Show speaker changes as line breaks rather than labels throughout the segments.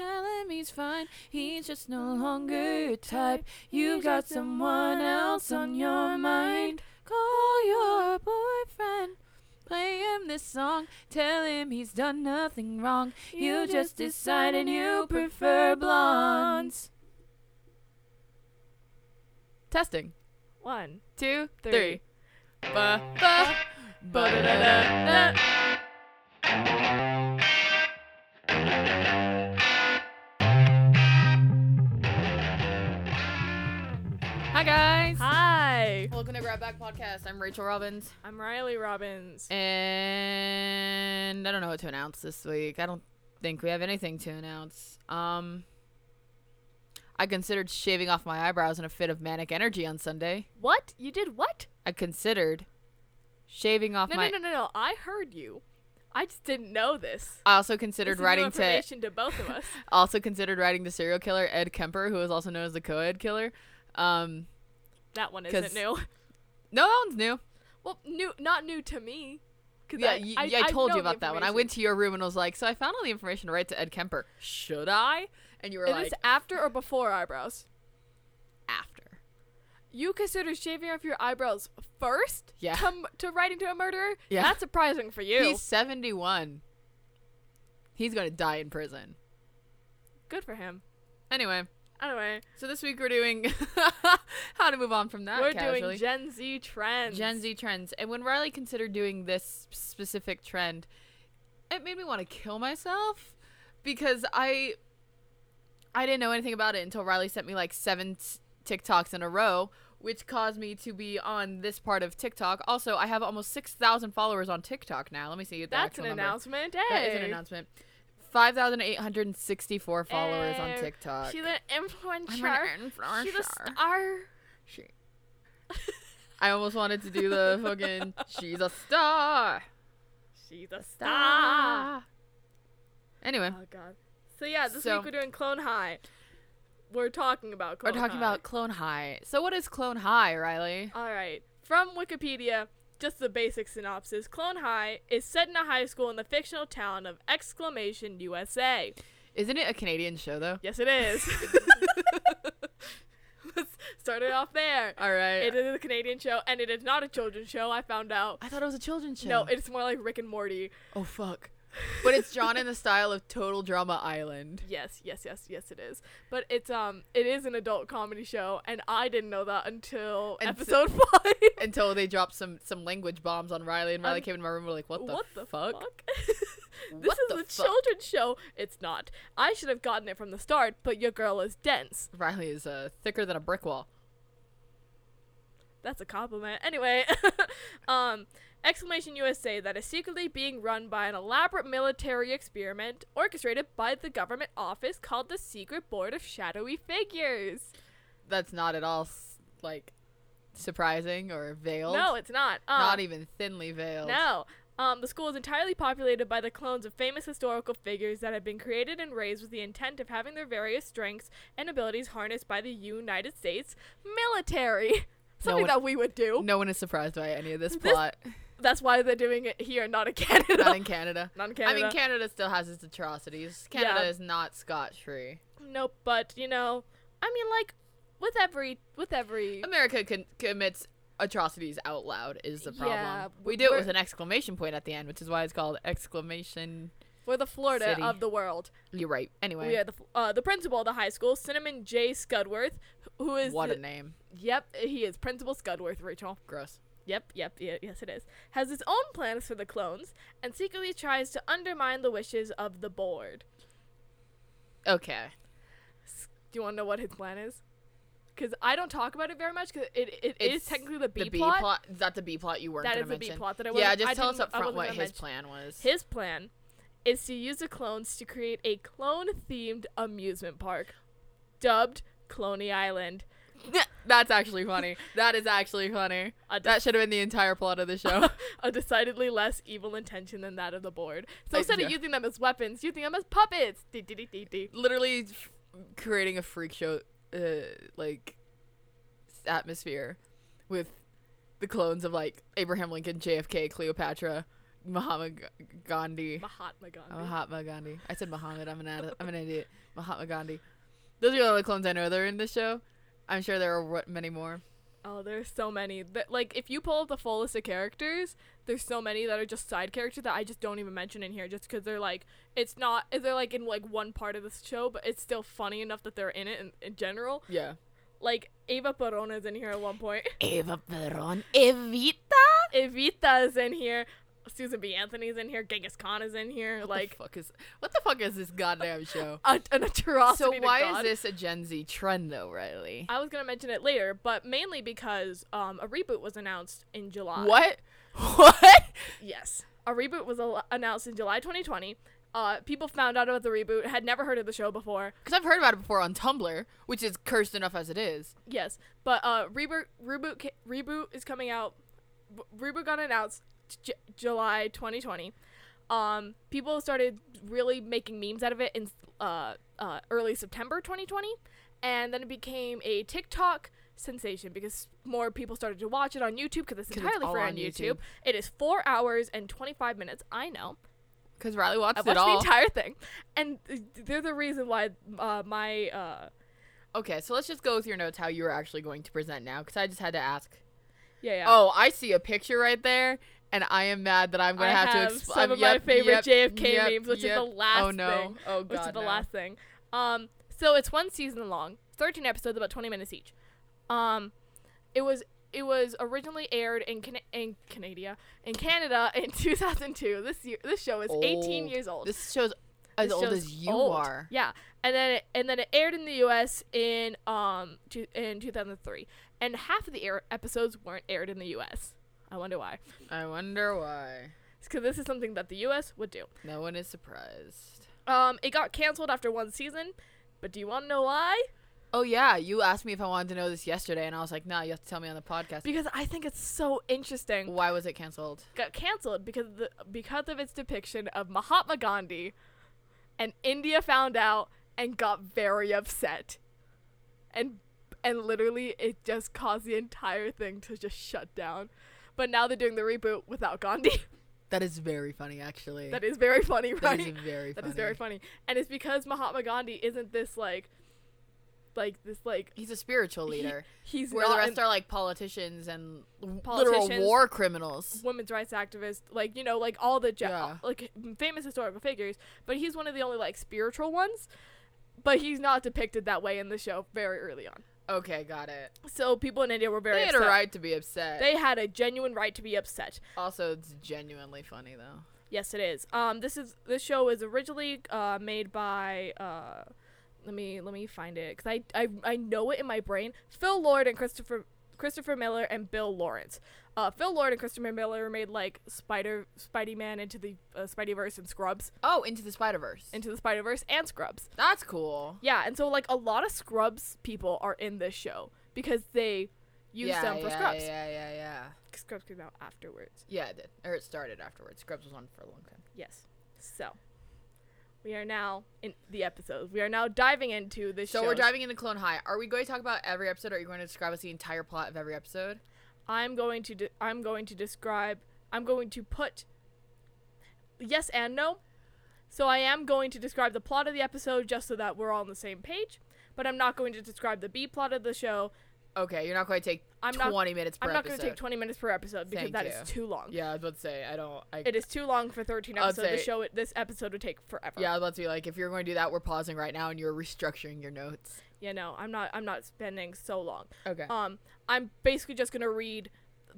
Everything's fine. He's just no longer your type. You've got someone else on your mind. Call your boyfriend. Play him this song. Tell him he's done nothing wrong. You just decided you prefer blondes. Testing.
One.
Two,
Three.
three. Ba, ba, ba, da, da, da, da. Hi, guys.
Hi.
Welcome to Grab Back Podcast. I'm Rachel Robbins.
I'm Riley Robbins.
And I don't know what to announce this week. I don't think we have anything to announce. Um I considered shaving off my eyebrows in a fit of manic energy on Sunday.
What? You did what?
I considered shaving off
No,
my
no, no, no, no. I heard you. I just didn't know this.
I also
This
considered
is new
writing to
information to both of us.
also considered writing to serial killer Ed Kemper, who is also known as the co-ed killer. Um
That one
'Cause-
isn't new.
no, that one's new.
Well, new, not new to me. 'cause
Yeah,
I-
you-
I,
yeah, I
I
told
know
you
the
about that one. I
information.
went to your room and was like, "So I found all the information to write to Ed Kemper. Should I?" And you were
Is
like,
this after or before eyebrows?
"After."
You consider shaving off your eyebrows first?
Yeah.
To, m- to writing to a murderer?
Yeah.
That's surprising for you.
He's 71. He's going to die in prison.
Good for him.
Anyway,
Anyway,
so this week we're doing how to move on from that
we're
casually.
doing Gen Z trends.
Gen Z trends. And when Riley considered doing this specific trend, it made me want to kill myself because I I didn't know anything about it until Riley sent me like 7 s- TikToks in a row, which caused me to be on this part of TikTok. Also, I have almost 6,000 followers on TikTok now. Let me see the
That's
actual
an
number.
announcement. Hey.
That is an announcement. 5,864 followers on
Hey,
TikTok.
She's an influencer.
I'm an
She's a
influencer.
star.
She- I almost wanted to do the fucking she's a star.
She's a star.
Star. Anyway,
Oh god. So yeah, this
So-
week we're doing Clone High. We're talking about
we're
Clone
talking
High.
about Clone High. So what is Clone High, Riley?
All right. From Wikipedia, just the basic synopsis. Clone High is set in a high school in the fictional town of Exclamation, USA.
Isn't it a Canadian show though?
Yes, it is. Let's start it off there.
All right.
It is a Canadian show, and it is not a children's show. I found out.
I thought it was a children's show.
No, it's more like Rick and Morty.
Oh fuck. But it's drawn in the style of Total Drama Island.
Yes, yes, yes, yes, it is. But it's um, it is an adult comedy show, and I didn't know that until
And so-
episode five.
Until they dropped some some language bombs on Riley and Riley
Um,
came into my room and were like, "What the fuck?"
this
What
is
the
a
fuck?
children's show. It's not. I should have gotten it from the start, but your girl is dense.
Riley is uh, thicker than a brick wall.
That's a compliment. Anyway, um, Exclamation USA that is secretly being run by an elaborate military experiment orchestrated by the government office called the Secret Board of Shadowy Figures.
that's not at all s- like surprising or veiled.
No, it's not. Um,
not even thinly veiled.
No. Um, the school is entirely populated by the clones of famous historical figures that have been created and raised with the intent of having their various strengths and abilities harnessed by the United States military. Something
one-
that we would do.
No one is surprised by any of this
This-
plot.
That's why they're doing it here, not in Canada.
not in Canada.
Not in
I
Canada.
mean, Canada still has its atrocities. Canada
Yeah.
is not scotch free.
nope. But you know, I mean, like with every with every
America con- commits atrocities out loud is the problem.
Yeah,
we do it
we're-
with an exclamation point at the end, which is why it's called exclamation.
we're the Florida
City.
of the world.
You're right. Anyway,
We are the uh, the principal of the high school, Cinnamon J. Scudworth, who is
what
the-
a name.
yep, he is Principal Scudworth, Rachel.
Gross.
Yep, yep, y- yes it is. Has its own plans for the clones and secretly tries to undermine the wishes of the board.
Okay.
Do you want to know what his plan is? Because I don't talk about it very much because it, it is
It's
technically the B
the B
plot.
plot. Is that the B plot you weren't
That
going
is
to
the B
mention?
plot that I
yeah,
wasn't-
just
I
tell us up
didn't- I
front
wasn't
what
gonna
his
mention.
plan was.
His plan is to use the clones to create a clone themed amusement park dubbed Cloney Island.
That's actually funny. That is actually funny.
A,
That should have been the entire plot of the show.
a decidedly less evil intention than that of the board. So
Uh,
instead
yeah.
of using them as weapons, using them as puppets. Dee, dee, dee, dee, dee.
Literally f- creating a freak show uh, like s- atmosphere with the clones of like Abraham Lincoln, JFK, Cleopatra, Mahatma G- Gandhi.
Mahatma Gandhi.
Mahatma Gandhi. I said Muhammad. I'm an ad- I'm an idiot. Mahatma Gandhi. Those are the only clones I know that are in this show. I'm sure there are wa- many more.
Oh, there's so many. That like if you pull up the full list of characters, there's so many that are just side characters that I just don't even mention in here just cuz they're like it's not they're like in like one part of the show, but it's still funny enough that they're in it in, in general.
Yeah.
Like Eva Perona's in here at one point.
Eva Peron. Evita.
Evita is in here. Susan B. Anthony's in here. Genghis Khan is in here.
Like
like
fuck is what the fuck is this goddamn show?
a, an atrocity.
so
to
why is
God.
this a Gen Z trend though, Riley?
I was gonna mention it later, but mainly because um, a reboot was announced in July.
What? What?
Yes. A reboot was al- announced in July 2020. Uh, people found out about the reboot, had never heard of the show before.
Because I've heard about it before on Tumblr, which is cursed enough as it is.
Yes, but uh, reboot reboot ca- reboot is coming out. W- reboot got announced J- July 2020. Um, people started really making memes out of it in uh, uh, early September 2020, and then it became a TikTok sensation because more people started to watch it on YouTube because it's
'Cause it's
entirely
all
free on
on
YouTube.
YouTube.
It is four hours and 25 minutes. I know.
Because Riley watched,
I watched
it all.
the entire thing, and uh, they're the reason why uh, my uh,
okay, so let's just go with your notes how you were actually going to present now, because I just had to ask.
yeah yeah.
Oh, I see a picture right there, and I am mad that I'm going
I
to have,
have
to explain.
some of my favorite JFK memes, which is the
Oh
last
no!
thing,
oh god!
which is the
no.
last thing. Um, so it's one season long, thirteen episodes, about twenty minutes each. Um, it was it was originally aired in Can- in Canada in Canada in 2002. This year, this show is 18
Old.
years old.
This show's as
This
old
show's
as you
old.
are.
Yeah, and then it, and then it aired in the U.S. in um two, in 2003, and half of the air episodes weren't aired in the U.S. I wonder why.
I wonder why.
Because this is something that the U.S. would do.
No one is surprised.
Um, it got canceled after one season, but do you want to know why?
Oh yeah, you asked me if I wanted to know this yesterday, and I was like, "Nah, you have to tell me on the podcast."
Because I think it's so interesting.
why was it canceled?
got canceled because of the, because of its depiction of Mahatma Gandhi, and India found out and got very upset, and and literally it just caused the entire thing to just shut down. But now they're doing the reboot without Gandhi.
That is very funny, actually.
that is very funny, right?
That is very funny.
That is very funny, and it's because Mahatma Gandhi isn't this like, like this like
He's a spiritual
he-
leader,
he's
where the
not an-
rest are like politicians and literal
Politicians.
war criminals.
women's rights activist, like you know, like all the ge-
Yeah.
like famous historical figures, but he's one of the only like spiritual ones. But he's not depicted that way in the show very early on.
Okay, got it.
So people in India were very
They had a
upset.
right to be upset.
They had a genuine right to be upset.
also, it's genuinely funny though.
Yes, it is. Um, this is this show was originally uh, made by uh, let me let me find it because I, I I know it in my brain. Phil Lord and Christopher Christopher Miller and Bill Lawrence. Uh, Phil Lord and Christopher Miller made like Spider Spidey Man into the uh, Spideyverse and Scrubs
Oh, Into the Spider Verse.
into the Spider Verse and Scrubs.
That's cool.
Yeah, and so like a lot of Scrubs people are in this show because they used
yeah,
them for
yeah,
Scrubs.
Yeah, yeah, yeah.
'Cause Scrubs came out afterwards.
Yeah, it did. Or it started afterwards. Scrubs was on for a long time.
Yes. So we are now in the episode. We are now diving into the
So
show.
we're diving into Clone High. Are we going to talk about every episode? Or are you going to describe us the entire plot of every episode?
I'm going to de- I'm going to describe. I'm going to put yes and no. So I am going to describe the plot of the episode just so that we're all on the same page, but I'm not going to describe the B plot of the show.
Okay, you're not going to take
I'm not-
20 minutes per
I'm not going
episode.
to take 20 minutes per episode because
Thank
that is
you.
too long.
yeah, I was about to say, I don't. I,
It is too long for 13
I'd
episodes. The
say-
show this episode would take forever.
Yeah, I was about to be like, if you're going to do that, we're pausing right now and you're restructuring your notes.
You know, I'm not I'm not spending so long.
Okay.
Um I'm basically just going to read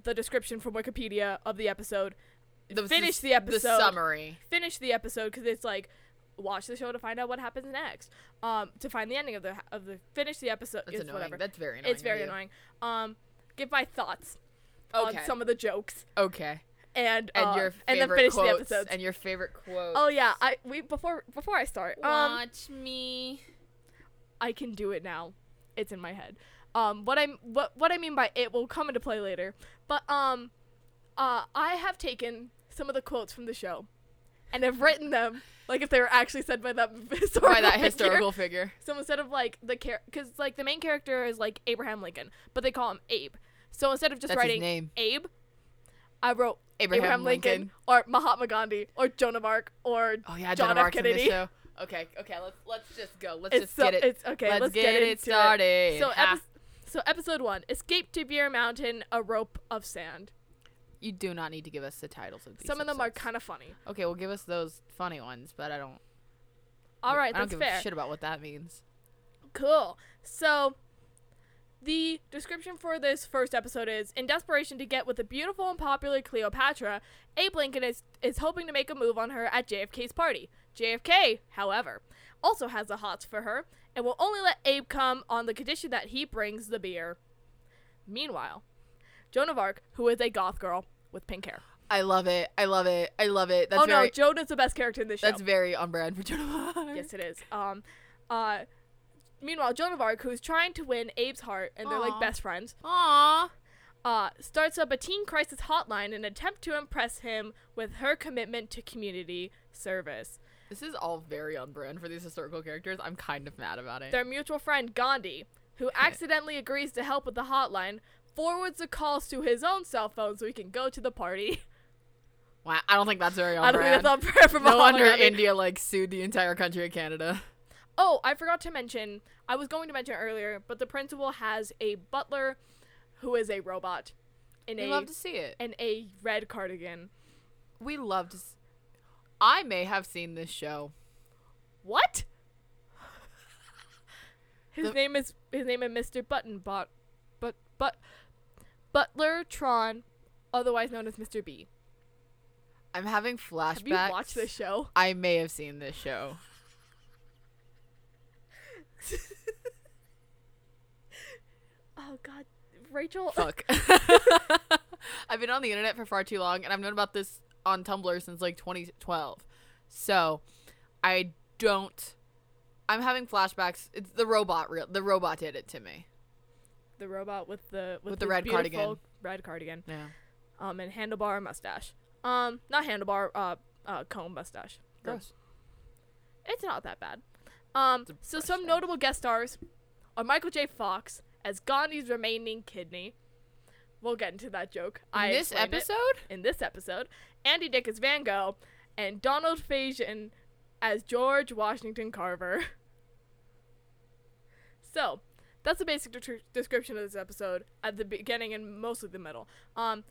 the description from Wikipedia of the episode. finish the
The
episode.
summary.
Finish the episode cuz it's like watch the show to find out what happens next. Um to find the ending of the of the finish the episode
That's
is
annoying.
whatever.
That's very annoying.
it's very
of you.
annoying. Um give my thoughts
Okay.
on some of the jokes
okay.
and
And
uh,
your
and
favorite
then finish
quotes.
the episodes.
And your favorite quote.
Oh yeah, I we before before I start. Um
Watch me.
I can do it now. It's in my head. Um, what I what what I mean by it will come into play later. But um, uh, I have taken some of the quotes from the show, and have written them like if they were actually said by that historical
By that
figure.
historical figure.
So instead of like the care, because like the main character is like Abraham Lincoln, but they call him Abe. So instead of just
That's his
writing
name.
Abe, I wrote
Abraham,
Abraham Lincoln, or Mahatma Gandhi or Joan of Arc or
Oh yeah,
John
John,
F.
F. Kennedy.
Kennedy.
Show. Okay, okay, let's let's just go. Let's
it's
just
so,
get it.
it's okay.
let's,
Let's,
get,
into
it started.
So,
Ha.
epi- so episode one: Escape to Beer Mountain, a rope of sand.
you do not need to give us the titles of these.
Some of them are
episodes.
kind of funny.
Okay, well, give us those funny ones, but I don't.
All right,
I don't
that's
give
fair.
a shit about what that means.
Cool. So, the description for this first episode is In desperation to get with the beautiful and popular Cleopatra, Abe Lincoln is, is hoping to make a move on her at JFK's party. JFK, however, also has the hots for her and will only let Abe come on the condition that he brings the beer. Meanwhile, Joan of Arc, who is a goth girl with pink hair.
I love it. I love it. I love it. That's
oh
very,
no, Joan is the best character in this show.
That's very on brand for Joan of Arc.
Yes, it is. Um, uh, meanwhile, Joan of Arc, who's trying to win Abe's heart, and they're like
Aw.
best friends,
Aww.
uh, starts up a teen crisis hotline in an attempt to impress him with her commitment to community service.
This is all very on brand for these historical characters. I'm kind of mad about it.
Their mutual friend Gandhi, who accidentally agrees to help with the hotline, forwards the calls to his own cell phone so he can go to the party.
wow, I don't think that's very on
I don't
brand.
think that's on prayer from
no
all Oh
wonder
Gandhi.
India like sued the entire country of Canada.
Oh, I forgot to mention. I was going to mention earlier, but the principal has a butler, who is a robot, in
We
a
love to see it.
and a red cardigan.
We love to. S- I may have seen this show.
What? his
The-
name is his name is Mr. Button Bot, but but Butler Tron, otherwise known as Mr. B.
I'm having flashbacks.
Have you watched this show?
I may have seen this show.
Oh God, Rachel.
Fuck. I've been on the internet for far too long, and I've known about this on Tumblr since like 2012. So, I don't. I'm having flashbacks. It's the robot. Real the robot did it to me.
the robot with the with,
With the
his
red
beautiful
cardigan.
Red cardigan.
Yeah.
Um, and handlebar mustache. Um, not handlebar. Uh, uh, comb mustache. The-
Gross.
it's not that bad. Um,
It's a
so
brush
some
thing.
notable guest stars are Michael J. Fox as Gandhi's remaining kidney. We'll get into that joke. I
In this
explained it
episode,
in this episode. Andy Dick as Van Gogh, and Donald Faison as George Washington Carver. So, that's the basic detr- description of this episode at the beginning and mostly the middle. Um,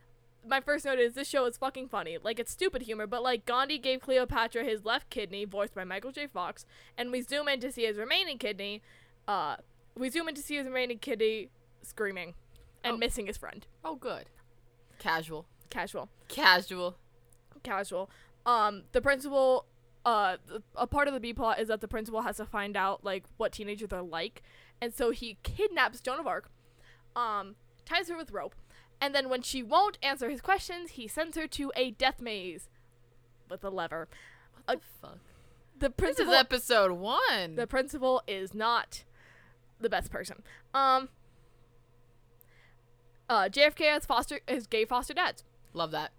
my first note is this show is fucking funny. Like it's stupid humor, but like Gandhi gave Cleopatra his left kidney, voiced by Michael J. Fox, and we zoom in to see his remaining kidney. Uh, we zoom in to see his remaining kidney screaming and
Oh.
missing his friend.
oh good, casual,
Casual.
casual.
casual. Um, the principal, uh, th- a part of the B plot is that the principal has to find out like what teenagers are like, and so he kidnaps Joan of Arc, um, ties her with rope, and then when she won't answer his questions, he sends her to a death maze with a lever.
What
Uh,
the fuck?
The
This is
principal,
episode one.
the principal is not the best person. Um, uh, JFK has foster his gay foster dads.
Love that.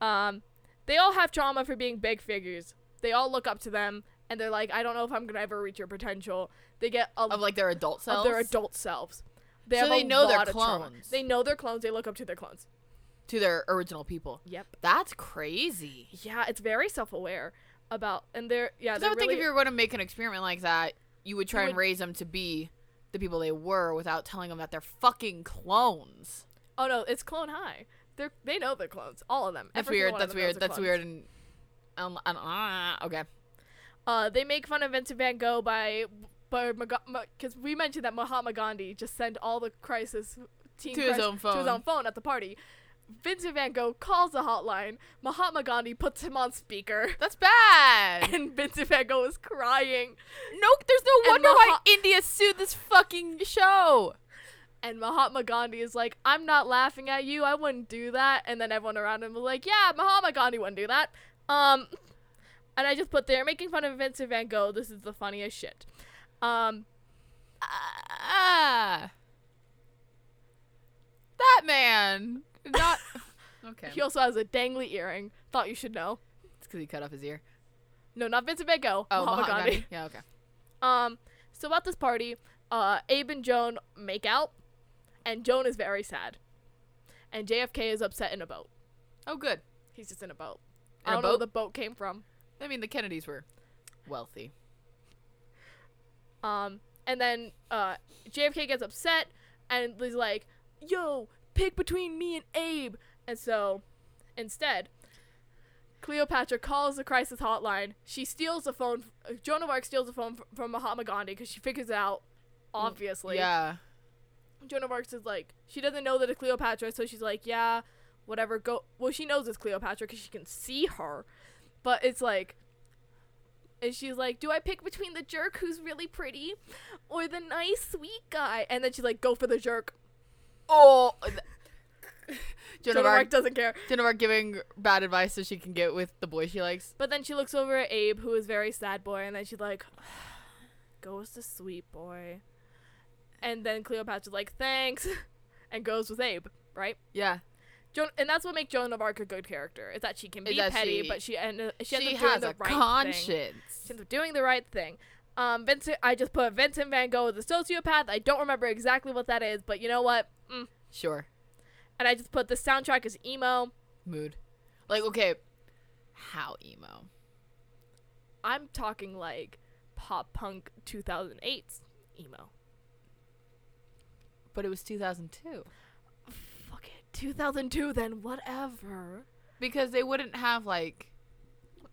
Um, they all have trauma for being big figures. They all look up to them, and they're like, I don't know if I'm gonna ever reach your potential. They get a,
Of like their adult selves.
of their adult selves. They
So
have
they
a
know they're
lot of trauma.
clones.
They know they're clones. They look up to their clones.
to their original people.
Yep.
That's crazy.
Yeah, it's very self-aware about, and they're yeah.
Because I
They're
would
really,
think if you were going to make an experiment like that, you would try
You
and
would-
raise them to be the people they were without telling them that they're fucking clones.
oh no, it's clone high. They're they know they're clones. All of them.
That's
Every single
weird.
one of
That's
them knows
weird.
they're
That's
clones.
weird. And um, I don't- ah, okay.
Uh, they make fun of Vincent Van Gogh by, by because we mentioned that Mahatma Gandhi just sent all the crisis teen
To his
crisis-
own
to his
phone.
own phone at the party. Vincent Van Gogh calls the hotline. Mahatma Gandhi puts him on speaker,
That's bad.
and Vincent Van Gogh is crying.
nope. There's no
And
wonder why
Maha-
India sued this fucking show.
And Mahatma Gandhi is like, "I'm not laughing at you. I wouldn't do that." And then everyone around him was like, "Yeah, Mahatma Gandhi wouldn't do that." Um, and I just put there making fun of Vincent Van Gogh. This is the funniest shit. Um,
Ah. That man. did Not. okay.
He also has a dangly earring. Thought you should know.
It's because he cut off his ear.
No, not Vincent Van Gogh.
Oh,
Mahatma
Mahatma
Gandhi.
Gandhi. Yeah. Okay.
Um, so at this party, uh, Abe and Joan make out, and Joan is very sad, and JFK is upset in a boat.
Oh, good.
He's just in a boat.
In
I
a
don't know where
boat?
the boat came from.
I mean, the Kennedys were wealthy.
Um, and then uh, JFK gets upset and he's like, "Yo, pick between me and Abe." And so, instead, Cleopatra calls the crisis hotline. She steals the phone. uh, Joan of Arc steals the phone fr- from Mahatma Gandhi because she figures it out. Obviously,
yeah.
Joan of Arc is like, she doesn't know that it's Cleopatra, so she's like, "Yeah, whatever." Go. Well, she knows it's Cleopatra because she can see her, but it's like. And she's like, "Do I pick between the jerk who's really pretty, or the nice sweet guy?" And then she's like, "Go for the jerk."
Oh.
Joan,
Joan of Arc,
doesn't care.
Joan of Arc giving bad advice so she can get with the boy she likes.
But then she looks over at Abe, who is very sad boy, and then she's like, "Goes the sweet boy." And then Cleopatra's like, "Thanks," and goes with Abe, right?
Yeah.
Joan, and that's what makes Joan of Arc a good character is that she can
Is
be
that
petty,
she-
but she and
she
she, ends up doing
has
the
a
right
conscience.
thing. She ends up doing the right thing. Um, Vincent, I just put Vincent Van Gogh is a sociopath. I don't remember exactly what that is, but you know what? Mm.
Sure.
And I just put the soundtrack is emo.
Mood. Like, okay. How emo?
I'm talking like pop punk 2008 emo.
But it was 2002.
Fuck it, 2002. Then whatever.
Because they wouldn't have, like,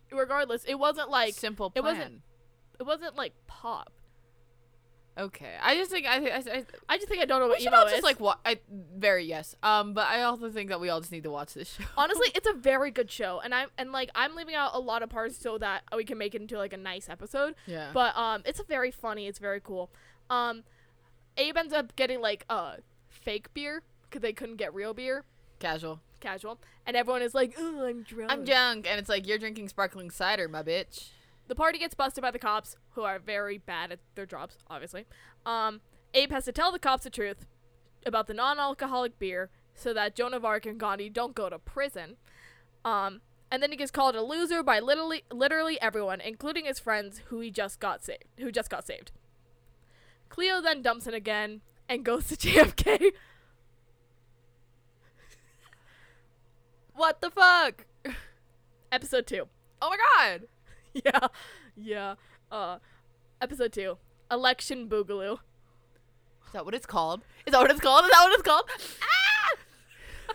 Regardless, it wasn't like
simple
it
plan.
wasn't- it wasn't like pop.
Okay. I just think, I, I, I
I just think I don't know what
we should
emo
all
is.
just, like, wa- I, very yes. Um, but I also think that we all just need to watch this show.
Honestly, it's a very good show, and I'm and like I'm leaving out a lot of parts so that we can make it into like a nice episode.
Yeah.
But um, it's very funny. It's very cool. Um, Abe ends up getting like uh, fake beer because they couldn't get real beer,
Casual.
casual, and everyone is like, "Oh, I'm drunk."
I'm drunk, and it's like, you're drinking sparkling cider, my bitch.
the party gets busted by the cops, who are very bad at their jobs, obviously. Um, Abe has to tell the cops the truth about the non-alcoholic beer so that Joan of Arc and Gandhi don't go to prison. Um, and then he gets called a loser by literally literally everyone, including his friends who he just got saved, who just got saved. Cleo then dumps him again and goes to JFK.
What the fuck?
Episode 2.
Oh my god.
Yeah. Yeah. Uh episode 2. Election Boogaloo.
Is that what it's called? Is that what it's called? Is that what it's called?
Ah!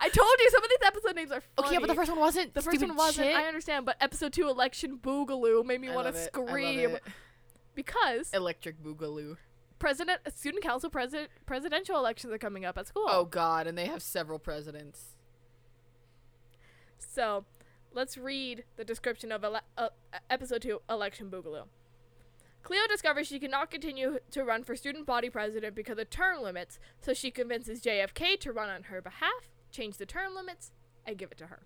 I told you some of these episode names are funny.
Okay, yeah, but the first one wasn't.
The first
Stupid
one wasn't.
shit.
I understand, but episode two, election boogaloo, made me
I
want
love
to
it. I love
scream
it.
because
Electric Boogaloo.
president, student council, president, presidential elections are coming up at school.
Oh god, and they have several presidents.
So, let's read the description of ele- uh, episode 2, Election Boogaloo. Cleo discovers she cannot continue to run for student body president because of term limits, so she convinces JFK to run on her behalf, change the term limits, and give it to her.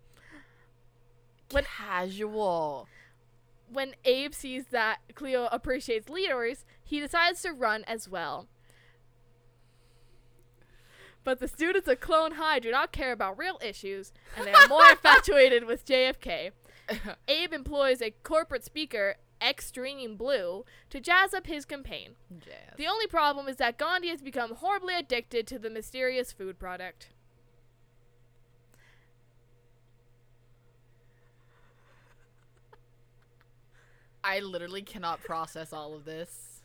When-
Casual.
when Abe sees that Cleo appreciates leaders, he decides to run as well. But the students of Clone High do not care about real issues, and they are more infatuated with JFK. Abe employs a corporate speaker, Extreme Blue, to jazz up his campaign.
Jazz.
The only problem is that Gandhi has become horribly addicted to the mysterious food product.
I literally cannot process all of this.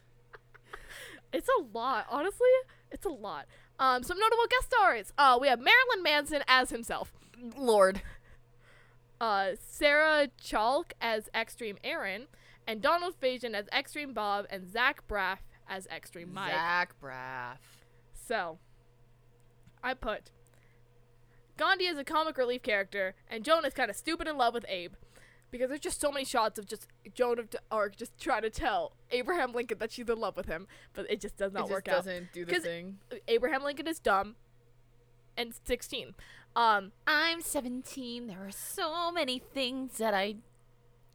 It's a lot, honestly. It's a lot. Um, some notable guest stars. Uh, we have Marilyn Manson as himself.
Lord.
uh, Sarah Chalk as Extreme Aaron, and Donald Fagen as Extreme Bob, and Zach Braff as Extreme Mike.
Zach Braff.
So, I put Gandhi is a comic relief character, and Joan is kind of stupid in love with Abe. Because there's just so many shots of just Joan of Arc just trying to tell Abraham Lincoln that she's in love with him, but it just does
It
not
just
work out.
doesn't do the
'Cause-
thing.
Abraham Lincoln is dumb and 16. Um,
I'm 17. There are so many things that I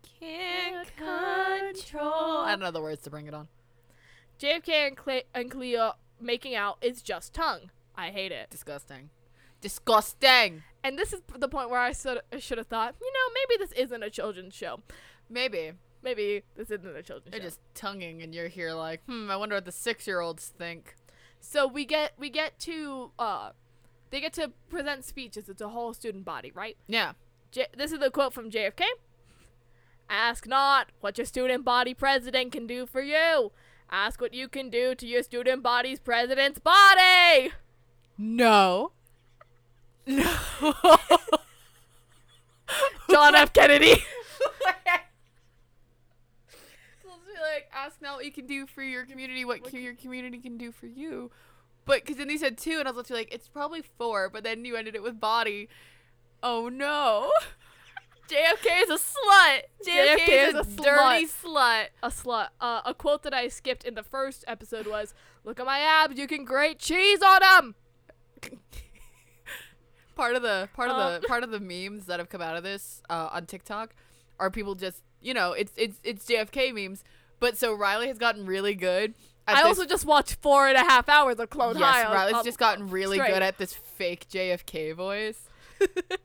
can't
control.
I don't know the words to bring it on.
JFK and, Cle- and Cleo making out is just tongue. I hate it.
Disgusting. Disgusting.
And this is the point where I should should have thought, you know, maybe this isn't a children's show.
Maybe.
Maybe this isn't a children's
They're
show.
just tonguing, and you're here like, hmm, I wonder what the six year olds think.
so we get we get to uh, they get to present speeches. It's a whole student body, right?
Yeah.
J- this is the quote from JFK. Ask not what your student body president can do for you. Ask what you can do to your student body's president's body.
No. No.
John F. Kennedy.
like ask now what you can do for your community, what cu- your community can do for you. But because then he said two, and I was literally like, it's probably four. But then you ended it with body. Oh no. JFK is a slut. JFK, is, a, dirty slut.
a slut. Uh, a quote that I skipped in the first episode was, "Look at my abs. You can grate cheese on them."
Part of the part of
Um.
the part of the memes that have come out of this uh, on TikTok are people just you know it's it's it's JFK memes. But so Riley has gotten really good. At
I
this
also just watched four and a half hours of Clone High.
Yes,
on-
Riley's
on-
just gotten really
straight.
good at this fake JFK voice,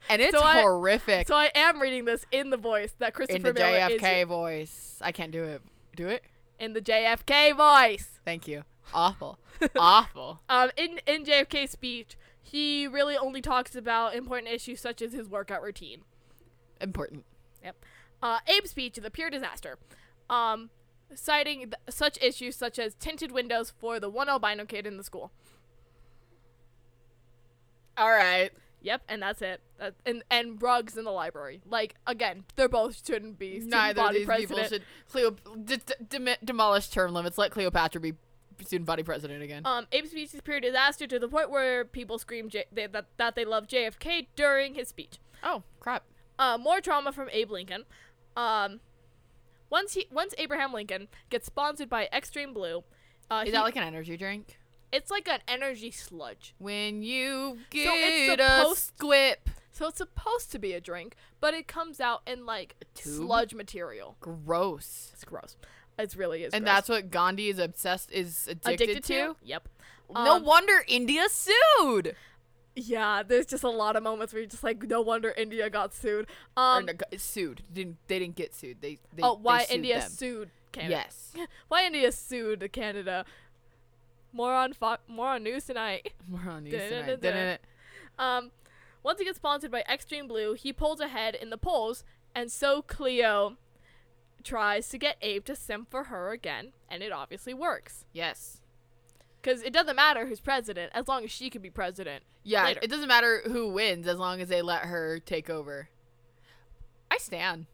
and it's
So I-
horrific
Um, So I am reading this in the voice that
in the
Christopher Miller
JFK
is
voice. I can't do it. Do it.
in the JFK voice.
Thank you. Awful. Awful.
Um, in in JFK's speech, he really only talks about important issues such as his workout routine.
Important.
Yep. Uh, Abe's speech is a pure disaster, um, citing th- such issues such as tinted windows for the one albino kid in the school.
All right.
Yep, and that's it. That, and and rugs in the library. Like again, they're both shouldn't be student
Neither of
body
these
president.
people should Cleop- d- d- dem- demolish term limits. Let Cleopatra be student body president again.
Um, Abe's speech is pure disaster to the point where people scream J- they, that that they love JFK during his speech.
oh crap.
Uh, more trauma from Abe Lincoln. Um, once he once Abraham Lincoln gets sponsored by Extreme Blue, uh,
Is
he-
that like an energy drink?
it's like an energy sludge.
When you get
it's
a
supposed-
squip.
So it's supposed to be a drink, but it comes out in like
tube?
sludge material.
Gross.
It's gross. It really is.
And
gross.
that's what Gandhi is obsessed is addicted, to.
Yep.
no
Um,
wonder India sued.
Yeah, there's just a lot of moments where you're just like, no wonder India got sued. Um,
or no, g- sued. Didn't they didn't get sued? They, they
oh, why
they sued
India
them.
sued Canada?
Yes,
Why India sued Canada? More on Fo- more on news tonight.
we're on news tonight.
Da-da-da-da. Um, once he gets sponsored by Extreme Blue, he pulls ahead in the polls, and so Cleo tries to get Abe to simp for her again, and it obviously works.
Yes,
Because it doesn't matter who's president as long as she can be president.
yeah.
Later.
It doesn't matter who wins as long as they let her take over. I stand.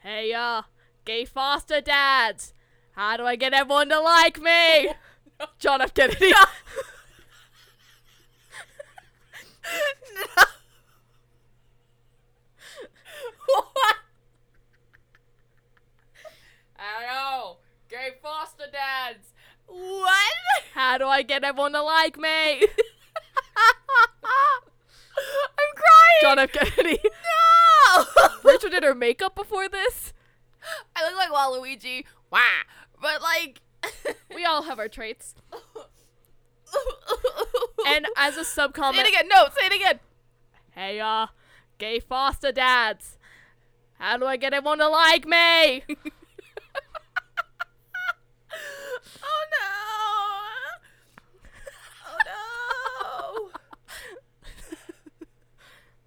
Hey, uh, gay foster dads, how do I get everyone to like me? John F. Kennedy.
I know. Gay foster dads. What?
how do I get everyone to like me?
I'm crying.
John F. Kennedy.
No.
Rachel did her makeup before this.
I look like Waluigi. Wah. But like.
We all have our traits. And as a sub
say it
comment,
again. No, say it again.
hey, uh, gay foster dads, how do I get everyone to like me?
Oh no. Oh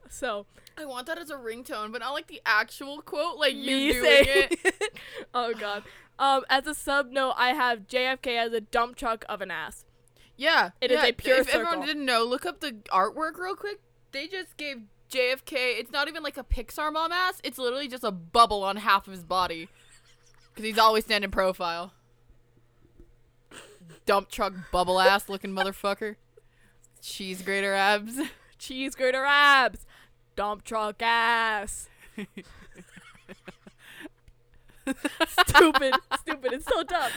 so,
no. I want that as a ringtone, but not like the actual quote, like
me
you doing
saying
it.
oh god. Um, as a sub note, I have JFK as a dump truck of an ass.
Yeah.
It is
yeah.
a pure
If everyone
circle.
didn't know, look up the artwork real quick. They just gave JFK, it's not even like a Pixar mom ass, it's literally just a bubble on half of his body. Because he's always standing profile. Dump truck bubble ass looking motherfucker. Cheese grater abs.
Cheese grater abs, dump truck ass. stupid, stupid, it's so dumb.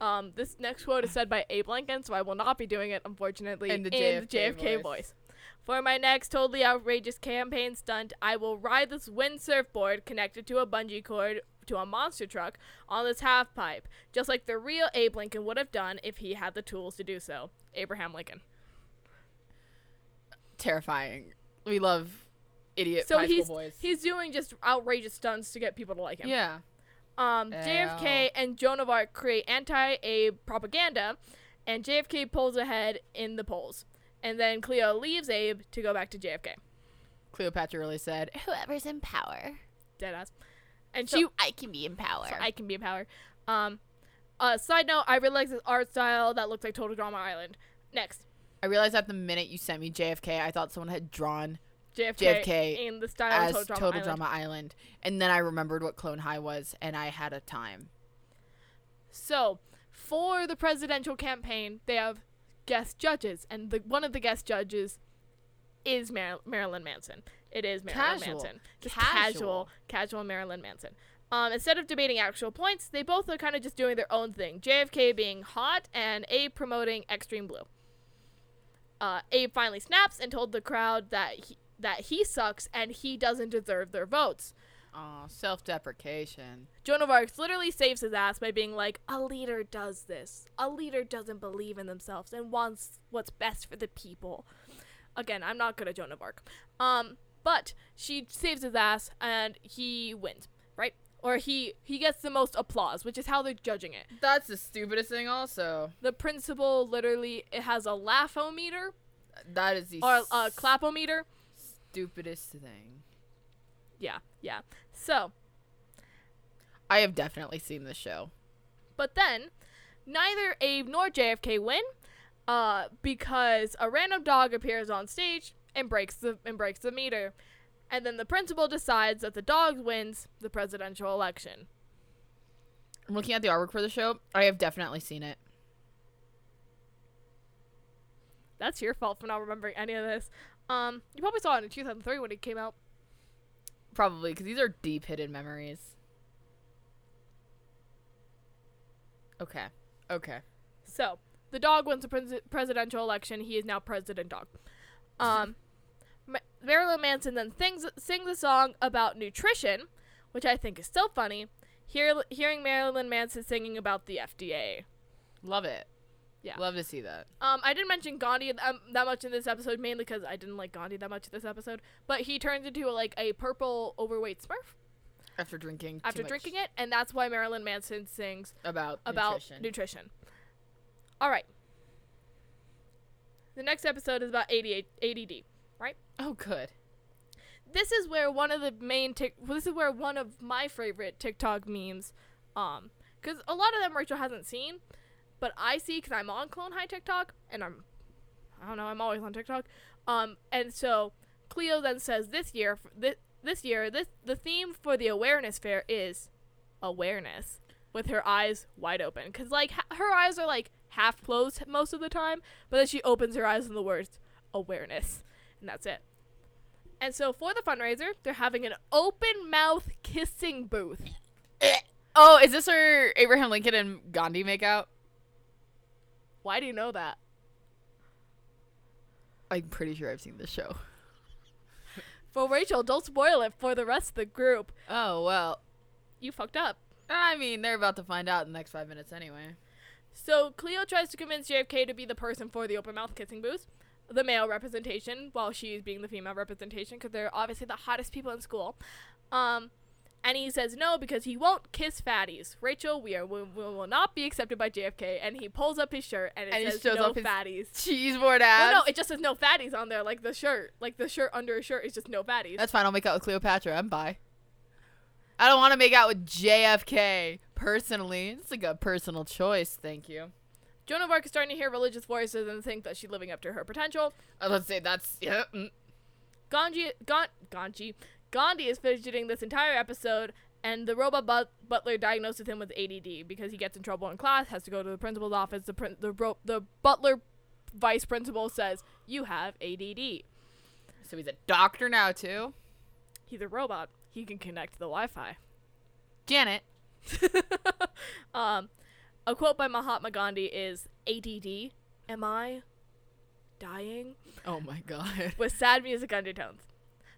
Um, this next quote is said by Abe Lincoln, so I will not be doing it, unfortunately,
In the JFK
JFK
voice.
voice. For my next totally outrageous campaign stunt, I will ride this wind surfboard connected to a bungee cord to a monster truck on this half pipe, just like the real Abe Lincoln would have done if he had the tools to do so. Abraham Lincoln.
terrifying. We love idiot
So
high
he's
school boys.
he's doing just outrageous stunts to get people to like him.
yeah.
Um, JFK and Joan of Arc create anti-Abe propaganda, and JFK pulls ahead in the polls. And then Cleo leaves Abe to go back to JFK.
Cleopatra really said,
Whoever's in power.
Deadass. And
So
she
I can be in power.
So I can be in power. Um, uh, side note, I really like this art style that looks like Total Drama Island. Next,
I realized at the minute you sent me JFK, I thought someone had drawn
JFK,
JFK
in the style
as
of Total Drama Island.
Island. And then I remembered what Clone High was, and I had a time.
So, for the presidential campaign, they have guest judges, and the one of the guest judges is Mar- Marilyn Manson. It is Marilyn
Casual.
Manson. Just
Casual.
casual, casual Marilyn Manson. Um, instead of debating actual points, they both are kind of just doing their own thing. JFK being hot and Abe promoting Extreme Blue. Uh, Abe finally snaps and told the crowd that he, that he sucks and he doesn't deserve their votes.
Oh, self deprecation.
Joan of Arc literally saves his ass by being like, a leader does this. A leader doesn't believe in themselves and wants what's best for the people. Again, I'm not good at Joan of Arc. Um, but she saves his ass and he wins, right? Or he he gets the most applause, which is how they're judging it.
That's the stupidest thing, also.
The principal literally it has a laughometer
That is the
or uh, a clapometer.
stupidest thing.
Yeah, yeah. So,
I have definitely seen this show.
But then, neither Abe nor JFK win, uh, because a random dog appears on stage and breaks the and breaks the meter, and then the principal decides that the dog wins the presidential election.
I'm looking at the artwork for the show. I have definitely seen it.
That's your fault for not remembering any of this. Um, you probably saw it in 2003 when it came out.
Probably, because these are deep hidden memories. Okay. Okay.
So the dog wins the pres- presidential election. He is now president dog. Um, Ma- Marilyn Manson then sings sings a song about nutrition, which I think is so funny. Hear, hearing Marilyn Manson singing about the FDA.
Love it.
Yeah.
Love to see that.
Um, I didn't mention Gandhi th- um, that much in this episode, mainly because I didn't like Gandhi that much this episode. But he turns into like a purple overweight Smurf
After drinking.
after drinking it, and that's why Marilyn Manson sings
About
about
nutrition.
nutrition. All right. The next episode is about ADHD, ADD.
oh, good.
This is where one of the main tic- this is where one of my favorite TikTok memes, um, because a lot of them Rachel hasn't seen, but I see because I'm on Clone High TikTok and I'm, I don't know, I'm always on TikTok, um, and so Cleo then says this year this this year this the theme for the awareness fair is awareness with her eyes wide open because like ha- her eyes are like half closed most of the time but then she opens her eyes and the words awareness and that's it and so for the fundraiser they're having an open mouth kissing booth
Oh, is this where Abraham Lincoln and Gandhi make out?
why do you know that
I'm pretty sure I've seen this show.
for rachel don't spoil it for the rest of the group
Oh, well.
you fucked up
I mean, they're about to find out in the next five minutes anyway.
So Cleo tries to convince JFK to be the person for the open mouth kissing booth, the male representation, while she's being the female representation because they're obviously the hottest people in school. Um, and he says no because he won't kiss fatties. Rachel, we are we, we will not be accepted by JFK. And he pulls up his shirt and it
And he
says
shows
no
off his-
fatties.
Cheeseboard
Well,
ass.
no, it just says no fatties on there, like the shirt, like the shirt under a shirt is just no fatties.
That's fine. I'll make out with Cleopatra. I'm bi. I don't want to make out with JFK personally. It's like a personal choice. Thank you.
Joan of Arc is starting to hear religious voices and think that she's living up to her potential.
I was gonna say that's yeah. mm.
Ganji, Gan, Ganji, Gandhi is fidgeting this entire episode, and the robot but- butler diagnoses him with ADD because he gets in trouble in class, has to go to the principal's office. The prin- the ro- the butler vice principal says, "You have ADD."
So he's a doctor now too.
He's a robot. He can connect to the Wi-Fi.
Janet.
um, a quote by Mahatma Gandhi is, "ADD, am I dying?"
Oh my god.
with sad music undertones.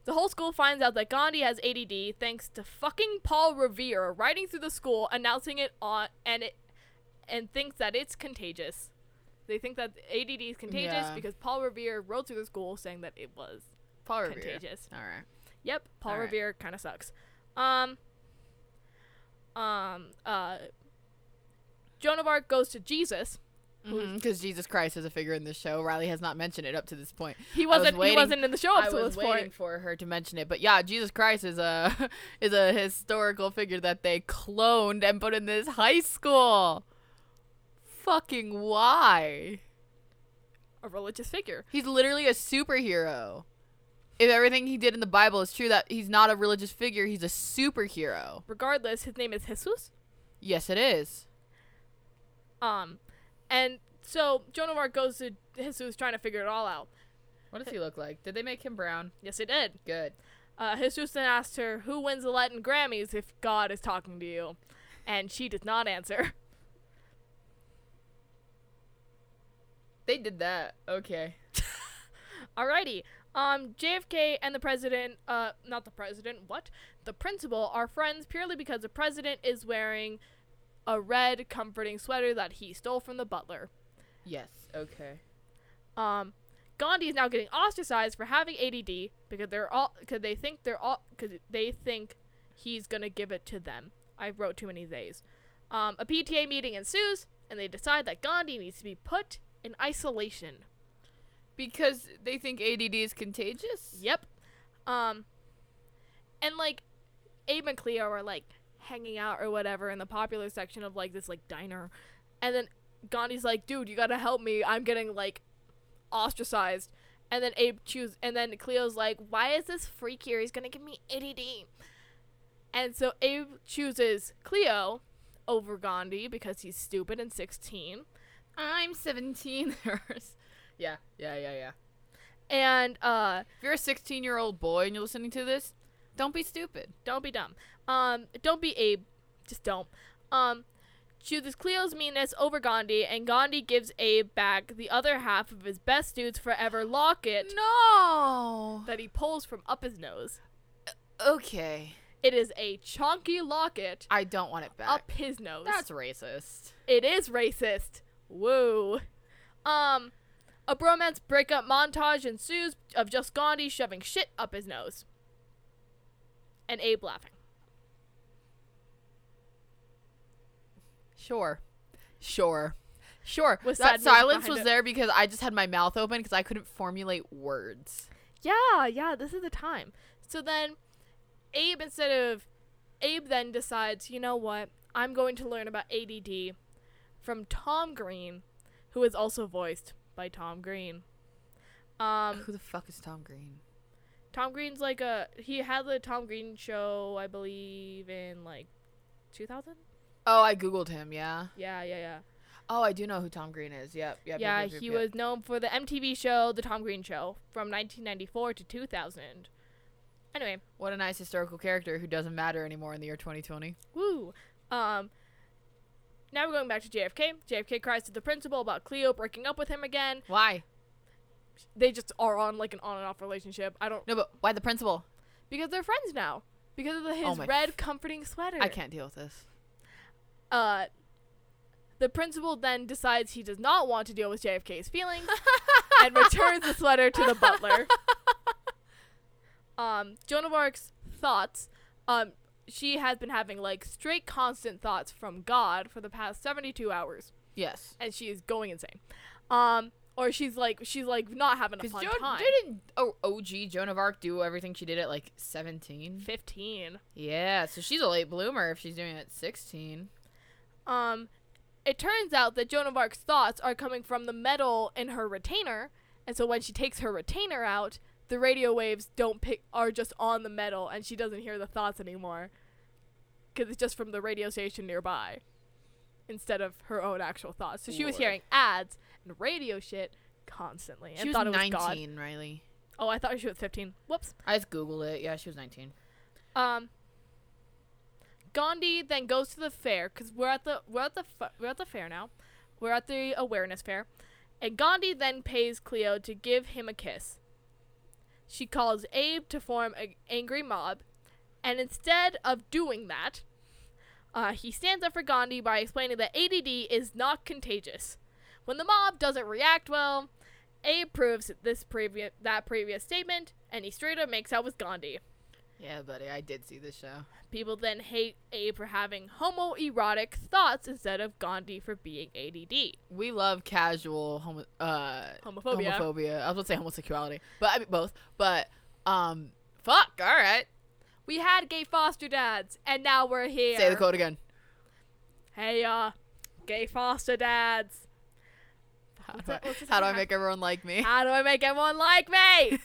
The whole school finds out that Gandhi has ADD thanks to fucking Paul Revere riding through the school announcing it on and it and thinks that it's contagious. They think that ADD is contagious
Yeah.
because Paul Revere rode through the school saying that it was
Paul Revere.
contagious.
All right.
Yep, Paul
All right.
Revere kind of sucks. Um, um, uh, Joan of Arc goes to Jesus
Because Mm-hmm, Jesus Christ is a figure in this show. Riley has not mentioned it up to this point.
He
was
wasn't. he
waiting-
wasn't in the show up
I
to this
was waiting
point.
for her to mention it, but yeah, Jesus Christ is a is a historical figure that they cloned and put in this high school. Fucking why?
A religious figure.
He's literally a superhero. If everything he did in the Bible is true, that he's not a religious figure, he's a superhero.
Regardless, his name is Jesus.
Yes, it is.
Um, and so Joan of Arc goes to Jesus trying to figure it all out.
What does he look like? Did they make him brown?
Yes, he did.
Good.
Uh, Jesus then asks her, "Who wins the Latin Grammys if God is talking to you?" And she does not answer.
They did that. Okay.
Alrighty. Um, JFK and the president, uh, not the president, what? The principal are friends purely because the president is wearing a red comforting sweater that he stole from the butler.
Yes. Okay.
Um, Gandhi is now getting ostracized for having ADD because they're all, because they think they're all, because they think he's gonna give it to them. I wrote too many theys. Um, a PTA meeting ensues, and they decide that Gandhi needs to be put in isolation.
Because they think ADD is contagious?
Yep. Um, and like, Abe and Cleo are like hanging out or whatever in the popular section of like this like diner, and then Gandhi's like, "Dude, you gotta help me. I'm getting like ostracized." And then Abe choose, and then Cleo's like, "Why is this freak here? He's gonna give me ADD." And so Abe chooses Cleo over Gandhi because he's stupid and 16.
I'm 17. yeah, yeah, yeah, yeah.
And uh,
If you're a 16 year old boy and you're listening to this, don't be stupid.
Don't be dumb. Um, don't be Abe. Just don't. Um, chooses Cleo's meanness over Gandhi, and Gandhi gives Abe back the other half of his best dudes forever locket
No!
that he pulls from up his nose.
Okay.
It is a chonky locket
I don't want it back.
up his nose.
That's racist.
it is racist. Woo. Um, a bromance breakup montage ensues of just Gandhi shoving shit up his nose, and Abe laughing.
Sure. Sure. Sure.
With
that
sadness
silence
behind
was
it.
there because I just had my mouth open because I couldn't formulate words.
Yeah, yeah, this is the time. So then Abe instead of Abe then decides, you know what? I'm going to learn about ADD from Tom Green, who is also voiced by Tom Green. Um
Who the fuck is Tom Green?
Tom Green's like a he had the Tom Green show, I believe in like 2000?
Oh, I googled him, yeah.
Yeah, yeah, yeah. Oh,
Oh, I do know who Tom Green is. Yep, yep.
yeah, he was known for the MTV show The Tom Green Show from 1994 to 2000. Anyway,
What a nice historical character who doesn't matter anymore in the year 2020.
Woo. Um. Now we're going back to JFK. JFK cries to the principal about Cleo breaking up with him again.
Why?
They just are on like an on and off relationship. I don't
No, but why the principal?
because they're friends now because of the, his
Oh my
red
f-
comforting sweater.
I can't deal with this.
Uh. The principal then decides he does not want to deal with JFK's feelings and returns the sweater to the butler. Um, Joan of Arc's thoughts. Um, she has been having like straight constant thoughts from God for the past 72 hours.
Yes.
and she is going insane. Um, or she's like she's like not having a
Because
fun
Joan
time.
didn't oh, OG Joan of Arc do everything she did at like 17.
Fifteen.
Yeah, so she's a late bloomer if she's doing it at 16.
Um, it turns out that Joan of Arc's thoughts are coming from the metal in her retainer, and so when she takes her retainer out, the radio waves don't pick are just on the metal, and she doesn't hear the thoughts anymore, because it's just from the radio station nearby, instead of her own actual thoughts. So she was
Lord.
hearing ads and radio shit constantly, and
she was
thought it
19,
was God.
Riley.
Oh, I thought she was fifteen. Whoops.
I just googled it. Yeah, she was 19.
Um, Gandhi then goes to the fair because we're at the we're at the fa- we're at the fair now. We're at the awareness fair, and Gandhi then pays Cleo to give him a kiss. She calls Abe to form an angry mob, and instead of doing that, uh, he stands up for Gandhi by explaining that ADD is not contagious. When the mob doesn't react well, Abe proves this previous that previous statement, and he straight up makes out with Gandhi.
Yeah, buddy, I did see this show.
People then hate Abe for having homoerotic thoughts instead of Gandhi for being ADD.
We love casual homo- uh,
Homophobia.
homophobia. I was gonna say homosexuality, but I mean both. But um, fuck. All right,
We had gay foster dads, and now we're here.
say the quote again.
Hey, uh, gay foster dads.
How
What's
do I,
that- what's this
how do I
again?
make everyone like me?
How do I make everyone like me?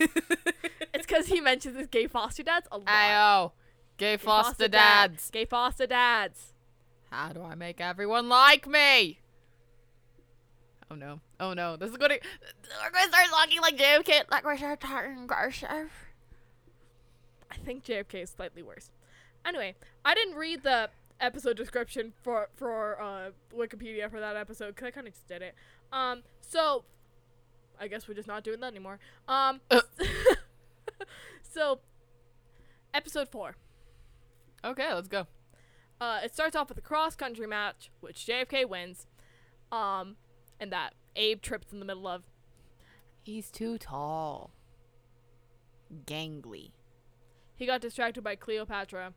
it's because he mentions his gay foster dads a lot.
Ayo, gay
Gay
foster
dad-
dads.
Gay foster dads.
How do I make everyone like me? Oh no! Oh no! This is gonna.
We're gonna start talking like JFK, like we're start talking Garshef.
I think JFK is slightly worse. Anyway, I didn't read the episode description for for uh, Wikipedia for that episode because I kind of just did it. Um, so I guess we're just not doing that anymore. Um,
Uh.
so episode four.
Okay, let's go.
Uh, it starts off with a cross country match, which JFK wins, um, and that Abe trips in the middle of.
He's too tall. Gangly.
He got distracted by Cleopatra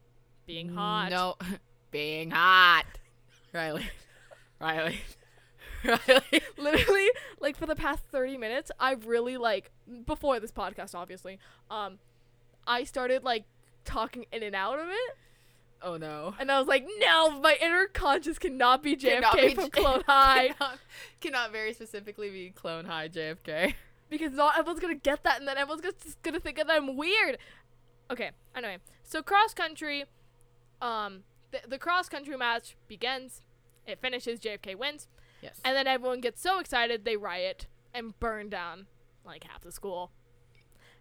being hot.
No, being hot. Riley, Riley, Riley.
literally like for the past 30 minutes i've really like before this podcast obviously um i started like talking in and out of it
Oh no.
and i was like no my inner conscious cannot be jfk
Cannot be
from
J-
clone high
Cannot, cannot very specifically be clone high JFK.
because not everyone's gonna get that and then everyone's gonna, just gonna think that i'm weird okay anyway so cross country um the, the cross country match begins it finishes jfk wins
Yes.
and then everyone gets so excited they riot and burn down like half the school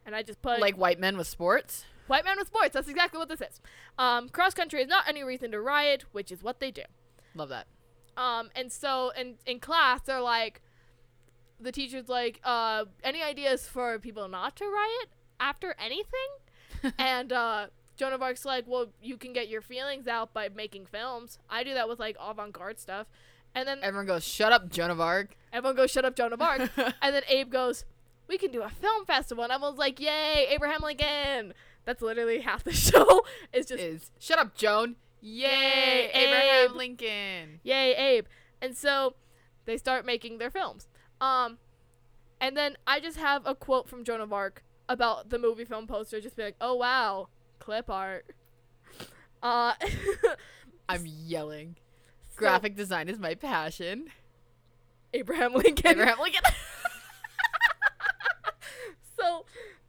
and i just put
like white men with sports.
White man with sports. That's exactly what this is. Um, cross country is not any reason to riot, which is what they do.
Love that.
Um, and so in, in class, they're like, the teacher's like, uh, any ideas for people not to riot after anything? and uh, Joan of Arc's like, well, you can get your feelings out by making films. I do that with like avant garde stuff. And then
Everyone goes, shut up, Joan of Arc.
everyone goes, shut up, Joan of Arc. and then Abe goes, we can do a film festival. And everyone's like, yay, Abraham Lincoln. That's literally half the show. It's just
Is shut up, Joan. Yay,
Yay,
Abraham
Abe.
Lincoln.
yay abe and so they start making their films um and then i just have a quote from joan of arc about the movie film poster just be like oh wow clip art uh
I'm yelling.
so
Graphic design is my passion.
abraham lincoln
Abraham Lincoln.
so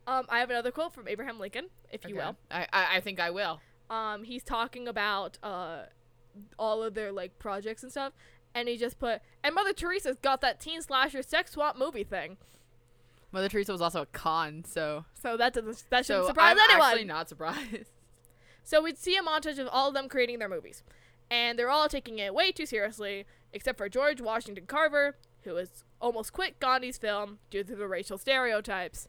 um i have another quote from abraham lincoln if you
Okay.
will
I, I I think I will.
um he's talking about uh all of their like projects and stuff and he just put and mother teresa's got that teen slasher sex swap movie thing
Mother Teresa was also a con, so
so that doesn't that shouldn't
so
surprise
I'm
anyone
actually not surprised.
So we'd see a montage of all of them creating their movies. And they're all taking it way too seriously, except for George Washington Carver, who has almost quit Gandhi's film due to the racial stereotypes.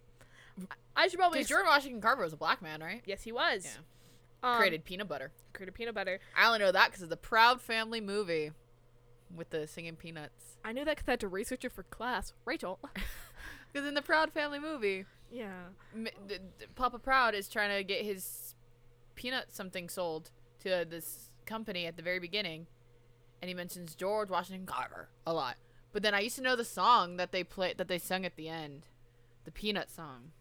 I I should probably.
Dude, George Washington Carver was a black man, right?
yes, he was.
Yeah.
Um,
Created peanut butter.
created peanut butter.
I only know that because of the Proud Family movie with the singing peanuts.
I knew that because I had to research it for class. Rachel.
Because in the Proud Family movie,
yeah.
m- d- d- Papa Proud is trying to get his peanut something sold to this company at the very beginning, and he mentions George Washington Carver a lot. But then I used to know the song that they play that they sung at the end, the peanut song.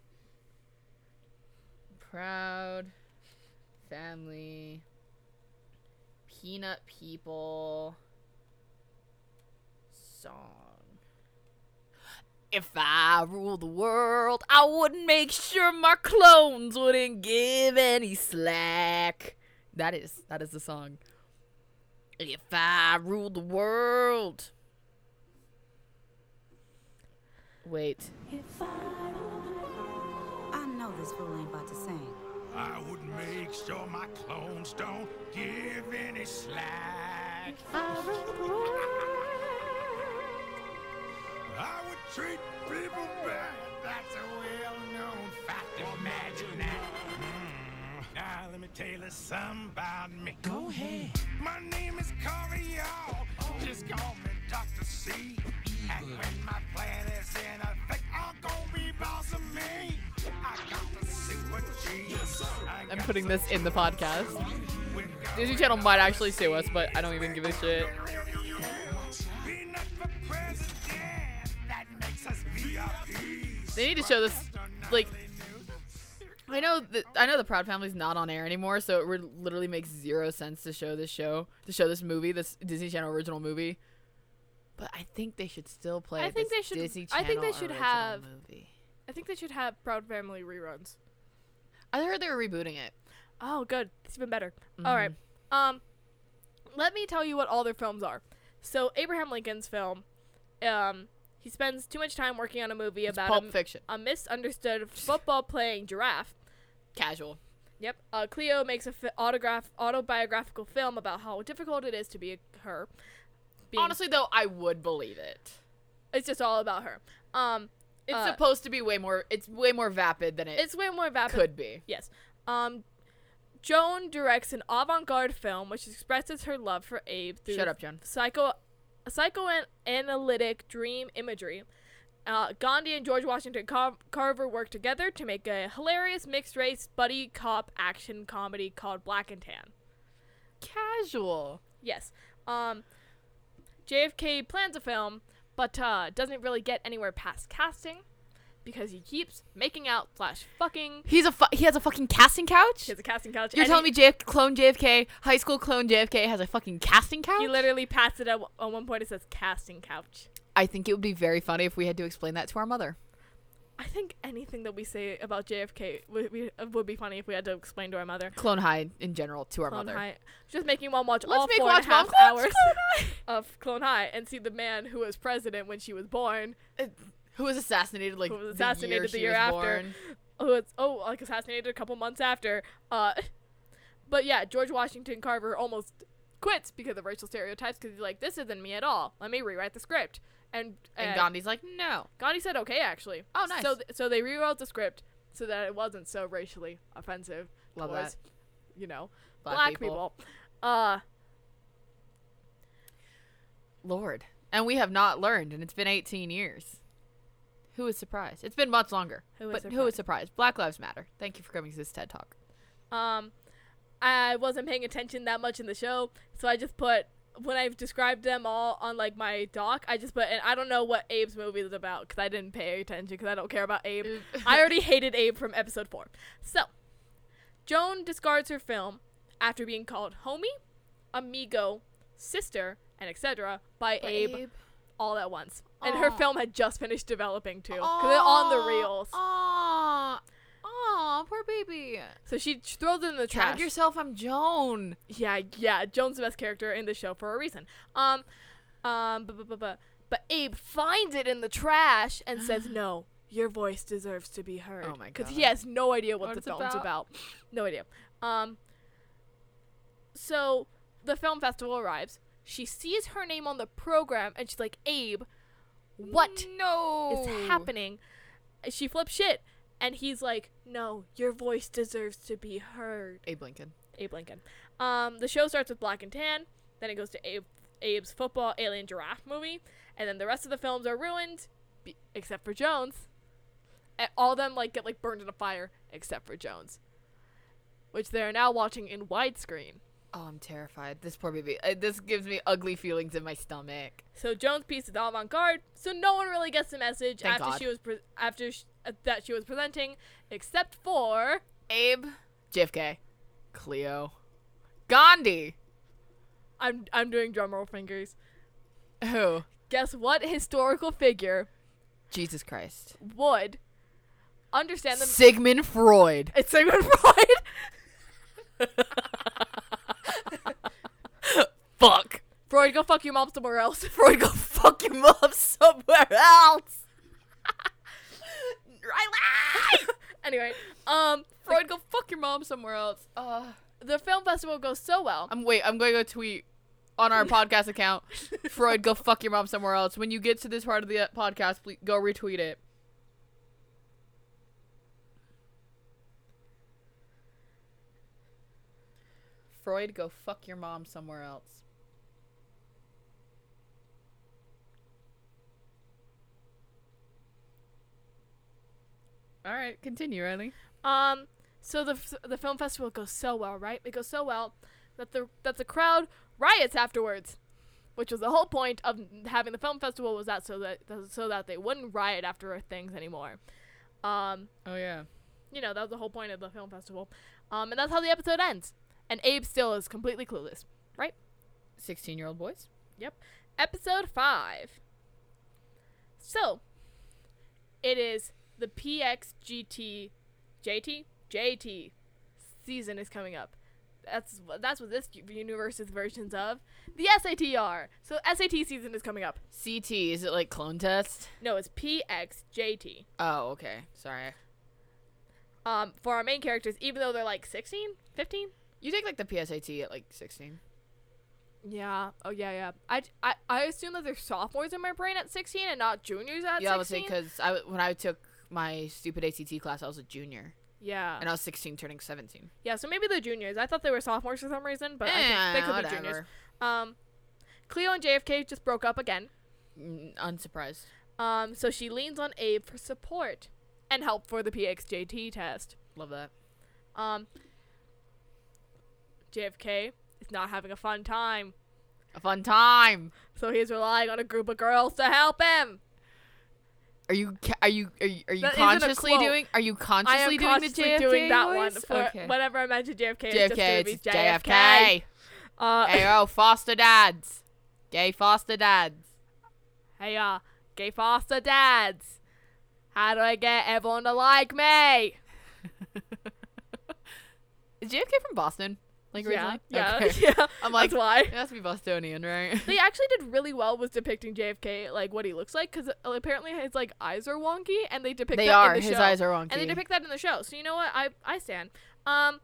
Proud family, peanut people song. If I ruled the world, I would make sure my clones wouldn't give any slack. That is that is the song. If I ruled the world. Wait.
If I I know this fool ain't about to sing.
I would make sure my clones don't give any slack. I would treat people bad. That's a well-known fact. Imagine that. Mm. Now let me tell you something about me. Go ahead. My name is Corey Hall. Just call me Dr. C. And when my plan is in effect, I'm gonna be boss of me. I got the super G. Yes, sir. I
I'm
got
putting this in the podcast.
when God
Disney Channel might actually sue us, but I don't even give a shit.
been up for president, that makes us VIPs.
They need to show this, like. I know that I know the Proud Family's not on air anymore, so it re- literally makes zero sense to show this show, to show this movie, this Disney Channel original movie. But I think they should still play.
I think
this
they should-
Disney
I
Channel
think they should
original
have-
Movie.
I think they should have Proud Family reruns.
I heard they were rebooting it.
Oh, good. It's even better.
Mm-hmm.
All right. Um, let me tell you what all their films are. So Abraham Lincoln's film, um, he spends too much time working on a movie
It's
about a,
Pulp
m-
Fiction.
a misunderstood football playing giraffe.
Casual.
Yep. Uh, Cleo makes a fi- autograph autobiographical film about how difficult it is to be a- her. Being,
Honestly, though, I would believe it.
it's just all about her. Um,
It's
Uh,
supposed to be way more. It's way more vapid than it
it's way more vapid
could be.
Yes. Um, Joan directs an avant-garde film which expresses her love for Abe through
Shut up, Joan.
psycho psychoanalytic dream imagery. Uh, Gandhi and George Washington Car- Carver worked together to make a hilarious mixed-race buddy cop action comedy called Black and Tan.
Casual.
Yes. Um, JFK plans a film, but uh, doesn't really get anywhere past casting because he keeps making out slash fucking.
He's a fu- he has a fucking casting couch.
He has a casting couch.
You're
and
telling
he-
me JF- clone JFK, high school clone JFK has a fucking casting couch?
He literally passed it at w- at one point. It says casting couch.
I think it would be very funny if we had to explain that to our mother.
I think anything that we say about JFK would be, would be funny if we had to explain to our mother.
Clone high in general to our
Clone
mother.
High. Just making mom watch
Let's
all
make
four and
watch
a
mom
half
clone Clone
hours
High.
of Clone High and see the man who was president when she was born,
Who was assassinated like
Who was assassinated
the
the
year, she
year
was
after.
born.
who was oh like assassinated a couple months after. Uh, but yeah, George Washington Carver almost quits because of racial stereotypes because he's like, this isn't me at all. Let me rewrite the script. And
And
uh,
Gandhi's like, no.
Gandhi said okay, actually.
Oh, nice.
So, th- so they rewrote the script so that it wasn't so racially offensive
Love
towards,
that.
you know,
Black
black,
people.
people. Uh,
Lord. And we have not learned, and it's been 18 years. Who is surprised? It's been much longer.
Who
but
is
who is surprised? Black Lives Matter. Thank you for coming to this TED Talk.
um, I wasn't paying attention that much in the show, so I just put when I've described them all on like my doc, I just put and I don't know what Abe's movie is about because I didn't pay attention because I don't care about Abe. I already hated Abe from episode four. So, Joan discards her film after being called homie, amigo, sister, and etc. by Abe all at once. And her
Aw.
film had just finished developing too, because it's on the reels.
Aw. Aw, poor baby.
So she ch- throws it in the trash.
Tag yourself, I'm Joan.
yeah, yeah. Joan's the best character in the show for a reason. Um, um, but, but, but, but, but Abe finds it in the trash and says, "No, your voice deserves to be heard."
Oh my
because he
God.
has no idea what,
What
the
it's
film's
about?
about. No idea. Um, so the film festival arrives. She sees her name on the program and she's like, "Abe, what?"
No.
is happening. She flips shit. And he's like, no, your voice deserves to be heard.
Abe Lincoln.
Abe Lincoln. Um, the show starts with Black and Tan. Then it goes to Abe, Abe's football alien giraffe movie. And then the rest of the films are ruined, be- except for Jones. And all of them like get like burned in a fire, except for Jones, which they are now watching in widescreen.
Oh, I'm terrified. This poor baby. Uh, this gives me ugly feelings in my stomach.
So Jones piece is avant garde, so no one really gets the message
Thank
after
God.
she was pre- after sh- uh, that she was presenting, except for
Abe. JFK. Cleo. Gandhi.
I'm I'm doing drumroll fingers.
Who?
Guess what historical figure
Jesus Christ.
would understand the
Sigmund Freud.
it's Sigmund Freud.
Fuck.
Freud, go fuck your mom somewhere else.
Freud, go fuck your mom somewhere else.
anyway, um,
Freud, go fuck your mom somewhere else. Uh,
the film festival goes so well.
I'm wait. I'm going to go tweet on our podcast account. Freud, go fuck your mom somewhere else. When you get to this part of the uh, podcast, please go retweet it. Freud, go fuck your mom somewhere else. All right, continue, Riley.
Um, so the f- the film festival goes so well, right? It goes so well that the that the crowd riots afterwards, which was the whole point of having the film festival was that so that so that they wouldn't riot after things anymore. Um,
Oh yeah.
you know that was the whole point of the film festival, um, and that's how the episode ends. And Abe still is completely clueless, right?
16-year-old boys.
Yep. Episode 5. So, it is the PXGT JT JT season is coming up. That's wh- that's what this universe is versions of. The SATR. So SAT season is coming up.
CT is it like clone test?
No, it's PXJT.
Oh, okay. Sorry.
Um for our main characters even though they're like 16, 15.
You take like the PSAT at like 16.
Yeah. Oh yeah, yeah. I, I I assume that they're sophomores in my brain at 16 and not juniors at
yeah, I would
16.
say because I w- when I took my stupid ACT class, I was a junior
yeah.
and I was 16 turning 17.
Yeah, so maybe they're juniors. I thought they were sophomores for some reason, but I
Eh,
think they could be juniors.
whatever.
Um, Cleo and JFK just broke up again.
Mm, Unsurprised.
Um, so she leans on Abe for support and help for the PXJT test.
Love that.
Um, JFK is not having a fun time,
A fun time.
so he's relying on a group of girls to help him.
Are you ca- are you are you, are you
That isn't a
consciously
quote.
doing are you consciously
I am
doing
consciously
the JFK
doing that one
voice?
for
okay.
whenever I mention JFK. it's just
JFK,
gonna be
it's JFK.
Uh,
hey, oh, foster dads. Gay foster dads.
Hey, uh, gay foster dads. How do I get everyone to like me?
Is JFK from Boston? Like originally?
yeah,
Okay.
yeah.
I'm like,
that's why.
It has to be Bostonian, right?
They actually did really well with depicting JFK, like what he looks like, because apparently his like eyes are wonky, and they depict
They
that
are.
in the
His
show.
eyes are wonky.
and they depict that in the show. So you know what? I I stand. Um,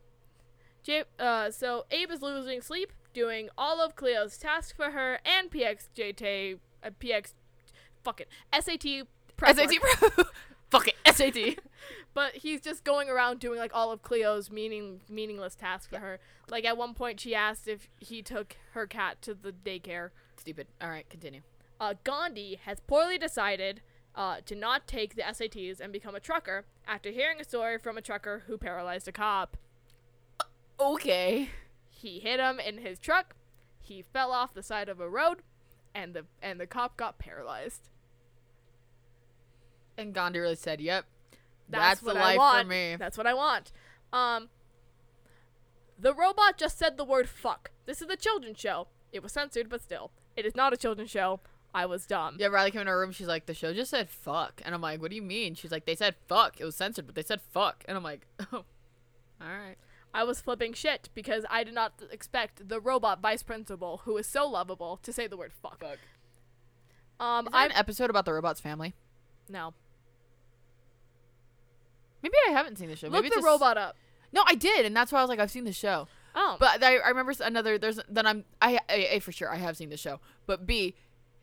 J- uh, so Abe is losing sleep, doing all of Cleo's tasks for her and PXJT, uh, PX, fuck it, SAT prep work.
SAT bro. Fuck it, SAT.
But he's just going around doing like all of Cleo's meaning meaningless tasks for her. Like at one point, she asked if he took her cat to the daycare.
Stupid. All right, continue.
Uh, Gandhi has poorly decided uh, to not take the SATs and become a trucker after hearing a story from a trucker who paralyzed a cop.
Okay.
He hit him in his truck. He fell off the side of a road, and the and the cop got paralyzed.
And Gandhi really said, "Yep, that's,
That's,
the
what
life
I want.
for me."
That's what I want. Um, the robot just said the word fuck. This is a children's show. It was censored, but still, it is not a children's show. I was dumb.
Yeah, Riley came in our room. She's like, "The show just said fuck," and I'm like, "What do you mean?" She's like, "They said fuck. It was censored, but they said fuck," and I'm like, "Oh, all right."
I was flipping shit because I did not expect the robot vice principal, who is so lovable, to say the word fuck.
Fuck.
Um,
Is there
I
an episode about the robot's family?
no.
Maybe I haven't seen the show.
Look
Maybe
the
it's just-
robot up.
No, I did, and that's why I was like, I've seen the show.
Oh,
But I, I remember s- another. There's then I'm I, I a for sure I have seen the show. But b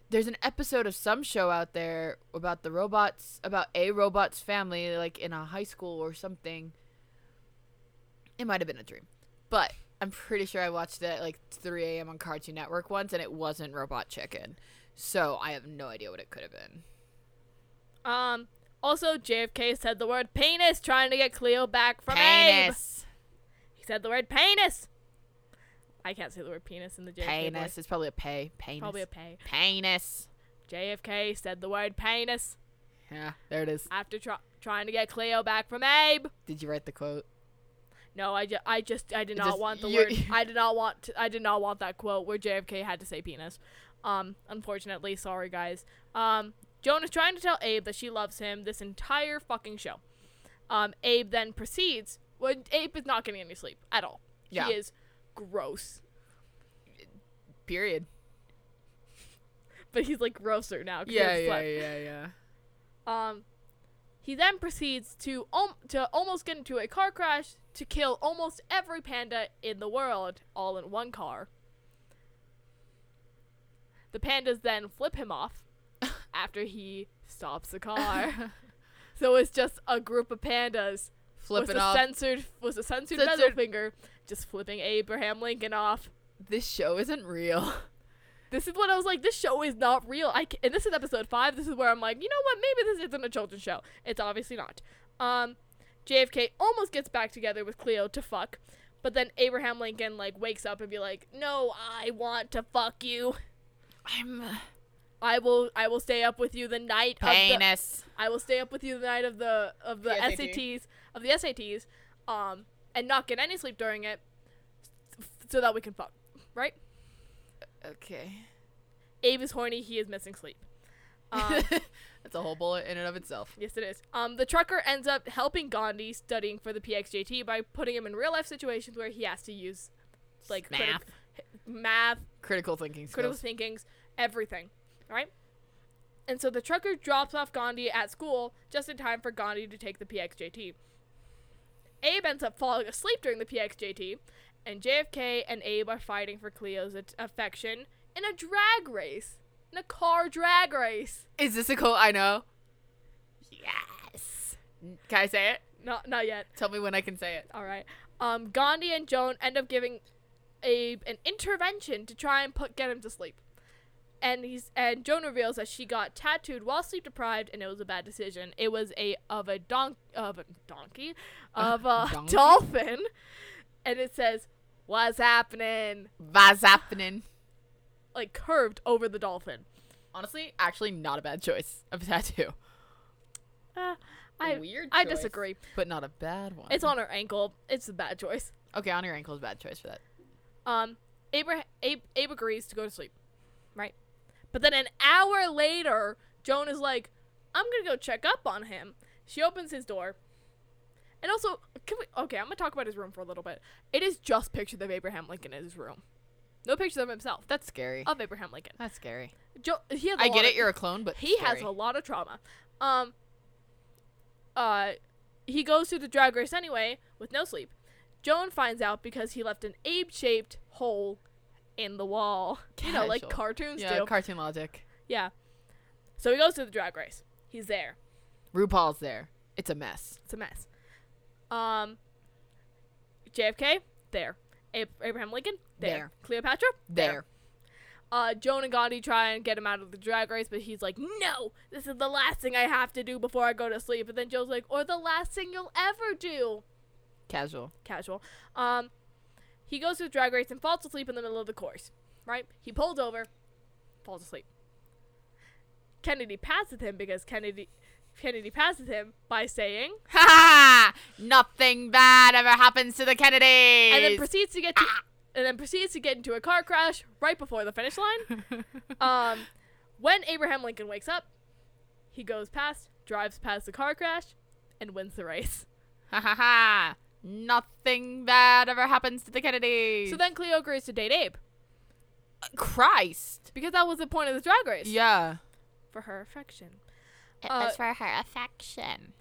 there's an episode of some show out there about the robots about a robot's family like in a high school or something. It might have been a dream, but I'm pretty sure I watched it at like 3 a.m. on Cartoon Network once, and it wasn't Robot Chicken. So I have no idea what it could have been.
um. Also, JFK said the word penis, trying to get Cleo back from Abe.
Penis,
He said the word penis. I can't say the word penis in the JFK
penis.
voice.
It's probably a pay. Penis.
Probably a pay.
penis.
JFK said the word penis
Yeah, there it is.
after try- trying to get Cleo back from Abe.
Did you write the quote?
No, I, ju- I just I did not
just-
want the
you-
word I did not want to, I did not want that quote where JFK had to say penis. Um, unfortunately, sorry guys. Um, Joan is trying to tell Abe that she loves him this entire fucking show. Um, Abe then proceeds. When Abe is not getting any sleep at all.
Yeah.
He is gross,
Period.
but he's like grosser now. 'cause he hasn't slept.
yeah, yeah.
Um, he then proceeds to om- to almost get into a car crash to kill almost every panda in the world all in one car. The pandas then flip him off after he stops the car. so it's just a group of pandas
Flipping
with a
off.
censored with a censored, middle
Censored.
finger just flipping Abraham Lincoln off.
this show isn't real.
This is what I was like. This show is not real. I ca- and this is episode five. This is where I'm like, you know what? Maybe this isn't a children's show. It's obviously not. Um, JFK almost gets back together with Cleo to fuck, but then Abraham Lincoln like wakes up and be like, "No, I want to fuck you.
I'm
I will. I will stay up with you the night of the,
penis.
I will stay up with you the night of the of the
The SAT.
SATs of the SATs, um, and not get any sleep during it, f- so that we can fuck. Right?
Okay.
Abe is horny. He is missing sleep. Um,
That's a whole bullet in and of itself.
yes, it is. Um, the trucker ends up helping Gandhi studying for the PXJT by putting him in real life situations where he has to use like critic-
Math.
math,
Critical thinking skills.
critical thinkings, everything, right? And so the trucker drops off Gandhi at school just in time for Gandhi to take the PXJT. Abe ends up falling asleep during the PXJT, and JFK and Abe are fighting for Cleo's at- affection in a drag race, in a car drag race.
Is this a quote I know? Yes. Can I say it?
Not not yet.
Tell me when I can say it.
All right. Um, Gandhi and Joan end up giving Abe an intervention to try and put get him to sleep. And he's and Joan reveals that she got tattooed while sleep deprived, and it was a bad decision. It was a of a donk of a donkey of a
donkey?
dolphin, and it says "What's happening?"
What's happening?
like curved over the dolphin.
Honestly, actually not a bad choice of tattoo.
Uh, I
Weird
I
choice,
disagree.
But not a bad one.
It's on her ankle. It's a bad choice.
Okay, on your ankle is a bad choice for that.
Um, Abraham, Abe, Abe agrees to go to sleep, right? But then an hour later, Joan is like, "I'm gonna go check up on him." She opens his door, and also, can we? Okay, I'm gonna talk about his room for a little bit. It is just pictures of Abraham Lincoln in his room, no pictures of himself.
That's scary.
Of Abraham Lincoln,
That's scary.
Joe. He has. a
I
lot
get
of-
it, you're Oh. a clone, but
he has
scary.
a lot of trauma. Um. Uh, he goes through the drag race anyway with no sleep. Joan finds out because he left an ape-shaped hole in the wall. You know, like
Casual.
cartoons
yeah,
do.
cartoon logic.
yeah. So he goes to the drag race. He's there.
RuPaul's there. It's a mess.
It's a mess. Um. JFK there. Ab- Abraham Lincoln there.
There.
Cleopatra
There.
Uh, Joan and Gandhi try and get him out of the drag race, but he's like, "No, this is the last thing I have to do before I go to sleep." And then Joe's like, "Or the last thing you'll ever do."
Casual.
Casual. Um, he goes to the drag race and falls asleep in the middle of the course. Right? He pulls over, falls asleep. Kennedy passes him because Kennedy, Kennedy passes him by saying,
Ha ha! Nothing bad ever happens to the Kennedys.
and then proceeds to get to,
ah.
and then proceeds to get into a car crash right before the finish line. um, when Abraham Lincoln wakes up, he goes past, drives past the car crash, and wins the race.
ha ha ha! Nothing bad ever happens to the Kennedys.
So then Cleo agrees to date Abe
Christ.
because that was the point of the drag race
Yeah.
for her affection.
It
Uh,
was for her affection.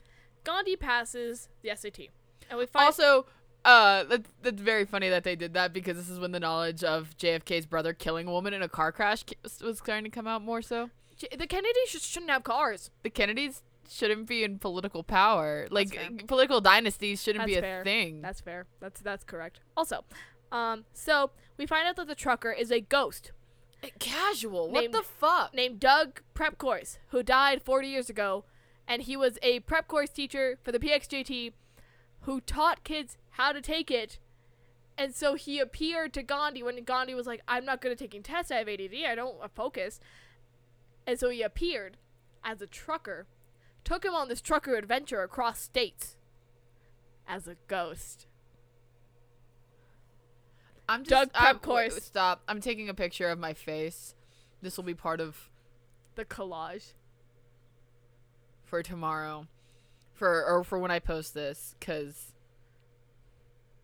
Gandhi passes the SAT, and we find
also, uh, that, that's very funny that they did that because this is when the knowledge of JFK's brother killing a woman in a car crash ca- was- was starting to come out more so.
J- the Kennedys just shouldn't have cars.
The Kennedys shouldn't be in political power. Like,
fair.
uh, political dynasties shouldn't
That's
be a
fair.
thing.
That's fair. That's that's correct. Also, um, so we find out that the trucker is a ghost
Casual.
Named-
fuck?
named Doug Prep Course, who died 40 years ago, and he was a prep course teacher for the PXJT who taught kids how to take it. And so he appeared to Gandhi when Gandhi was like, I'm not good at taking tests. I have ADD. I don't uh, focus. And so he appeared as a trucker, took him on this trucker adventure across states as a ghost.
I'm just,
Doug
I'm-
Prep Course.
wait, Stop. I'm taking a picture of my face. This will be part of
The collage.
for tomorrow, for or for when I post this. Cause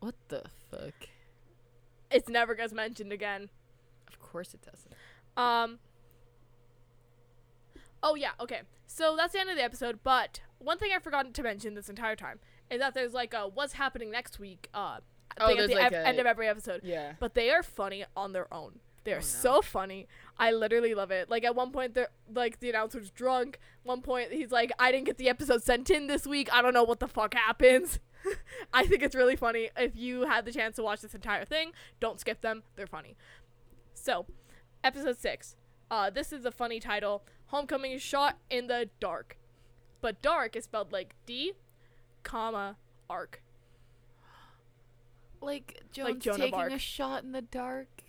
what the fuck?
It's never gets mentioned again.
Of course it doesn't.
Um. Oh yeah. Okay. So that's the end of the episode. But one thing I forgot to mention this entire time is that there's like a what's happening next week. Uh,
Oh,
thing at
there's
the
like
ev-
a-
end of every episode.
Yeah.
But they are funny on their own. They are so funny. I literally love it. Like at one point, they're like the announcer's drunk. One point, he's like, "I didn't get the episode sent in this week. I don't know what the fuck happens." I think it's really funny. If you had the chance to watch this entire thing, don't skip them. They're funny. So, episode six. Uh, this is a funny title. Homecoming is shot in the dark, but dark is spelled like D comma arc.
Like Joan's
Like Joan of
taking a
Arc.
shot in the dark,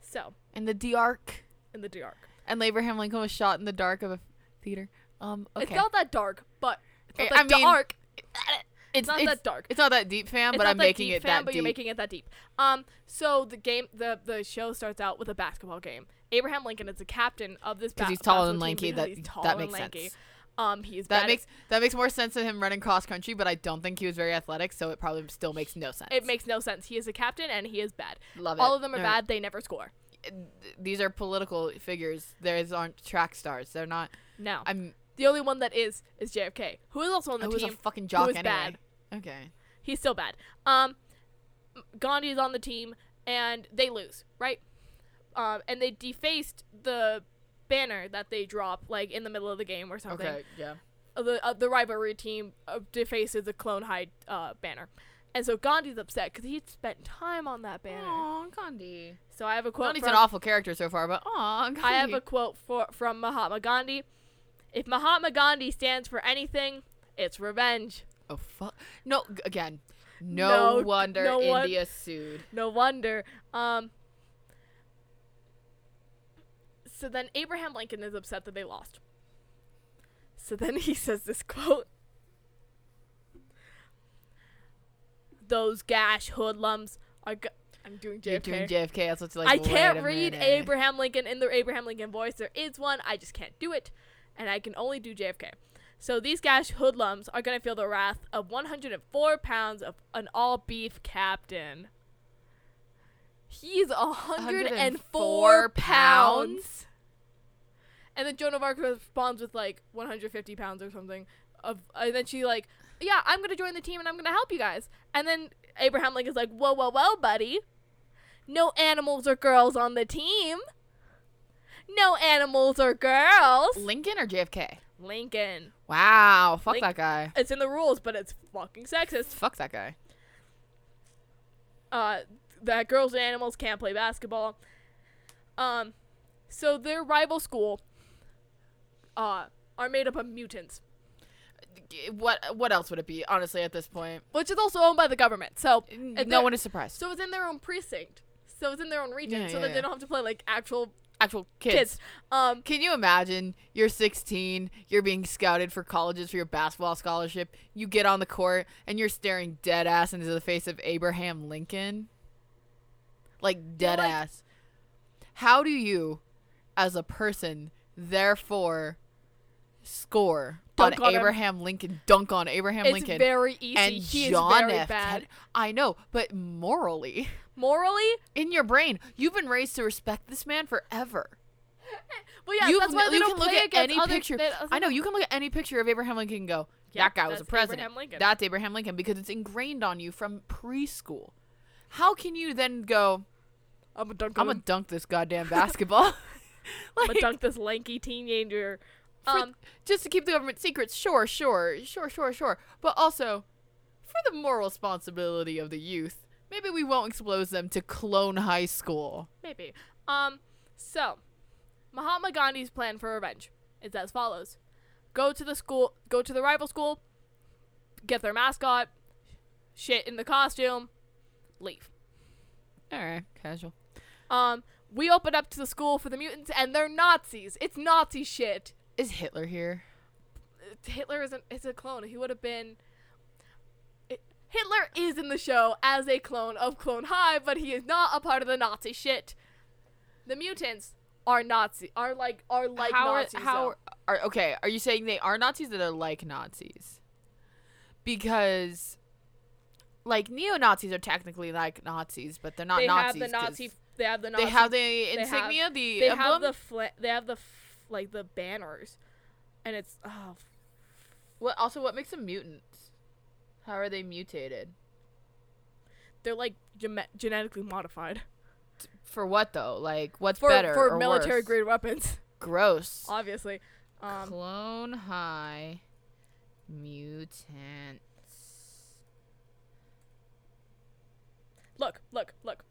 So
in the dark,
in the dark,
and Abraham Lincoln was shot in the dark of a theater. Um, okay,
it's not that dark, but it's not
I-
that
I mean,
dark.
it's
not
it's-
that dark.
It's not that deep, fam.
It's
but
not
I'm
that
making
deep,
it
fam,
that
but
deep.
you're making it that deep. Um, so the game, the the show starts out with a basketball game. Abraham Lincoln is the captain of this
he's
basketball
tall and
team
lanky,
because
that-
he's tall
that
and
makes
lanky.
sense.
Um, he's
that
bad at-
makes that makes more sense than him running cross country, but I don't think he was very athletic, so it probably still makes no sense.
it makes no sense. He is a captain and he is bad.
Love
All
it.
of them are
No.
bad. They never score.
these are political figures. These aren't track stars. They're not.
No,
I'm.
the only one that is is JFK, who is also on the
I was
team.
a fucking
who
jock
is
anyway.
bad.
Okay.
He's still bad. Um, Gandhi is on the team, and they lose, right? Um, and they defaced the banner that they drop, like in the middle of the game or something.
Okay. Yeah.
Uh, The uh, the rivalry team uh, defaces the Clone Hide uh, banner, and so Gandhi's upset because he spent time on that banner.
Aw, Gandhi.
So I have a quote.
Gandhi's
from,
an awful character so far, but aw, Gandhi.
I have a quote for, from Mahatma Gandhi. If Mahatma Gandhi stands for anything, it's revenge.
Oh fuck. No. g- Again. No,
No,
wonder
no one-
India sued.
No wonder. Um. So then Abraham Lincoln is upset that they lost. So then he says this quote. Those gash hoodlums are. Go- I'm doing JFK.
You're doing JFK. That's what's like.
I
wait
can't
a
read
minute.
Abraham Lincoln in the Abraham Lincoln voice. There is one. I just can't do it. And I can only do JFK. So these gash hoodlums are going to feel the wrath of 104 pounds of an all beef captain. He's 104,
104
pounds. And then Joan of Arc responds with like 150 pounds or something. Of and then she like, yeah, I'm gonna join the team and I'm gonna help you guys. And then Abraham Lincoln's like, whoa, whoa, whoa, buddy, no animals or girls on the team. No animals or girls.
Lincoln or JFK?
Lincoln.
Wow. Fuck
Link-
that guy.
It's in the rules, but it's fucking sexist.
Fuck that guy.
uh, that girls and animals can't play basketball. Um, so their rival school uh, are made up of mutants,
G- What what else would it be? Honestly, at this point,
which is also owned by the government. So
N-
and
no
they're-
one is surprised.
So it's in their own precinct. So it's in their own region,
Yeah,
so
yeah,
that
yeah.
they don't have to play like actual
Actual
kids.
kids.
Um,
Can you imagine? You're 16, you're being scouted for colleges for your basketball scholarship. You get on the court and you're staring dead ass into the face of Abraham Lincoln. Like dead
like-
ass. How do you as a person therefore score
Dunk
on,
on him.
Abraham Lincoln, dunk on Abraham
it's
Lincoln?
very easy.
and
he
John
is very
F.
bad.
Kennedy- I know, but morally,
Morally,
in your brain, you've been raised to respect this man forever
well, yeah,
you,
that's why they
you
don't
can look
play
at
against
any
other,
picture.
that- that's
I know you can look at any picture of Abraham Lincoln and go,
Yeah,
"That guy was a
that's
president.
Abraham Lincoln."
That's Abraham Lincoln," because it's ingrained on you from preschool. How can you then go,
I'm a dunk.
"I'm gonna
him.
dunk this goddamn basketball"?
I'm
like,
a dunk this lanky teenager.
for-
Um,
just to keep the government secrets. Sure, sure, sure, sure, sure. But also, for the moral responsibility of the youth, maybe we won't expose them to Clone High School.
Maybe. Um, so Mahatma Gandhi's plan for revenge is as follows: go to the school, go to the rival school, get their mascot, shit in the costume, leave.
All right, casual.
Um, we open up to the school for the mutants, and they're Nazis. It's Nazi shit.
Is Hitler here?
Hitler isn't. It's a clone. He would have been. it- Hitler is in the show as a clone of Clone High, but he is not a part of the Nazi shit. The mutants are Nazi. Are like are like
how are-
Nazis.
how
though.
are, okay are you saying they are nazis or they're like nazis because like neo-nazis are technically like nazis but they're not
they
nazis
have the
'cause
Nazi. They have the Nazi.
they have the
have-
insignia the
They
emblem
have the fla- They have the f- like the banners, and it's oh, f-
what also what makes them mutants how are they mutated
they're like gem- genetically modified
for what though like what's
for
better
for
or
military
worse?
grade weapons,
gross
obviously. Um,
clone high mutants
look, look, look.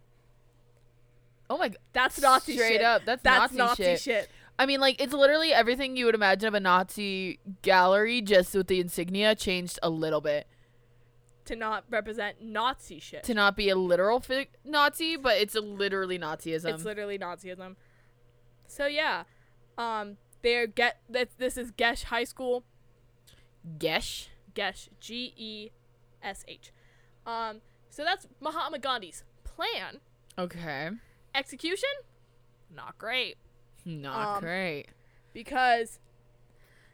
oh my god
That's Nazi
Oh straight
shit.
up that's,
That's
nazi,
Nazi
shit.
shit.
I mean, like it's literally everything you would imagine of a Nazi gallery, just with the insignia changed a little bit
to not represent Nazi shit.
to not be a literal fi- Nazi, but it's a literally Nazism.
It's literally Nazism. So yeah, um, they're get this, this is Gesh High School.
Gesh.
Gesh, G E S H. Um, so that's Mahatma Gandhi's plan.
Okay.
Execution, not great
Not
Um,
great.
because.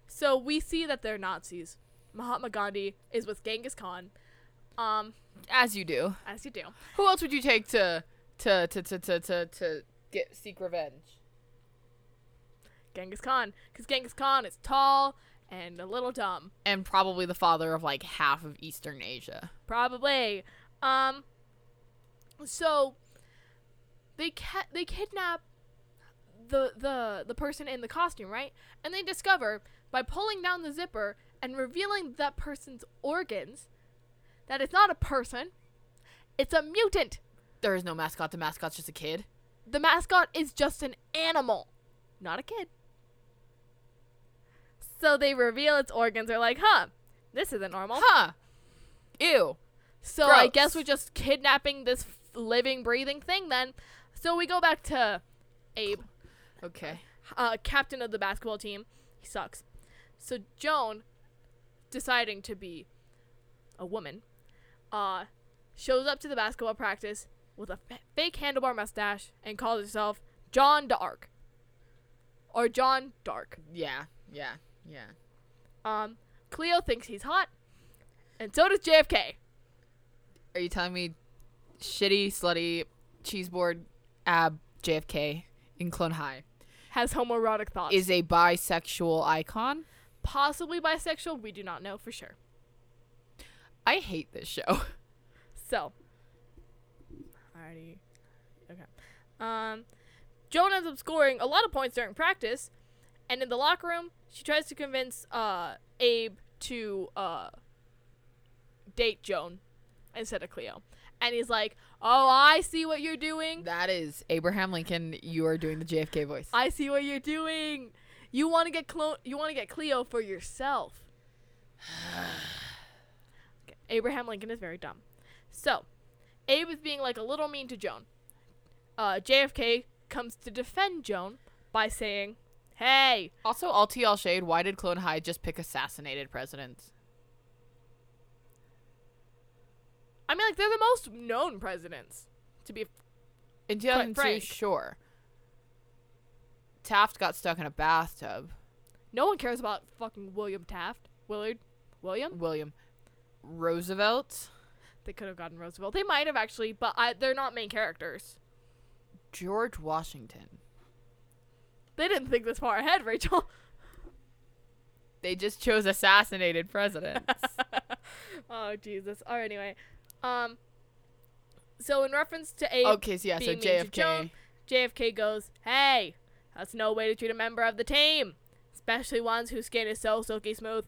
So we see that they're Nazis. Mahatma Gandhi is with Genghis Khan, um,
As you do.
as you do.
Who else would you take to to to to to to, to get seek revenge?
Genghis Khan, because Genghis Khan is tall and a little dumb.
And probably the father of like half of Eastern Asia.
Probably. Um. So they ca- they kidnap the the the person in the costume, right? And they discover by pulling down the zipper and revealing that person's organs that it's not a person, it's a mutant.
There is no mascot. The mascot's just a kid.
The mascot is just an animal, not a kid. So they reveal its organs. They're like, huh, this isn't normal.
Huh. Ew.
So I
Gross.
guess we're just kidnapping this f- living, breathing thing then. So we go back to Abe,
Okay.
uh, captain of the basketball team. He sucks. So Joan, deciding to be a woman, uh, shows up to the basketball practice with a fa- fake handlebar mustache and calls herself John Dark. Or John Dark.
Yeah. Yeah. Yeah.
Um, Cleo thinks he's hot, and so does JFK.
Are you telling me shitty, slutty, cheese board, ab, JFK in Clone High
Has homoerotic thoughts.
is a bisexual icon?
possibly bisexual. We do not know for sure.
I hate this show.
So, alrighty, okay. Um, Joan ends up scoring a lot of points during practice, and in the locker room, she tries to convince uh Abe to uh date Joan instead of Cleo, and he's like, "Oh, I see what you're doing.
That is Abraham Lincoln. You are doing the JFK voice.
I see what you're doing. You want to get clone. You want to get Cleo for yourself." Okay, Abraham Lincoln is very dumb. So, Abe is being like a little mean to Joan. Uh, JFK comes to defend Joan by saying, "Hey,
also, all tea, all shade. Why did Clone High just pick assassinated presidents?
I mean, like they're the most known presidents to be."
In 2002,
frank.
sure. Taft got stuck in a bathtub.
No one cares about fucking William Taft, Willard, William.
William Roosevelt,
They could have gotten Roosevelt. They might have actually, but I, they're not main characters.
George Washington.
They didn't think this far ahead, Rachel.
They just chose assassinated presidents.
oh Jesus. Oh, anyway, um, so in reference to Abe,
okay, so yeah, so
being mean to
JFK.
Joan, JFK goes, "Hey, that's no way to treat a member of the team, especially ones whose skin is so silky smooth.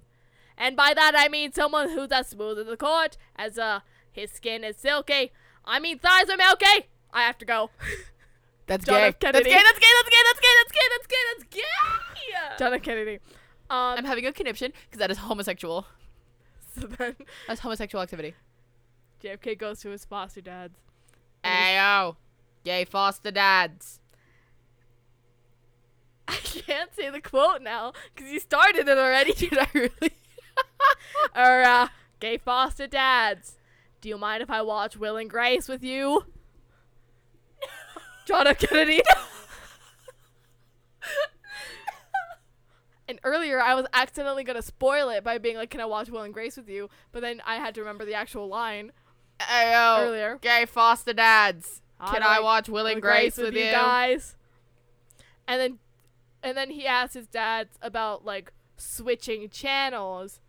And by that I mean someone who's as smooth as the court, as uh his skin is silky. I mean thighs are milky. I have to go.
That's
John
gay.
F. Kennedy.
That's gay. That's gay. That's gay. That's gay. That's gay. That's gay. That's gay.
John F. Kennedy.
I'm
Um,
having a conniption because that is homosexual.
so then
That's homosexual activity.
JFK goes to his foster dad's.
Ayo, gay foster dads.
I can't say the quote now because you started it already. Did I really? or uh, gay foster dads. Do you mind if I watch Will and Grace with you? John F. Kennedy. and earlier, I was accidentally gonna spoil it by being like, "Can I watch Will and Grace with you?" But then I had to remember the actual line.
Ayo,
Earlier.
gay foster dads.
I'd
Can I
like
watch Will and Grace, with you?
guys. And then and then he asked his dad about like switching channels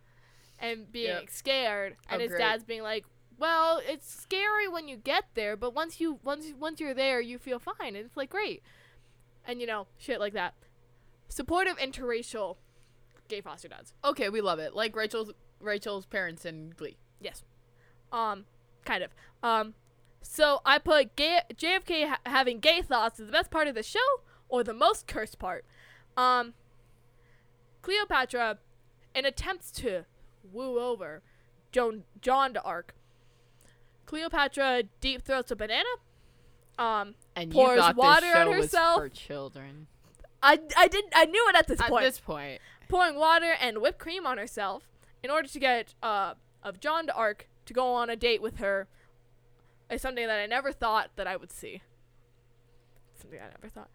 and being
Yep.
scared and
Oh,
his
great.
dad's being like, "Well, it's scary when you get there, but once you once once you're there, you feel fine." And it's like, "Great." And you know, shit like that. Supportive interracial gay foster dads.
Okay, we love it. Like Rachel's Rachel's parents in Glee.
Yes. Um, kind of. Um, so I put gay, JFK ha- having gay thoughts is the best part of the show or the most cursed part. Um, Cleopatra, in attempts to woo over John, John to Arc, Cleopatra deep throats a banana. Um,
And you
Pours
thought
water
this
on
show was
herself.
for children.
I, I didn't I knew it at this
At
point.
this point,
pouring water and whipped cream on herself in order to get uh, of John to Arc to go on a date with her is something that I never thought that I would see. Something I never thought.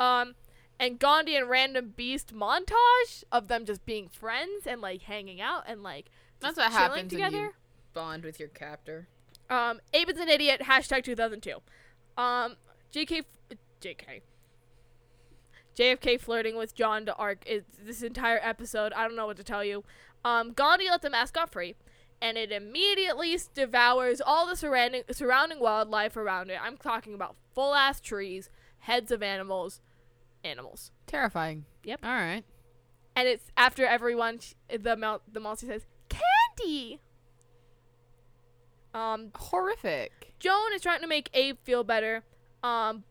Um, and Gandhi and Random Beast montage of them just being friends and like hanging out and like
That's
just
what
chilling
happens
together.
when you bond with your captor.
Um, Abe is an idiot. Hashtag 2002. Um, JK, f- JK, JFK flirting with John to Arc is this entire episode. I don't know what to tell you. Um, Gandhi let the mascot free, and it immediately s- devours all the surrounding surrounding wildlife around it. I'm talking about full ass trees, heads of animals, animals.
terrifying.
Yep.
All right.
And it's after everyone, sh- the mel- the monster says, "Candy." Um,
Horrific.
Joan is trying to make Abe feel better, um,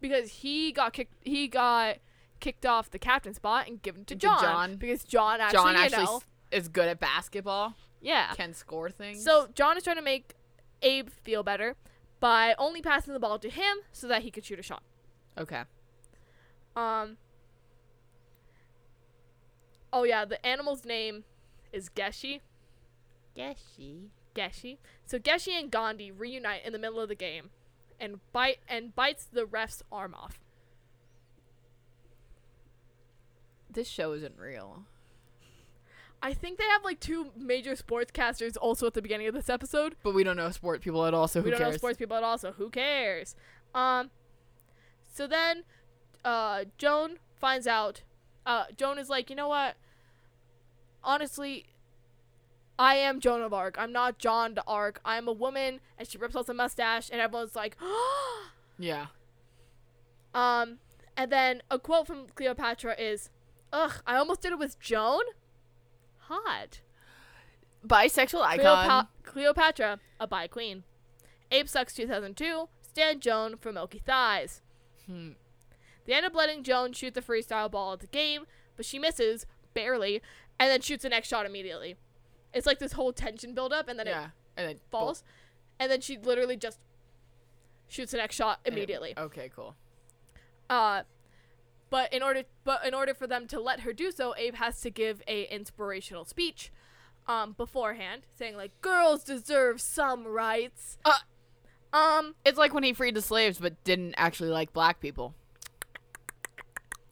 because he got kicked. He got kicked off the captain spot and given to
To
John,
John.
because John actually,
John
you
actually Uh,
know-
s- is good at basketball.
yeah.
Can score things.
So John is trying to make Abe feel better by only passing the ball to him so that he could shoot a shot.
okay.
Um. Oh yeah, the animal's name is Geshi.
Geshy.
Geshi. So Geshi and Gandhi reunite in the middle of the game, and bite and bites the ref's arm off.
This show isn't real.
I think they have like two major sportscasters also at the beginning of this episode.
But we don't know sport people at all, so
we
who
don't
cares?
know sports people at all, so who cares? Um, so then, uh, Joan finds out. Uh, Joan is like, you know what? Honestly, I am Joan of Arc. I'm not John to Arc. I'm a woman, and she rips off the mustache, and everyone's like,
Yeah.
um, and then a quote from Cleopatra is, "Ugh, I almost did it with Joan." Hot.
Bisexual icon.
Cleopa- Cleopatra, a bi queen. Ape Sucks 2002, Stan Joan for Milky Thighs.
Hmm.
They end up letting Joan shoot the freestyle ball at the game, but she misses, barely, and then shoots the next shot immediately. It's like this whole tension buildup, and then
yeah.
it
And then
falls, and then she literally just shoots the next shot
and it-
immediately.
okay, cool.
Uh, but in order, but in order for them to let her do so, Abe has to give a inspirational speech, um, beforehand, saying like, "Girls deserve some rights."
Uh,
Um,
It's like when he freed the slaves but didn't actually like black people.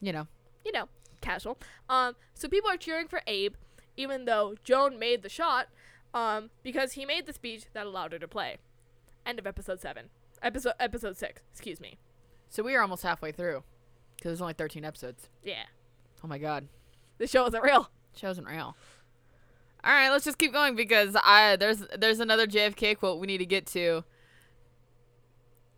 You know.
you know, casual. Um, so people are cheering for Abe, even though Joan made the shot, um, because he made the speech that allowed her to play. End of episode seven. Episode episode six. Excuse me.
So we are almost halfway through. Because there's only 13 episodes.
Yeah,
Oh my god.
the show isn't real.
Show isn't real. All right, let's just keep going because I there's there's another JFK quote we need to get to.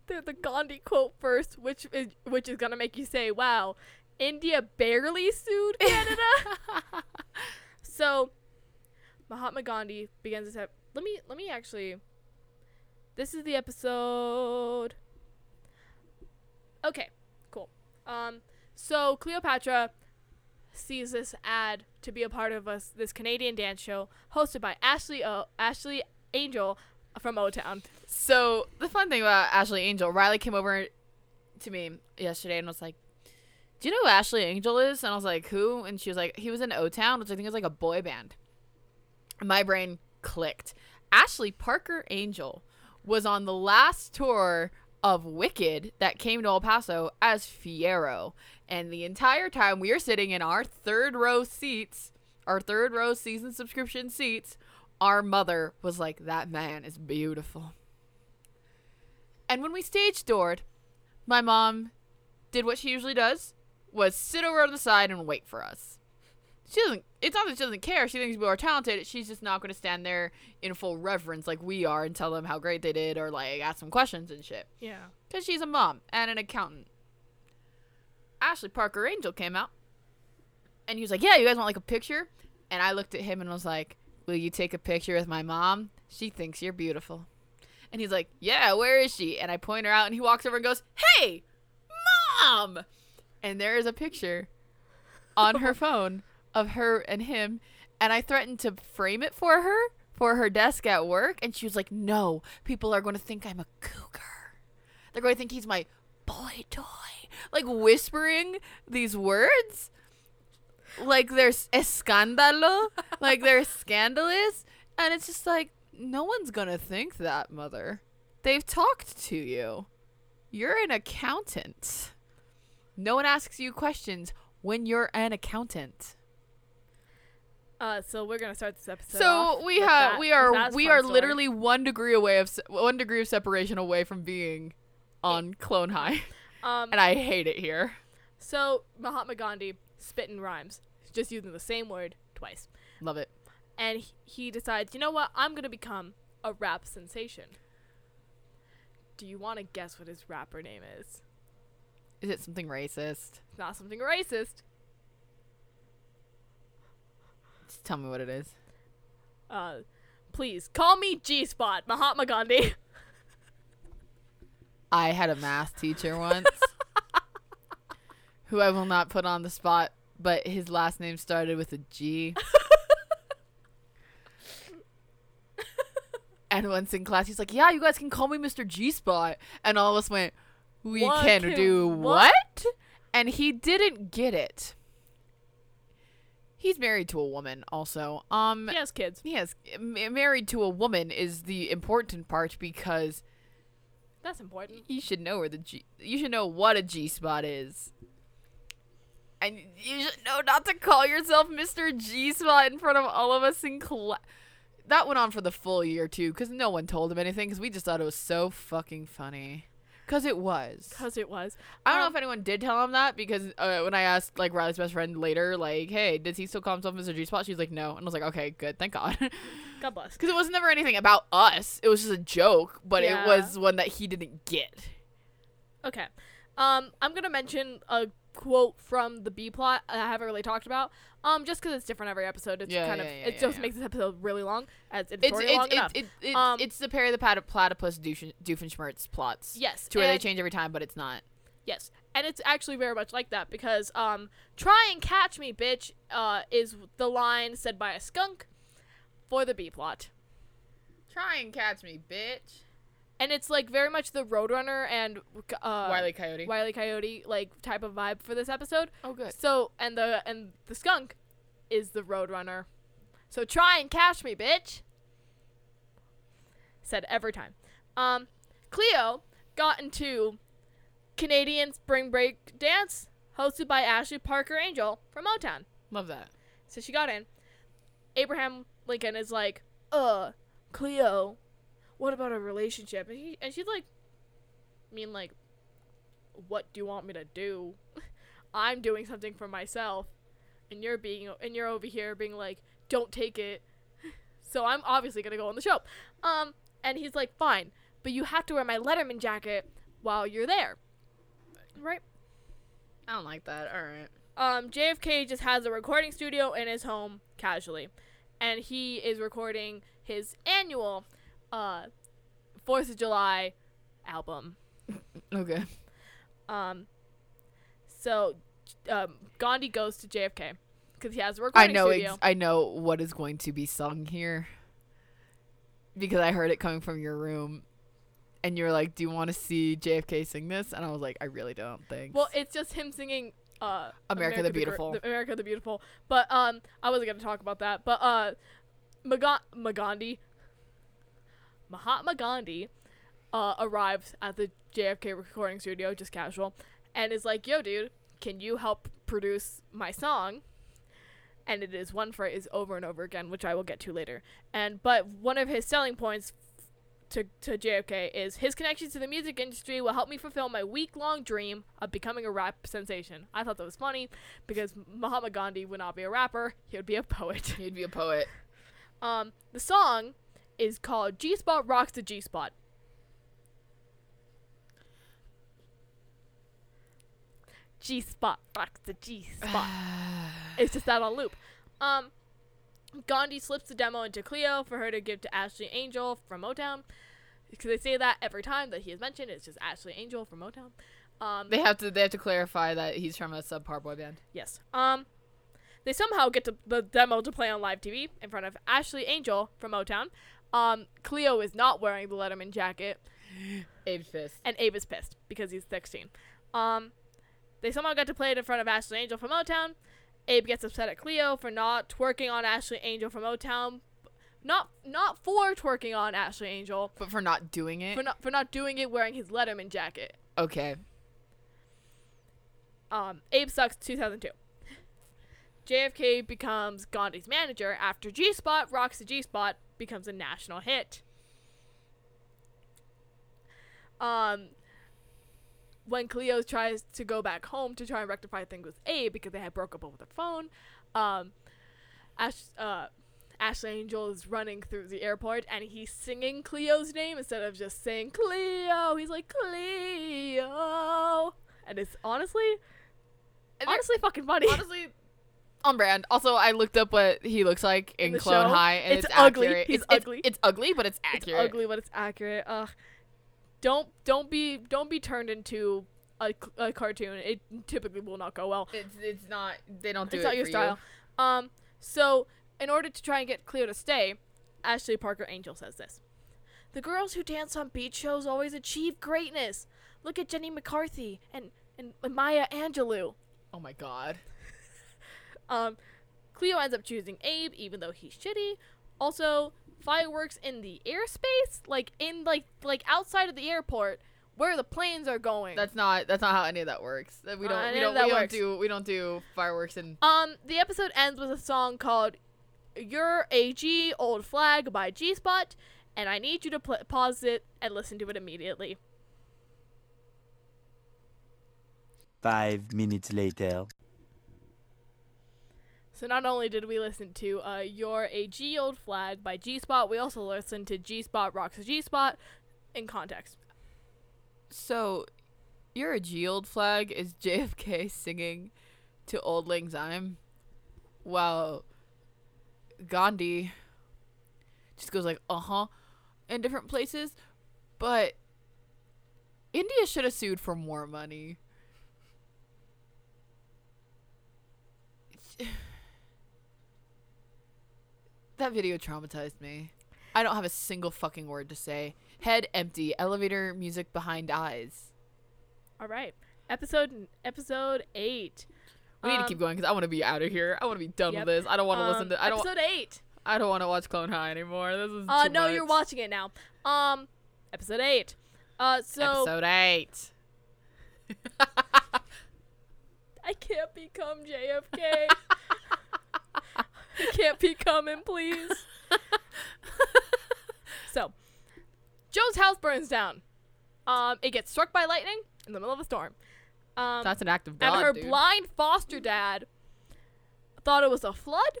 the, the Gandhi quote first, which is which is gonna make you say, "Wow, India barely sued Canada." so, Mahatma Gandhi begins this. Ep- let me let me actually. This is the episode. Okay, cool. Um, so Cleopatra sees this ad to be a part of us this Canadian dance show hosted by Ashley o- Ashley Angel from O Town.
So the fun thing about Ashley Angel, Riley came over to me yesterday and was like, "Do you know who Ashley Angel is?" And I was like, "Who?" And she was like, "He was in O Town, which I think is like a boy band." And my brain clicked. Ashley Parker Angel was on the last tour of Wicked that came to El Paso as Fiero, and the entire time we were sitting in our third row seats, our third row season subscription seats. Our mother was like, "That man is beautiful." And when we stage doored, my mom did what she usually does, was sit over on the side and wait for us. She doesn't it's not that she doesn't care, she thinks we are talented, she's just not gonna stand there in full reverence like we are and tell them how great they did or like ask them questions and shit.
Yeah.
Because she's a mom and an accountant. Ashley Parker Angel came out and he was like, Yeah, you guys want like a picture? And I looked at him and was like, Will you take a picture with my mom? She thinks you're beautiful. And he's like, Yeah, where is she? And I point her out and he walks over and goes, Hey, mom! And there is a picture on her phone of her and him, and I threatened to frame it for her for her desk at work, and she was like, "No, people are going to think I'm a cougar. They're going to think he's my boy toy." Like whispering these words, like they're s- escándalo, like they're scandalous, and it's just like no one's going to think that, mother. They've talked to you. You're an accountant. No one asks you questions when you're an accountant.
Uh, so we're gonna start this episode.
So
off
we
with
have
that-
we
with
are
that
we
fun
are
story.
literally one degree away of se- one degree of separation away from being on Clone High,
Um,
and I hate it here.
so Mahatma Gandhi spitting rhymes, just using the same word twice,
Love it.
and he, he decides, you know what? I'm gonna become a rap sensation. Do you want to guess what his rapper name is?
Is it something racist?
It's not something racist.
Just tell me what it is.
Uh, please call me G Spot, Mahatma Gandhi.
I had a math teacher once who I will not put on the spot, but his last name started with a G. and once in class, he's like, Yeah, you guys can call me Mr. G Spot. And all of us went, We
What
can,
can-
do
what?"
what? And he didn't get it. He's married to a woman, also. Um,
He has kids.
Yes, ma- married to a woman is the important part because
That's important.
you should know where the G. You should know what a G spot is. And you should know not to call yourself Mr. G spot in front of all of us in class. That went on for the full year too, because no one told him anything. Because we just thought it was so fucking funny. Because it was.
Cause it was.
I don't know
um,
if anyone did tell him that because uh, when I asked like Riley's best friend later, like, "Hey, does he still call himself Mr. G spot?" She's like, "No," and I was like, "Okay, good, thank God."
God bless.
Because it was never anything about us. It was just a joke, but
Yeah.
it was one that he didn't get.
Okay. Um, I'm gonna mention a quote from the B plot I haven't really talked about. Um, just because it's different every episode, it's
Yeah,
kind
yeah,
of
yeah,
it
yeah,
just
yeah.
makes this episode really long. As it's,
It's
already
it's
long
it's,
enough.
it's, it's,
Um,
it's the Perry the Plat- Platypus Doofen- Doofenshmirtz plots.
yes,
to where they
and-
change every time, but it's not.
Yes, and it's actually very much like that because um, "Try and catch me, bitch" uh, is the line said by a skunk for the B plot,
Try and catch me, bitch.
and it's like very much the Roadrunner and uh,
Wiley Coyote.
Wile E. Coyote like type of vibe for this episode.
oh, good.
So and the and the skunk is the roadrunner. So try and catch me, bitch. Said every time. Um, Cleo got into Canadian spring break dance hosted by Ashley Parker Angel from Motown.
Love that.
So she got in. Abraham Lincoln is like, uh, Cleo, what about a relationship? And, he, and she's like, I mean, like, what do you want me to do? I'm doing something for myself, and you're being and you're over here being like, don't take it. So I'm obviously gonna go on the show. Um, and he's like, fine, but you have to wear my Letterman jacket while you're there, right?
I don't like that. All right.
um, JFK just has a recording studio in his home casually, and he is recording his annual uh, Fourth of July album.
Okay.
Um, so um, Gandhi goes to JFK because he has a
I
recording
know.
studio.
Ex- I know what is going to be sung here because I heard it coming from your room, and you're like, "Do you want to see JFK sing this?" And I was like, "I really don't think."
well, it's just him singing. Uh,
America the
Gr-
Beautiful.
the America the Beautiful. But um, I wasn't gonna talk about that. But uh, Maga- Magandhi, Mahatma Gandhi, uh, arrives at the JFK recording studio just casual, and is like, "Yo, dude, can you help produce my song?" And it is one phrase over and over again, which I will get to later. And but one of his selling points to, to JFK is his connection to the music industry will help me fulfill my week long dream of becoming a rap sensation. I thought that was funny because Mahatma Gandhi would not be a rapper, he would be a poet.
he'd be a poet.
Um, the song is called G Spot Rocks the G Spot. G Spot Rocks the G Spot. it's just that on loop. Um, Gandhi slips the demo into Cleo for her to give to Ashley Angel from Motown. Because they say that every time that he is mentioned, it's just Ashley Angel from Motown. Um,
They have to. They have to clarify that he's from a subpar boy band.
Yes. Um, They somehow get to the demo to play on live TV in front of Ashley Angel from Motown. Um, Cleo is not wearing the Letterman jacket,
Aged fist.
and Abe is pissed because he's 16. Um, they somehow got to play it in front of Ashley Angel from Motown. Abe gets upset at Cleo for not twerking on Ashley Angel from Motown, not not for twerking on Ashley Angel,
But for not doing it.
for not for not doing it wearing his Letterman jacket.
okay.
Um, Abe sucks 2002. JFK becomes Gandhi's manager after G Spot rocks the G Spot becomes a national hit. Um, when Cleo tries to go back home to try and rectify things with Abe because they had broke up over the phone, um, Ash, uh, Ashley Angel is running through the airport and he's singing Cleo's name instead of just saying Cleo. He's like Cleo, and it's honestly,
And there-
honestly fucking funny.
honestly on brand. Also, I looked up what he looks like in,
the
Clone
show.
High, and
It's
it's,
ugly.
accurate.
He's
it's, it's-
ugly.
It's, ugly, but it's
it's
accurate.
ugly, but it's accurate. Ugh. Don't don't be don't be turned into a, c- a cartoon. It typically will not go well.
It's it's not. They don't do
it's
it
not your
for
style. Um, so in order to try and get Cleo to stay, Ashley Parker Angel says this: The girls who dance on beach shows always achieve greatness. Look at Jenny McCarthy and and, and Maya Angelou.
Oh my god.
Um, Cleo ends up choosing Abe, even though he's shitty. Also, fireworks in the airspace, like in like like outside of the airport, where the planes are going.
That's not that's not how any of that works. That We
Uh,
don't
none
we
of
don't,
that
we don't
works.
do we don't do fireworks and
um, the episode ends with a song called "Your AG Old Flag" by G Spot, and I need you to pl- pause it and listen to it immediately.
Five minutes later.
So not only did we listen to uh, "Your AG Old Flag" by G Spot, we also listened to G Spot rocks G Spot in context.
So, you're a G old flag is JFK singing to Old Lang Syne, while Gandhi just goes like uh huh in different places, but India should have sued for more money. That video traumatized me. I don't have a single fucking word to say. Head empty, elevator music behind eyes.
All right, episode episode eight.
We need
Um,
to keep going because I want to be out of here. I want to be done
yep.
with this. I don't want to
Um,
listen to. I don't.
episode eight.
I don't want to watch Clone High anymore. This is.
Uh,
too
no, you're
much.
watching it now. Um, episode eight. Uh, so
Episode eight.
I can't become JFK. I can't become him, please. so, Joe's house burns down. Um, it gets struck by lightning in the middle of a storm. Um,
That's an act of God,
and her
dude.
blind foster dad thought it was a flood.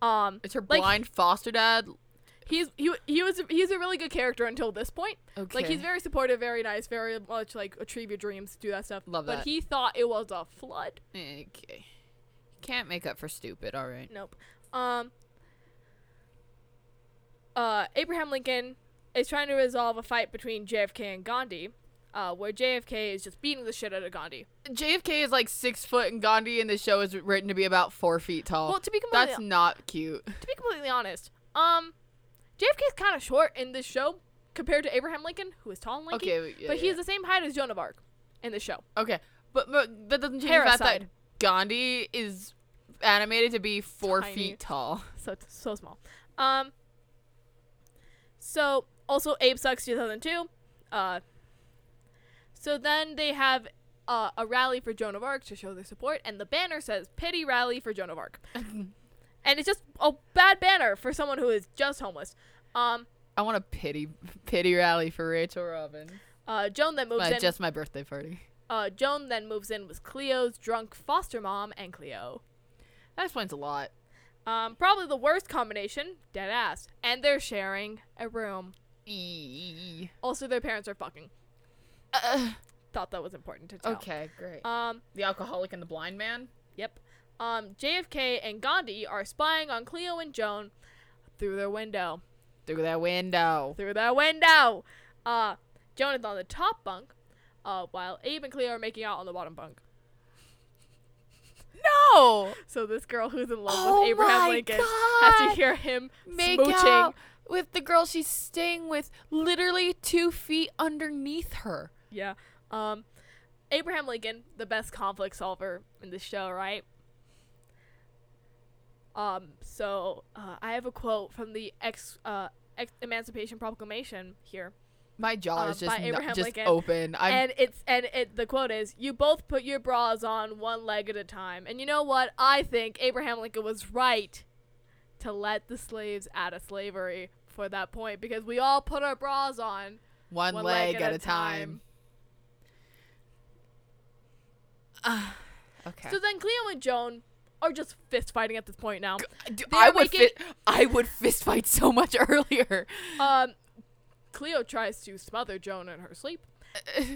Um,
it's her
like,
blind foster dad.
he's he, he was he's a really good character until this point. Like
Okay.
he's very supportive, very nice, very much like achieve your dreams, do that stuff.
Love
but
that.
he thought it was a flood.
Okay. Can't make up for stupid. All right.
Nope. Um. Uh, Abraham Lincoln is trying to resolve a fight between JFK and Gandhi, uh, where JFK is just beating the shit out of Gandhi.
JFK is like six foot, and Gandhi in the show is written to be about four feet tall.
Well, to be completely
Oh, that's not cute.
to be completely honest, um, JFK is kind of short in this show compared to Abraham Lincoln, who is tall and lanky,
Okay, yeah,
but
yeah.
he's the same height as Joan of Arc in the show.
Okay, but, but that doesn't change the fact
Parasite.
that Gandhi is animated to be four
Tiny.
feet tall.
so so small. Um. So also Abe sucks 2002. Uh. So then they have uh, a rally for Joan of Arc to show their support, and the banner says "Pity Rally for Joan of Arc," and it's just a bad banner for someone who is just homeless. Um.
I want a pity pity rally for Rachel Robbins.
Uh, Joan then moves
But
in.
just my birthday party.
uh, Joan then moves in with Cleo's drunk foster mom and Cleo.
That explains a lot.
Um, probably the worst combination, dead ass, and they're sharing a room.
E, Eee.
Also, their parents are fucking. Thought that was important to tell.
Uh. Okay, great. Oh.
Um.
the alcoholic and the blind man.
Yep. Um. JFK and Gandhi are spying on Cleo and Joan through their window.
Through that window.
Through their window. Uh. Joan is on the top bunk, uh, while Abe and Cleo are making out on the bottom bunk.
No.
So this girl who's in love
Oh
with Abraham
my
Lincoln has to
God.
hear him
Make
smooching.
out with the girl she's staying with, literally two feet underneath her.
Yeah. Um, Abraham Lincoln, the best conflict solver in the show, right? Um, so uh, I have a quote from the ex, uh, ex- Emancipation Proclamation here,
My jaw
Um,
is just
by
nu-
Abraham
just
Lincoln.
open. I'm
and it's and it the quote is, "You both put your bras on one leg at a time," and you know what? I think Abraham Lincoln was right to let the slaves out of slavery for that point because we all put our bras on
one, leg, at, a time. Okay.
So then Cleo and Joan are just fist fighting at this point now.
D-
They
I
are
would
making-
fit. I would fist fight so much earlier.
Um, Cleo tries to smother Joan in her sleep,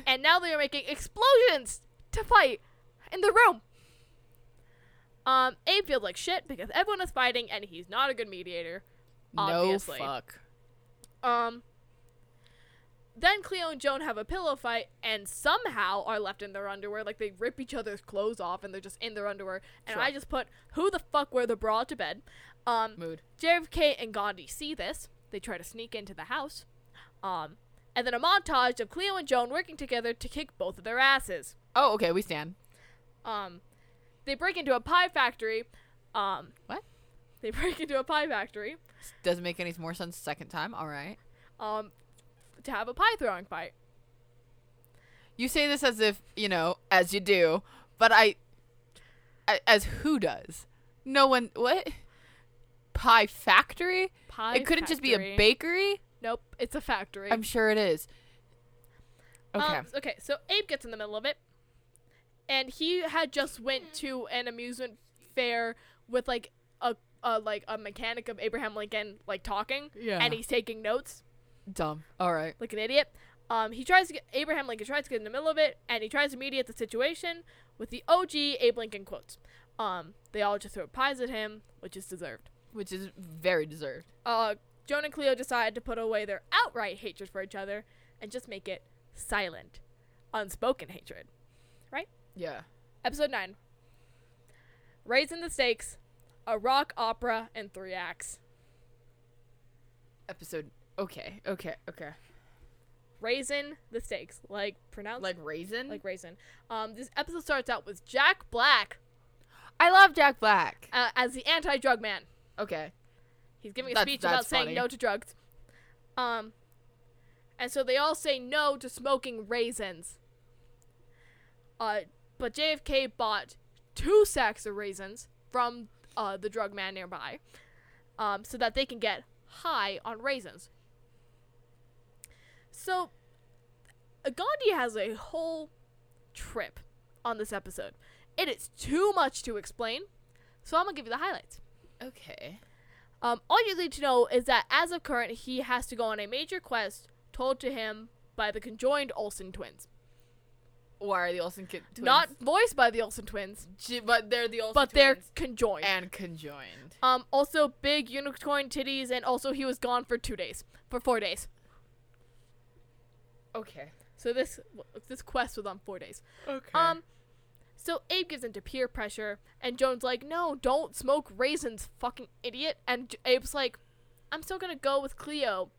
and now they are making explosions to fight in the room. Um, Abe feels like shit because everyone is fighting, and he's not a good mediator. Obviously.
No fuck.
Um. Then Cleo and Joan have a pillow fight and somehow are left in their underwear. Like they rip each other's clothes off and they're just in their underwear. And I just put, who the fuck wear the bra to bed? Um,
Mood.
JFK and Gandhi see this. They try to sneak into the house. Um, and then a montage of Cleo and Joan working together to kick both of their asses.
Oh, okay. We stand.
Um, they break into a pie factory. Um,
What?
They break into a pie factory
S- Doesn't make any more sense. Second time. All right.
um, to have a pie throwing fight.
You say this as if you know, as you do, but I, I as who does? No one. What? Pie factory?
Pie
it couldn't just be
factory.
a bakery.
Nope, it's a factory.
I'm sure it is. Okay.
Um, okay, so Abe gets in the middle of it, and he had just went to an amusement fair with like a, a like a mechanic of Abraham Lincoln like talking,
Yeah.
and he's taking notes
Dumb. All right.
like an idiot. Um, he tries to get Abraham Lincoln tries to get in the middle of it, and he tries to mediate the situation with the OG Abe Lincoln quotes. Um, they all just throw pies at him, which is deserved.
Which is very deserved.
uh, Joan and Cleo decide to put away their outright hatred for each other and just make it silent, unspoken hatred.
Yeah.
Episode 9 Raising the Stakes, a rock opera in three acts.
Episode. Okay. Okay. Okay.
Raising the Stakes, like pronounced
Like raisin.
like raisin. Um, this episode starts out with Jack Black
I love Jack Black.
uh, as the anti drug man.
Okay.
He's giving a
That's-
speech about
that's
saying
funny.
no to drugs. Um, and so they all say no to smoking raisins. Uh, but JFK bought two sacks of raisins from uh, the drug man nearby um, so that they can get high on raisins. So uh, Gandhi has a whole trip on this episode. It is too much to explain, so I'm going to give you the highlights.
Okay.
Um, all you need to know is that as of current, he has to go on a major quest told to him by the conjoined Olsen twins.
Why are the Olsen ki- twins?
Not voiced by the Olsen twins,
J- but they're the Olsen
but they're
twins
conjoined.
and conjoined.
um, also big unicorn titties, and also he was gone for two days, for four days.
Okay.
So this this quest was on four days.
Okay.
Um, so Abe gives in to peer pressure, and Joan's like, "No, don't smoke raisins, fucking idiot." And J- Abe's like, "I'm still gonna go with Cleo.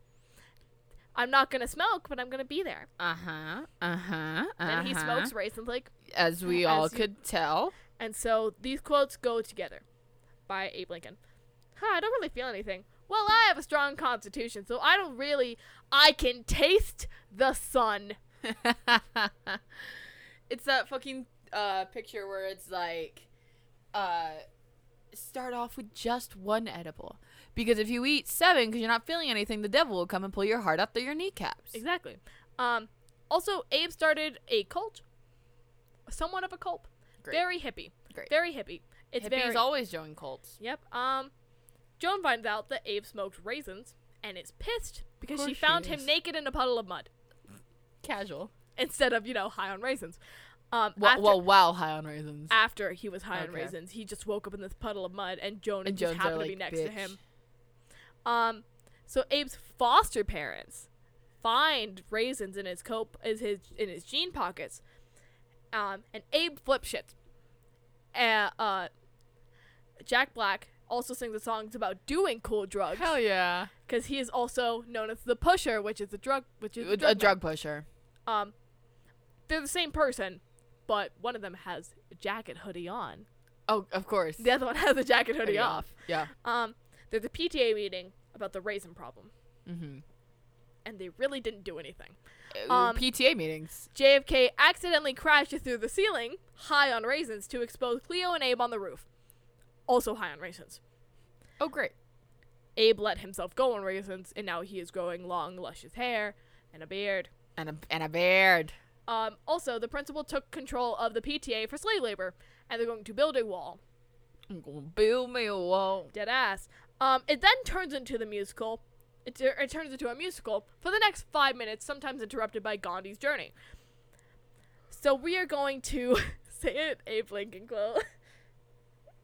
I'm not gonna smoke, but I'm gonna be there."
Uh huh. Uh huh.
Then he smokes raisins like
uh-huh. as we
as
all
you-
could tell.
and so these quotes go together by Abe Lincoln. Huh, I don't really feel anything. Well, I have a strong constitution, so I don't really I can taste the sun.
it's that fucking uh, picture where it's like, uh, start off with just one edible. Because if you eat seven because you're not feeling anything, the devil will come and pull your heart out through your kneecaps.
Exactly. Um also Abe started a cult. Somewhat of a cult.
Great.
Very hippie.
Great.
Very hippie. It's
Hippies
very
always join cults.
Yep. Um Joan finds out that Abe smoked raisins and is pissed because she
course she
found him
is.
naked in a puddle of mud
Casual.
instead of, you know, high on raisins. Um
Well,
after-
well, wow, high on raisins.
after he was high on
Okay.
raisins. He just woke up in this puddle of mud, and Joan
And
just
Joan's
happened
there,
to be
like,
next to
"Bitch."
him. Um, so Abe's foster parents find raisins in his cope is his in his jean pockets. Um, and Abe flip shit. Uh, uh, Jack Black also sings the songs about doing cool drugs
Hell yeah.
because he is also known as the pusher, which is the drug, which is the
A
drug
a drug pusher.
um, they're the same person, but one of them has a jacket hoodie on.
Oh, of course.
The other one has a jacket hoodie
Pretty
off.
Yeah.
Um, there's a PTA meeting about the raisin problem,
Mm-hmm.
and they really didn't do anything. Um,
Um, PTA meetings.
JFK accidentally crashes through the ceiling, high on raisins, to expose Cleo and Abe on the roof, also high on raisins.
Oh, great.
Abe let himself go on raisins, and now he is growing long, luscious hair and a beard.
And a and a beard.
Um, also, the principal took control of the PTA for slave labor, and they're going to build a wall
I'm gonna build me a wall.
dead ass. Um, it then turns into the musical. It, tur- it turns into a musical for the next five minutes, sometimes interrupted by Gandhi's journey. So we are going to say it, Abe Lincoln quote.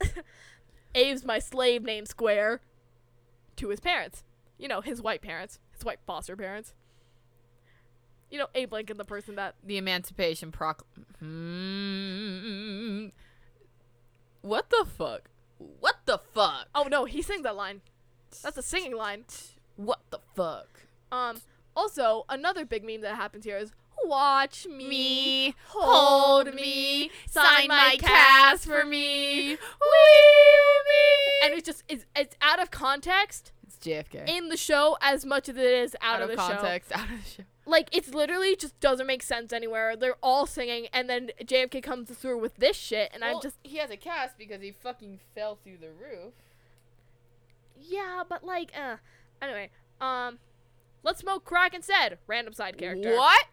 Abe's my slave name Square to his parents. You know, his white parents, his white foster parents. You know, Abe Lincoln, the person that
The Emancipation Proclamation. What the fuck? What the fuck?
Oh no, he sings that line. That's a singing line.
What the fuck?
Um. Also, another big meme that happens here is watch me,
Me,
hold me, sign my cast for me, wee me. And it's just it's, it's out of context
It's JFK.
in the show as much as it is out,
out of
the show.
context, out of the show.
Like it's literally just doesn't make sense anywhere. They're all singing, and then JFK comes through with this shit, and I'm just
he has a cast because he fucking fell through the roof.
yeah, but like uh. Anyway, um, let's smoke crack instead. Random side character.
What?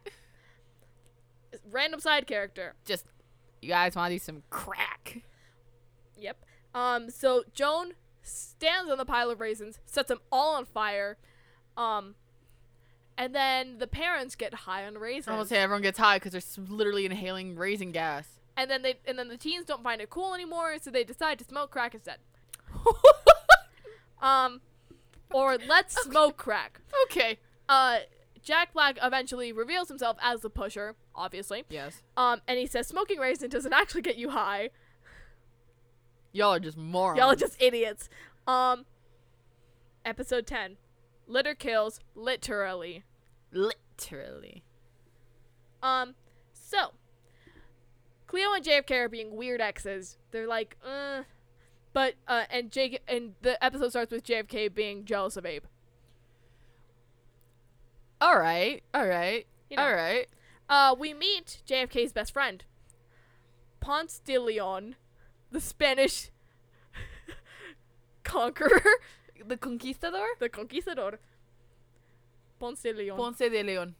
Random side character.
Just you guys want to do some crack?
Yep. Um. So Joan stands on the pile of raisins, sets them all on fire, um, and then the parents get high on raisins.
I almost say everyone gets high because they're s- literally inhaling raisin gas.
and then they and then the teens don't find it cool anymore, so they decide to smoke crack instead. Um, or let's smoke crack.
okay.
Uh, Jack Black eventually reveals himself as the pusher, obviously.
Yes.
Um, and he says smoking raisin doesn't actually get you high.
Y'all are just morons.
Y'all are just idiots. Um, episode ten, litter kills literally.
literally.
Um, so Cleo and JFK are being weird exes. They're like, uh, but uh, and Jake and the episode starts with JFK being jealous of Abe.
All right. All right.
You know.
All right.
Uh, we meet JFK's best friend, Ponce de Leon, the Spanish conqueror,
The conquistador.
the conquistador. Ponce de Leon,
Ponce de Leon.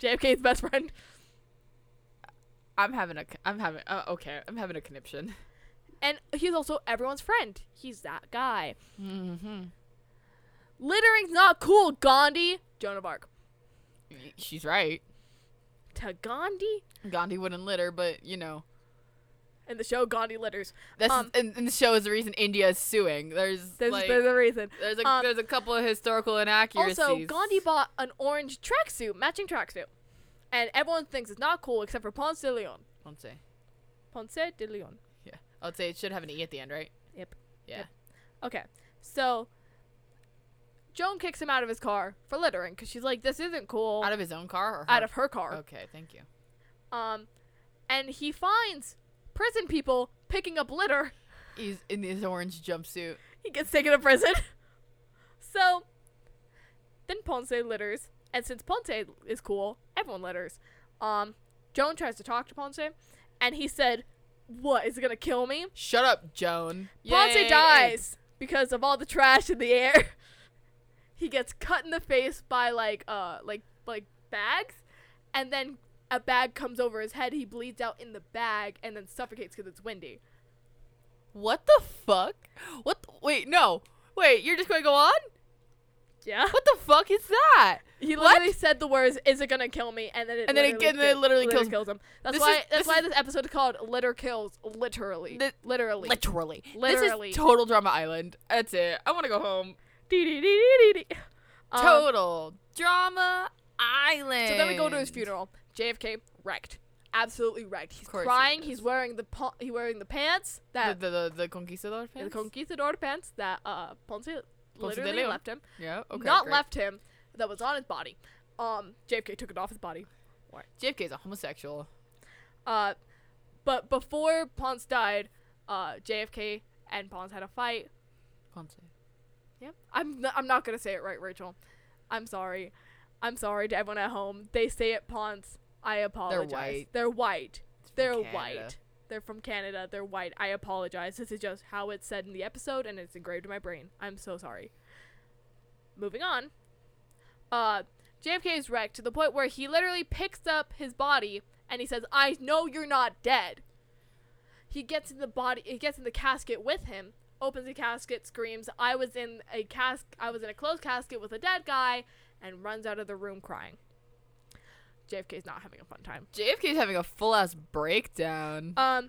JFK's best friend.
I'm having a. c- I'm having.
oh,
Uh, okay. I'm having a conniption.
And he's also everyone's friend. He's that guy. Mm-hmm. Littering's not cool, Gandhi. Joan of Arc.
Y- She's right.
To Gandhi?
Gandhi wouldn't litter, but you know.
And the show Gandhi litters.
That's
Um,
and, and the show is the reason India is suing. There's
There's,
like
there's a reason.
there's a
um,
there's a couple of historical inaccuracies.
Also, Gandhi bought an orange tracksuit, matching tracksuit. And everyone thinks it's not cool except for Ponce de Leon.
Ponce.
Ponce de Leon.
Yeah, I'd say it should have an e at the end, right?
Yep.
Yeah.
Yep. Okay. So, Joan kicks him out of his car for littering because she's like, this isn't cool.
Out of his own car or
Out of her car.
Okay, thank you.
Um, and he finds prison people picking up litter.
He's in his orange jumpsuit.
He gets taken to prison. so then Ponce litters, and since Ponce is cool, everyone litters. Um, Joan tries to talk to Ponce, and he said, "What is it gonna kill me?"
Shut up, Joan. Yay.
Ponce dies because of all the trash in the air. he gets cut in the face by like uh like like bags, and then a bag comes over his head. He bleeds out in the bag and then suffocates because it's windy.
What the fuck? What? The, wait, no. Wait, you're just going to go on?
Yeah.
What the fuck is that?
He
What?
literally said the words, "Is it gonna kill me?" And then it
And then it
literally
get- and then it
ki-
literally kills
kills him. That's
This
why
is-
that's
this
why
is-
this episode is called "Litter Kills." Literally,
Th-
literally.
Literally.
Literally.
This is total drama island. That's it. I want to go home.
Dee-dee-dee-dee-dee-dee. Um,
total drama island.
So then we go to his funeral. JFK wrecked. absolutely wrecked. He's
course he
crying.
is.
He's wearing the pa- he wearing the pants
The,
that
the, the, the conquistador
the
fans?
conquistador pants that uh Ponce,
de
literally
Leon.
left him.
yeah, okay.
Not
great.
left him. That was on his body. Um, JFK took it off his body.
JFK is a homosexual.
Uh, but before Ponce died, uh, JFK and Ponce had a fight.
Ponce.
Yep. I'm n- I'm not gonna say it right, Rachel. I'm sorry. I'm sorry to everyone at home. They say it Ponce. I apologize.
white.
They're white. They're
Canada.
white. They're from Canada. They're white. I apologize. This is just how it's said in the episode, and it's engraved in my brain. I'm so sorry. Moving on. Uh, JFK is wrecked to the point where he literally picks up his body and he says, "I know you're not dead." He gets in the body. He gets in the casket with him. Opens the casket, screams, "I was in a cask. I was in a closed casket with a dead guy," and runs out of the room crying. JFK is not having a fun time.
JFK is having a full ass breakdown.
Um,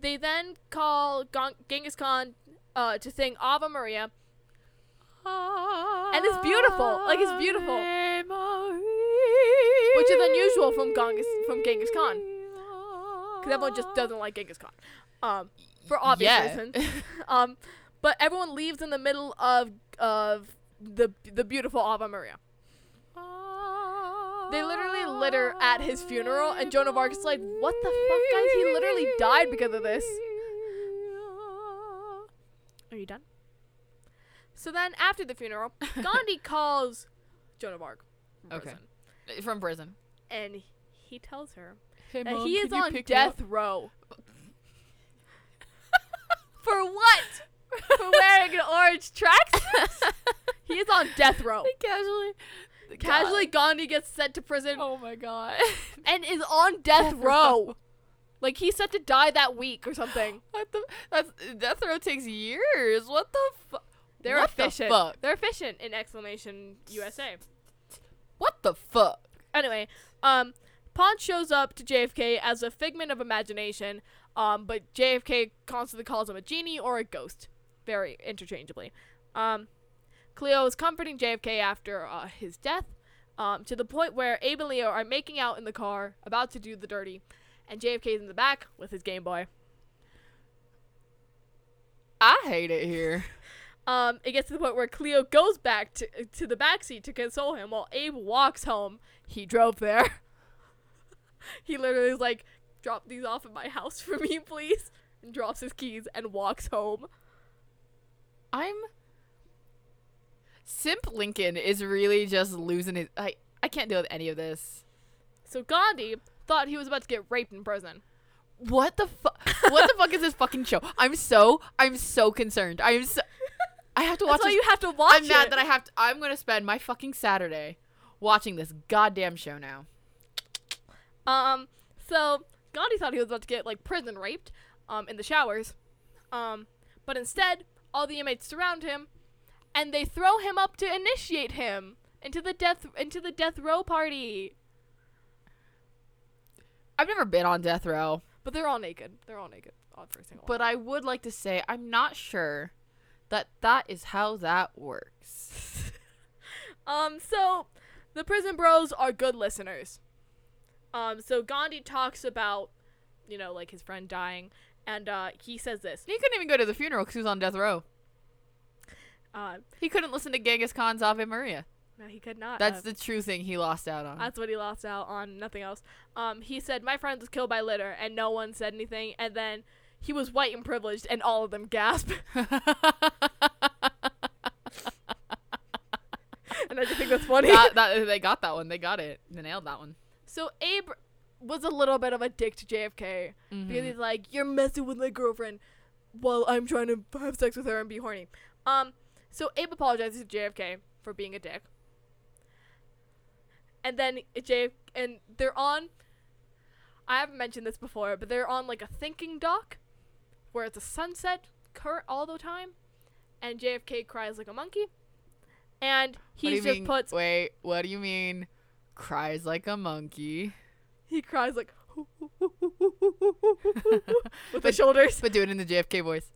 they then call Gon- Genghis Khan uh, to sing Ave Maria. Uh, And it's beautiful. Like, it's beautiful. Which is unusual from Genghis, from Genghis Khan. Because everyone just doesn't like Genghis Khan. Um, for obvious
Yeah.
reasons. um, but everyone leaves in the middle of of the the beautiful Ave Maria. They literally litter at his funeral, and Joan of Arc is like, "What the fuck, guys? He literally died because of this." Are you done? So then, after the funeral, Gandhi calls Joan of Arc. from
Okay.
prison,
Eh, From prison.
And he tells her
Hey,
that
Mom,
he is
can you
on
pick me up?
death row. For what? For wearing an orange tracksuit? he is on death row.
Casually.
Casually, Gandhi gets sent to prison
Oh my god.
and is on death row. Like he's set to die that week or something.
what the? That's death row takes years. What the fuck?
They're
what
efficient.
The fuck?
They're efficient in exclamation USA.
What the fuck?
Anyway, um, Ponce shows up to JFK as a figment of imagination, um, but JFK constantly calls him a genie or a ghost, very interchangeably. Um, Cleo is comforting JFK after uh, his death, um, to the point where Abe and Leo are making out in the car, about to do the dirty, and JFK is in the back with his Game Boy.
I hate it here.
Um, it gets to the point where Cleo goes back to, to the backseat to console him while Abe walks home. He drove there. he literally is like, drop these off at my house for me, please. And drops his keys and walks home.
I'm. Simp Lincoln is really just losing his. I I can't deal with any of this.
So Gandhi thought he was about to get raped in prison.
What the fuck? what the fuck is this fucking show? I'm so I'm so concerned. I am so. I have to watch.
That's why
this-
you have to watch
I'm mad
it.
that I have to. I'm gonna spend my fucking Saturday watching this goddamn show now.
Um, so Gandhi thought he was about to get like prison raped, um, in the showers, um, but instead all the inmates surround him, and they throw him up to initiate him into the death into the death row party.
I've never been on death row.
But they're all naked. They're all naked. All every single
But I would like to say I'm not sure that that is how that works.
Um, so the prison bros are good listeners. Um, so Gandhi talks about, you know, like his friend dying, and uh, he says this.
he couldn't even go to the funeral because he was on death row.
Uh,
He couldn't listen to Genghis Khan's Ave Maria.
no, he could not.
That's
have.
the true thing he lost out on.
That's what he lost out on, nothing else. Um, he said, My friend was killed by litter, and no one said anything. And then he was white and privileged, and all of them gasped. and I just think that's funny.
that, that- they got that one. They got it. They nailed that one.
so Abe was a little bit of a dick to JFK because
Mm-hmm.
he's like, You're messing with my girlfriend while I'm trying to have sex with her and be horny. Um, so Abe apologizes to JFK for being a dick. and then JF and they're on. I haven't mentioned this before, but they're on like a thinking dock, where it's a sunset current all the time, and JFK cries like a monkey, and
What do
he
you
just
mean-
puts
Wait, what do you mean? Cries like a monkey,
he cries like with the shoulders.
but do it in the JFK voice.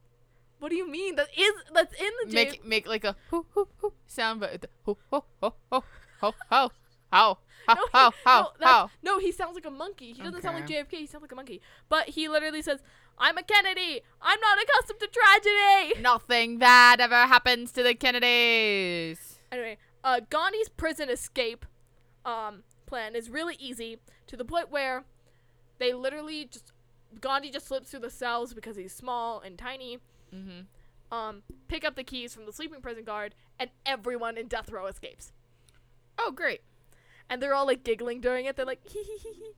What do you mean? That is that's in the JFK.
Make make like a hoo hoo hoo sound, but with the hoo ho ho ho ho ho. How? How?
No, he-
how? How?
no, that's-
how?
no, he sounds like a monkey. He doesn't sound like
Okay.
JFK. He sounds like a monkey. But he literally says, "I'm a Kennedy. I'm not accustomed to tragedy."
Nothing bad ever happens to the Kennedys.
Anyway, uh, Gandhi's prison escape um, plan is really easy to the point where they literally just Gandhi just slips through the cells because he's small and tiny.
Mhm.
Um, pick up the keys from the sleeping prison guard, and everyone in death row escapes.
Oh, great.
And they're all like giggling during it. They're like, hee hee hee hee.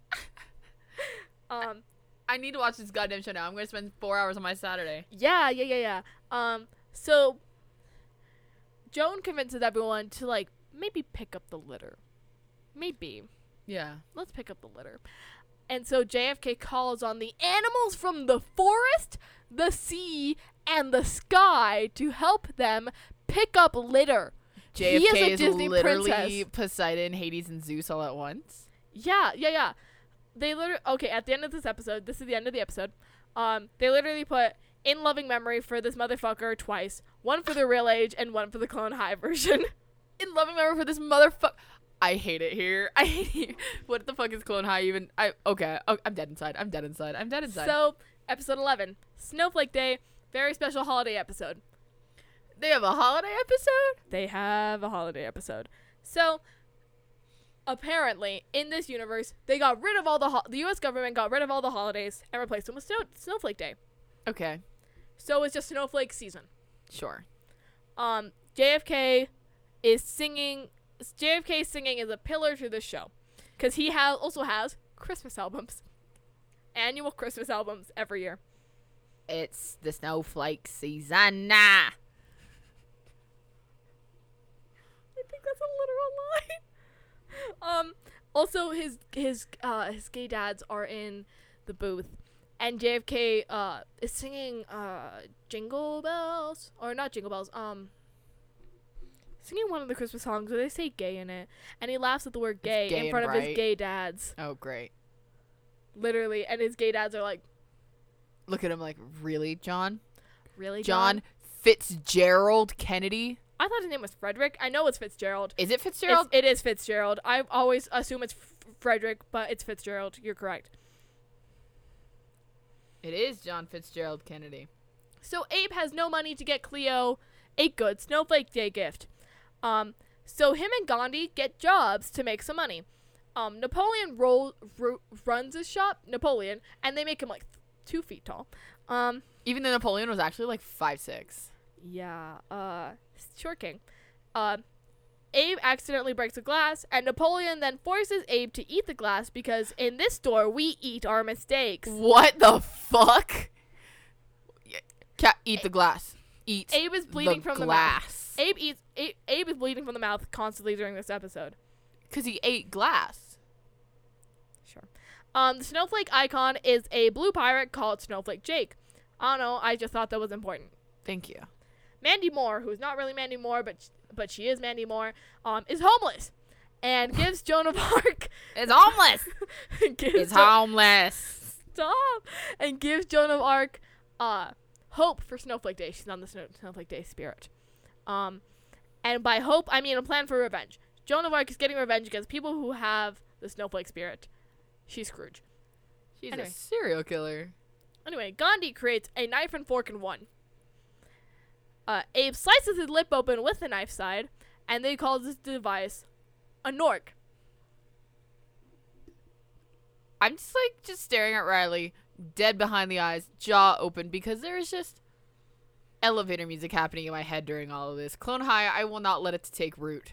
Um,
I need to watch this goddamn show now. I'm going to spend four hours on my Saturday.
Yeah, yeah, yeah, yeah. Um, so Joan convinces everyone to like maybe pick up the litter. Maybe.
Yeah.
Let's pick up the litter. And so JFK calls on the animals from the forest, the sea, and the sky to help them pick up litter. He
JFK
is
is,
a Disney
literally
princess.
Poseidon, Hades, and Zeus all at once.
Yeah, yeah, yeah. They literally okay. At the end of this episode, this is the end of the episode. Um, they literally put in loving memory for this motherfucker twice. One for the real age and one for the clone high version.
In loving memory for this motherfucker. I hate it here. I hate it here. What the fuck is Clone High even? I okay. Oh, I'm dead inside. I'm dead inside. I'm dead inside.
so episode eleven, Snowflake Day, very special holiday episode.
they have a holiday episode.
They have a holiday episode. So apparently, in this universe, they got rid of all the ho- the U.S. government got rid of all the holidays and replaced them with snow- Snowflake Day.
Okay.
So it's just snowflake season.
Sure.
um JFK is singing JFK singing is a pillar to the show cuz he has also has Christmas albums. Annual Christmas albums every year.
It's the snowflake season. Nah.
I think that's a literal line. Um also his his uh his gay dads are in the booth and JFK uh is singing uh Jingle Bells or not Jingle Bells um singing one of the Christmas songs where they say gay in it and he laughs at the word gay,
gay
in
and
front of his
bright.
gay dads.
Oh, great.
literally and his gay dads are like
Look at him like, really, John?
really
John Fitzgerald Kennedy?
i thought his name was frederick i know it's fitzgerald
Is it
It's-
Fitzgerald?
it is fitzgerald i always assume it's F- frederick but it's fitzgerald you're correct
it is John Fitzgerald Kennedy.
so abe has no money to get cleo a good snowflake day gift um so him and gandhi get jobs to make some money um napoleon roll, ru- runs his shop napoleon and they make him like th- two feet tall um
Even though Napoleon was actually like five six.
Yeah, uh, short king. Uh, Abe accidentally breaks a glass, and Napoleon then forces Abe to eat the glass because in this store we eat our mistakes.
What the fuck? Yeah, Cat, eat the glass. Eat.
Abe is bleeding
the
from
glass.
the mouth. Abe eats. Abe, Abe is bleeding from the mouth constantly during this episode.
Because he ate glass.
Sure. Um, the snowflake icon is a blue pirate called Snowflake Jake. I don't know. I just thought that was important.
Thank you.
Mandy Moore, who's not really Mandy Moore, but sh- but she is Mandy Moore, um, is homeless, and gives Joan of Arc.
It's homeless.
gives
it's
Jo-
homeless.
stop and gives Joan of Arc uh hope for Snowflake Day. She's on the Snow- Snowflake Day spirit. Um and by hope I mean a plan for revenge. Joan of Arc is getting revenge against people who have the snowflake spirit. She's Scrooge.
She's
Anyway.
a serial killer.
Anyway, Gandhi creates a knife and fork in one. Uh, Abe slices his lip open with the knife side, and they call this device a nork.
I'm just like just staring at Riley, dead behind the eyes, jaw open, because there is just elevator music happening in my head during all of this. Clone High, I will not let it to take root.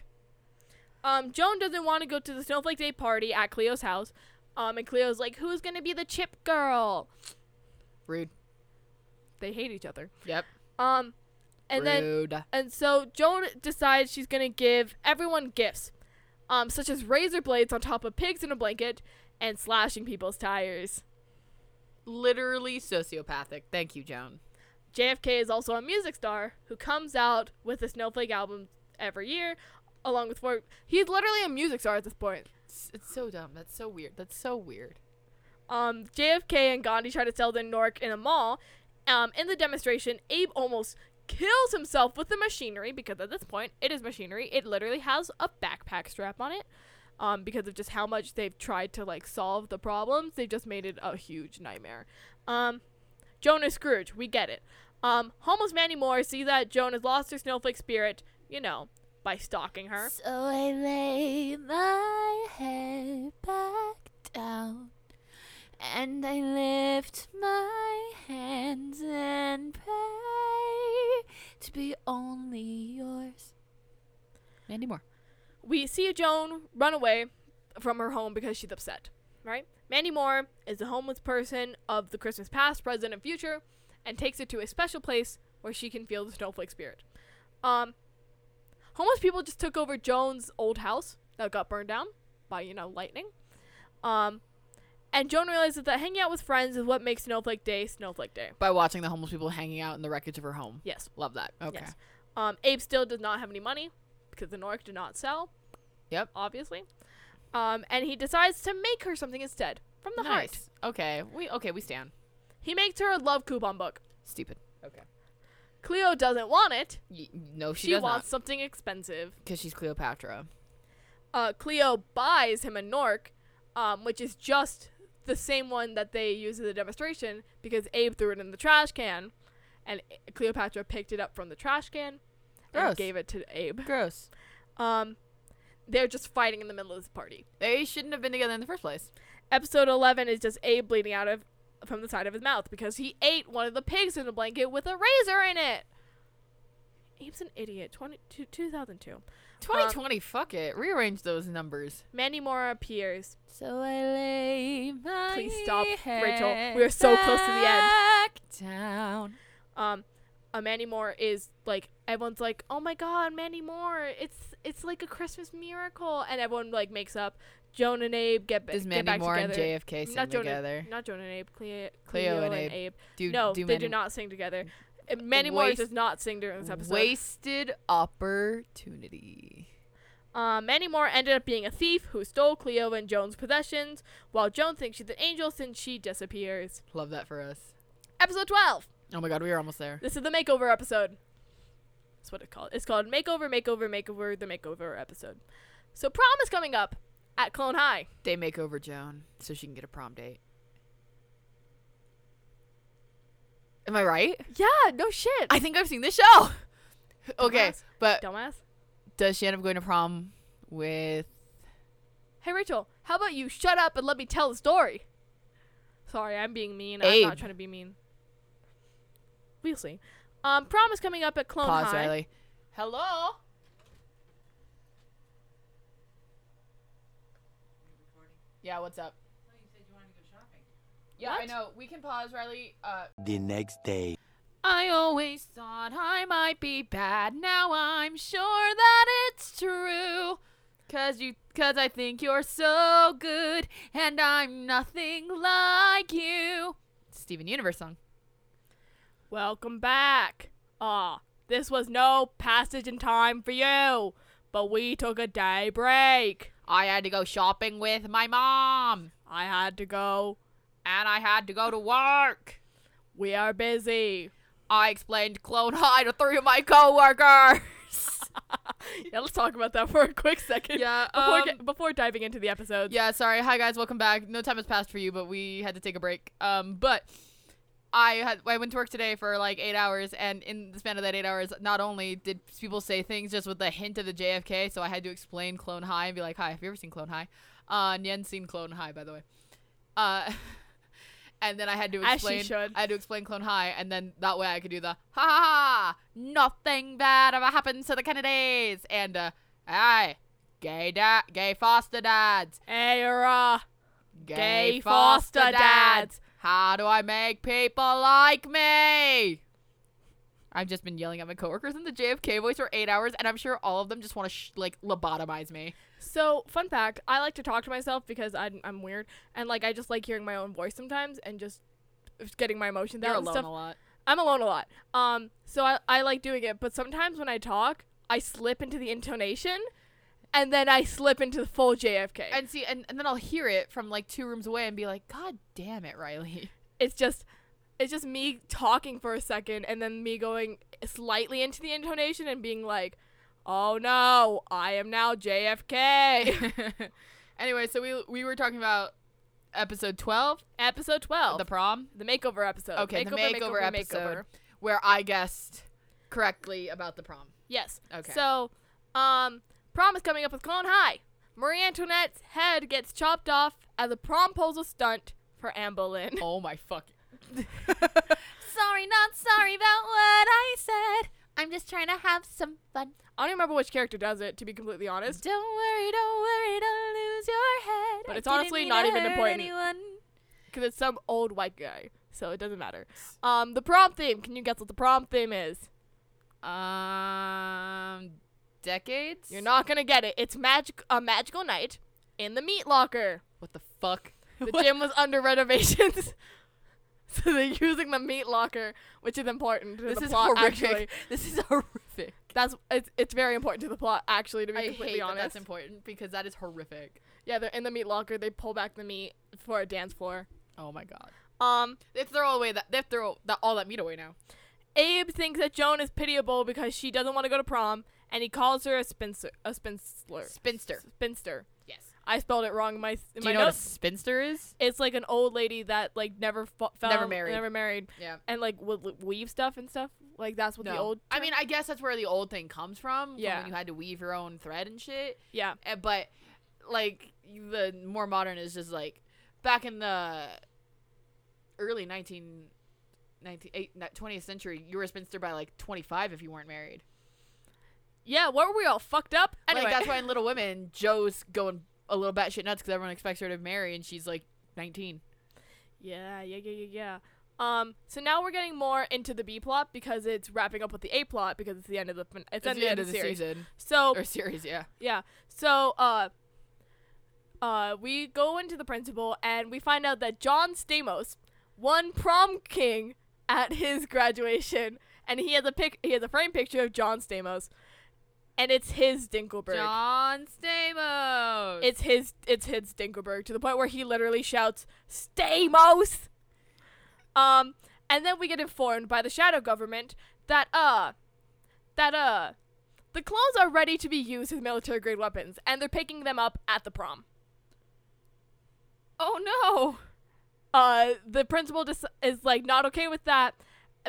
Um, Joan doesn't want to go to the Snowflake Day party at Cleo's house. Um, and Cleo's like, "Who's gonna be the chip girl?"
Rude.
They hate each other.
Yep.
Um, and then
Rude.
and so Joan decides she's gonna give everyone gifts, um, such as razor blades on top of pigs in a blanket and slashing people's tires.
Literally sociopathic. Thank you, Joan.
JFK is also a music star who comes out with a Snowflake album every year, along with four. He's literally a music star at this point.
It's, it's so dumb. That's so weird. That's so weird.
Um, JFK and Gandhi try to sell the Nork in a mall. Um, in the demonstration, Abe almost kills himself with the machinery because at this point it is machinery. It literally has a backpack strap on it. um, because of just how much they've tried to like solve the problems. They've just made it a huge nightmare. Um, Jonah Scrooge, we get it. Um, homeless Mandy Moore sees that Joan has lost her snowflake spirit, you know, by stalking her.
So I lay my head back down, and I lift my hands and pray to be only yours.
Mandy Moore.
we see Joan run away from her home because she's upset, right? Mandy Moore is the homeless person of the Christmas past, present, and future, and takes her to a special place where she can feel the snowflake spirit. Um, homeless people just took over Joan's old house that got burned down by, you know, lightning. Um, and Joan realizes that hanging out with friends is what makes Snowflake Day Snowflake Day.
By watching the homeless people hanging out in the wreckage of her home.
Yes.
Love that. Okay.
Yes. Um, Abe still does not have any money because the Nork did not sell.
Yep.
Obviously. Um, and he decides to make her something instead from the heart.
Nice. Okay. We okay, we stand.
He makes her a love coupon book.
Stupid. Okay.
Cleo doesn't want it.
Y- no, she,
She,
does
wants something expensive.
because she's Cleopatra.
Uh, Cleo buys him a Nork, um, which is just the same one that they used at the demonstration because Abe threw it in the trash can, and Cleopatra picked it up from the trash can
Gross.
and gave it to Abe.
Gross.
Um, they're just fighting in the middle of this party.
They shouldn't have been together in the first place.
Um, Episode 11 is just Abe bleeding out of from the side of his mouth because he ate one of the pigs in the blanket with a razor in it. Abe's an idiot. 20, two- 2002.
2020, fuck it. Rearrange those numbers.
Mandy Moore appears.
So I lay my
Please stop, Rachel. We are so close to the end.
down.
Um, uh, Mandy Moore is like everyone's like, oh my god, Mandy Moore. It's it's like a Christmas miracle, and everyone like makes up. Joan and Abe get, ba-
Does
get
Mandy
back
Moore
together.
and JFK sing
not Joan
together?
And, not Joan and Abe. Cleo,
Cleo and Abe. do,
no,
do
they
Mandy-
do not sing together. Uh, Mandy Moore
Waste-
does not sing during this episode.
Wasted opportunity.
Uh, Mandy Moore ended up being a thief who stole Cleo and Joan's possessions, while Joan thinks she's an angel since she disappears.
Love that for us.
Episode 12.
Oh my god, we are almost there.
This is the makeover episode. That's what it's called. It's called Makeover, Makeover, Makeover, the Makeover episode. So prom is coming up at Clone High.
They make over Joan so she can get a prom date. Am I right?
Yeah, no shit.
I think I've seen this show. Okay,
Dumbass.
but
Dumbass.
does she end up going to prom with?
Hey Rachel, how about you shut up and let me tell the story? Sorry, I'm being mean. I'm
Abe.
not trying to be mean. We'll see. Um, prom is coming up at Clone
Pause,
High.
Riley. Hello. Yeah, what's up? Yeah, I
What?
know. We can pause, Riley. Uh,
The next day.
I always thought I might be bad. Now I'm sure that it's true. Cause you cause I think you're so good and I'm nothing like you. Steven Universe song.
Welcome back. Ah, this was no passage in time for you, but we took a day break.
I had to go shopping with my mom
I had to go.
and I had to go to work.
We are busy.
I explained Clone High to three of my coworkers.
yeah, let's talk about that for a quick second.
Yeah,
Before,
um,
ge- before diving into the episodes.
Yeah, sorry. Hi guys, welcome back. No time has passed for you, but we had to take a break. Um, but I had I went to work today for like eight hours, and in the span of that eight hours, not only did people say things just with the hint of the JFK, so I had to explain Clone High and be like, "Hi, have you ever seen Clone High?" Uh, Nyen's seen Clone High, by the way. Uh. And then I had to
As she
explain.
should.
I had to explain Clone High, and then that way I could do the ha ha ha. Nothing bad ever happened to the Kennedys, and uh, hey, gay da- gay foster dads,
Hey, hurrah.
gay,
Gay
foster,
foster
dads.
dads.
How do I make people like me? I've just been yelling at my coworkers in the JFK voice for eight hours, and I'm sure all of them just want to sh- like lobotomize me.
So, fun fact, I like to talk to myself because I'm, I'm weird and like I just like hearing my own voice sometimes and just getting my emotions
They're
out and
alone
stuff.
a lot.
I'm alone a lot. Um so I, I like doing it, but sometimes when I talk, I slip into the intonation and then I slip into the full JFK.
And see, and, and then I'll hear it from like two rooms away and be like, "God damn it, Riley."
it's just it's just me talking for a second and then me going slightly into the intonation and being like oh no, I am now JFK.
anyway, so we we were talking about episode 12,
episode 12.
the prom.
The makeover episode.
Okay, the makeover, episode where I guessed correctly about the prom.
Yes.
Okay.
So, um, prom is coming up with Cologne High. Marie Antoinette's head gets chopped off as a promposal stunt for Anne Boleyn.
Oh my fuck.
Sorry, not sorry about what I said. I'm just trying to have some fun.
I don't remember which character does it, to be completely honest.
Don't worry, don't worry, don't lose your head.
But
I
it's
didn't
honestly
mean
not
to
even
hurt
important.
anyone.
Because it's some old white guy, so it doesn't matter. Um, the prom theme. Can you guess what the prom theme is?
Um, decades.
You're not gonna get it. It's magic. A magical night in the meat locker.
What the fuck?
The gym was under renovations. So they're using the meat locker, which is important to
This
the
is
plot.
horrific.
Actually,
This is horrific.
that's it's, it's very important to the plot. Actually, to be
I
completely
hate that
honest,
that's important because that is horrific.
yeah, they're in the meat locker. They pull back the meat for a dance floor.
Oh my god.
Um,
They throw away that they throw that all that meat away now.
Abe thinks that Joan is pitiable because she doesn't want to go to prom, and he calls her a spinster. A spinster.
Spinster.
Spinster.
Yes.
I spelled it wrong in my in
Do
my
you know what a
notes.
spinster is?
it's like an old lady that like never fu- fell,
Never married.
never married,
Yeah.
and like would weave stuff and stuff. Like that's what the old.
I mean, I guess that's where the old thing comes from. from
Yeah.
when you had to weave your own thread and shit.
yeah.
Eh, But like the more modern is just like back in the early 19 19 eight- ni- 20th century, you were a spinster by like 25 if you weren't married.
Yeah, what were we all fucked up? Anyway,
Like that's why in Little Women, Joe's going a little batshit nuts because everyone expects her to marry and she's like 19.
yeah, yeah, yeah, yeah, yeah. Um, so now we're getting more into the B plot because it's wrapping up with the A plot because it's the end of the fin- it's,
That's
end, the end of the series. Oh.
season
So
or series, yeah.
yeah, so uh, uh, we go into the principal and we find out that John Stamos won prom king at his graduation, and he has a pic he has a frame picture of John Stamos, and it's his Dinkelberg.
John Stamos.
It's his it's his Dinkelberg to the point where he literally shouts Stamos. Um and then we get informed by the shadow government that uh that uh the clones are ready to be used as military grade weapons and they're picking them up at the prom. Oh no. Uh the principal dis- is like not okay with that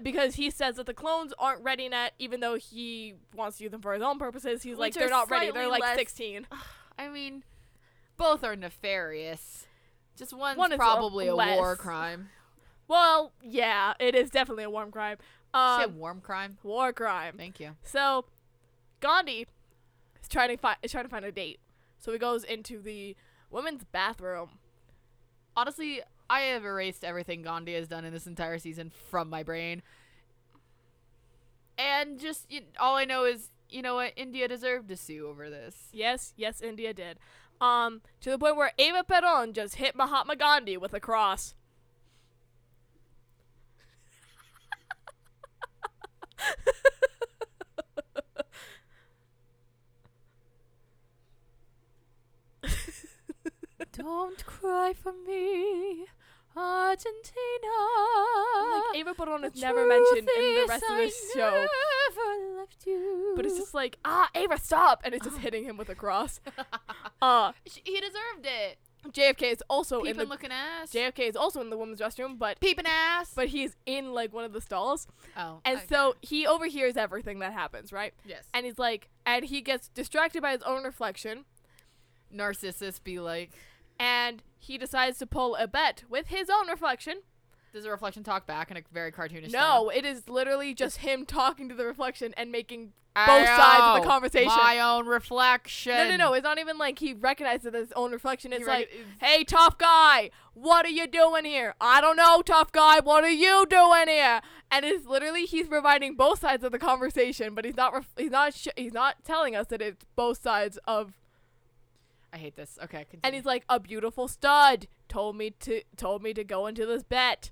because he says that the clones aren't ready yet even though he wants to use them for his own purposes. He's like
Which are
they're not ready. They're
slightly
like
less-
16.
I mean, both are nefarious. Just one's
One is a-
probably a, war
less.
crime.
Well, yeah, it is definitely a war crime.
She
Um,
said warm crime.
war crime.
Thank you.
So, Gandhi is trying to find is trying to find a date. So he goes into the women's bathroom.
Honestly, I have erased everything Gandhi has done in this entire season from my brain. And just you, all I know is, you know what? India deserved to sue over this.
Yes, yes, India did. Um, to the point where Eva Peron just hit Mahatma Gandhi with a cross.
Don't cry for me,
Ah,
Argentina.
Like Eva Peron is never mentioned in the rest of this show.
Never left you.
But it's just like, ah, Ava, stop! And it's just hitting him with a cross. uh,
he deserved it.
JFK is also in
Peeping
Oh, the
looking ass.
JFK is also in the women's restroom, but
Peeping ass.
but he's in like one of the stalls.
oh,
And
I-
so he overhears everything that happens, right?
yes.
And he's like and he gets distracted by his own reflection
Narcissus be like,
and he decides to pull a bet with his own reflection.
does a reflection talk back in a very cartoonish
No, it is literally just him talking to the reflection and making
style?
both sides of
Ow,
the conversation.
My own reflection.
no, no, no. It's not even like he recognizes his own reflection. It's
rec-
like, hey, tough guy, what are you doing here? I don't know, tough guy, what are you doing here? And it's literally he's providing both sides of the conversation, but he's not ref- he's not sh- he's not telling us that it's both sides of.
I hate this. Okay, continue.
And he's like, a beautiful stud told me to told me to go into this bet.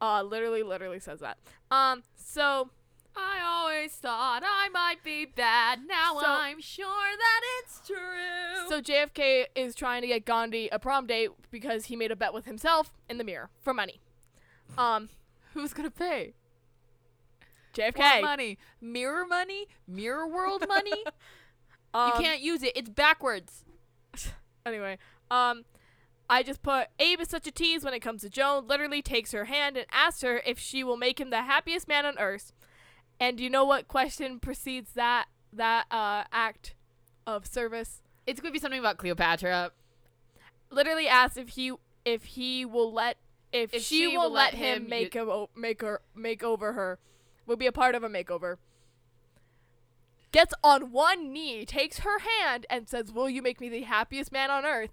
Uh, literally, literally says that. Um, so
I always thought I might be bad. Now
So-
I'm sure that it's true.
So JFK is trying to get Gandhi a prom date because he made a bet with himself in the mirror for money. Um,
who's gonna pay?
JFK.
What money? Mirror money? Mirror world money?
Um,
you can't use it. It's backwards.
Anyway, um, I just put Abe is such a tease when it comes to Joan. Literally takes her hand and asks her if she will make him the happiest man on earth. And do you know what question precedes that that uh, act of service?
It's going to be something about Cleopatra.
Literally asks if he if he will let if, she, will, let him, make him o- make her make over her will be a part of a makeover. Gets on one knee, takes her hand, and says, "Will you make me the happiest man on earth?"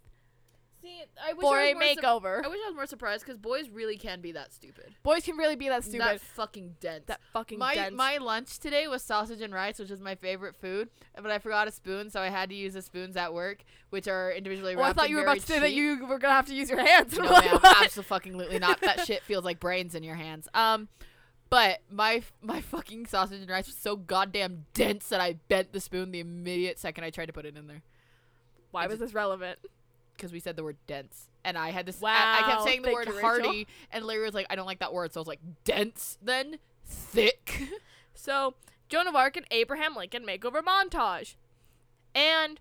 See, I wish
For
I was
a
more sur-
makeover.
I wish I was more surprised because boys really can be that stupid.
Boys can really be that stupid.
That fucking dense.
That fucking
my
dense.
my lunch today was sausage and rice, which is my favorite food. But I forgot a spoon, so I had to use the spoons at work, which are individually
well,
wrapped.
Oh, I thought you were
and
about
very
to say that
cheap.
you were gonna have to use your hands.
No,
I'm like,
ma'am,
"What?"
absolutely not. That shit feels like brains in your hands. Um, but my my fucking sausage and rice was so goddamn dense that I bent the spoon the immediate second I tried to put it in there
Why was this relevant?
because we said the word dense, and I had this. I, I kept
Wow,
saying the
thank
word
you, Rachel.
hearty, and Larry was like, "I don't like that word," so I was like, "Dense, then thick."
So, Joan of Arc and Abraham Lincoln make over montage, and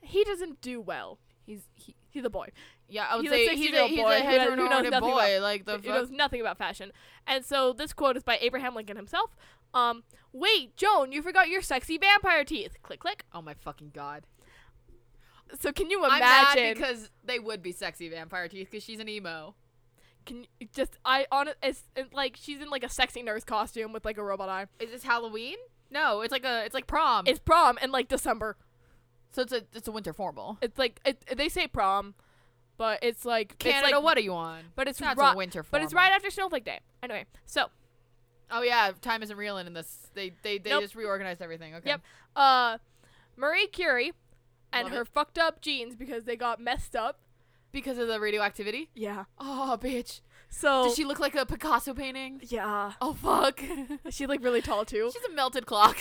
he doesn't do well. He's he, he's a boy.
yeah, I would
He's a
say he's a
16-year-old
he's
boy
a
who has- who knows
heteronormative
nothing
boy.
about-
like the
It knows
fuck.
nothing about fashion. And so this quote is by Abraham Lincoln himself. Um, wait, Joan, you forgot your sexy vampire teeth. Click, click.
Oh my fucking god!
So can you
I'm mad
imagine?
because they would be sexy vampire teeth because she's an emo.
can you, just I on it's, it's like she's in like a sexy nurse costume with like a robot eye.
Is this Halloween? No, it's like a it's like prom.
It's prom in like December.
so it's a it's a winter formal.
It's like it, they say prom, but it's like
Canada,
It's like,
what are you on?
But it's
That's
ri-
a winter formal.
But it's right after Snowflake Day. Anyway, so
Oh yeah, time isn't real in this. They they they
Nope.
just reorganized everything. Okay.
Yep. uh, Marie Curie and
Love
her
it.
fucked up jeans because they got messed up.
Because of the radioactivity.
Yeah.
Oh bitch.
So
Does she look like a Picasso painting?
yeah,
Oh fuck.
she's like really tall too.
she's a melted clock.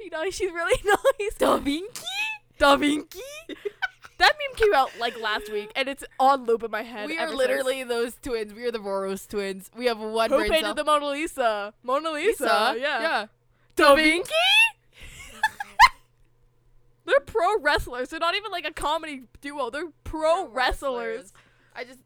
You know, she's really nice. Da Vinci? Da Vinci? that meme came out like last week and it's on loop in my head.
we
ever
are
since.
literally those twins. We are the Boros twins. We have one
Who
brain
painted
cell.
the Mona Lisa? Mona Lisa.
Lisa.
Yeah.
Yeah.
Da Vinci? They're pro wrestlers. They're not even like a comedy duo. They're pro wrestlers.
I just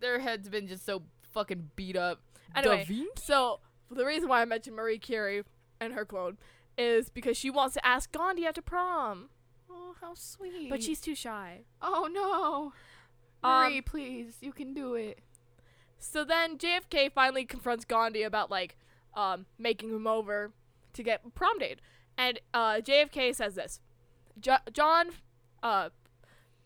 their heads been just so fucking beat up.
Anyway,
Da Vinci?
So the reason why I mentioned Marie Curie and her clone is because she wants to ask Gandhi after prom,
Oh, how sweet.
but she's too shy.
Oh no.
Um,
Marie, please, you can do it.
So then JFK finally confronts Gandhi about like um, making him over to get prom date, and uh, JFK says this: jo- John, uh,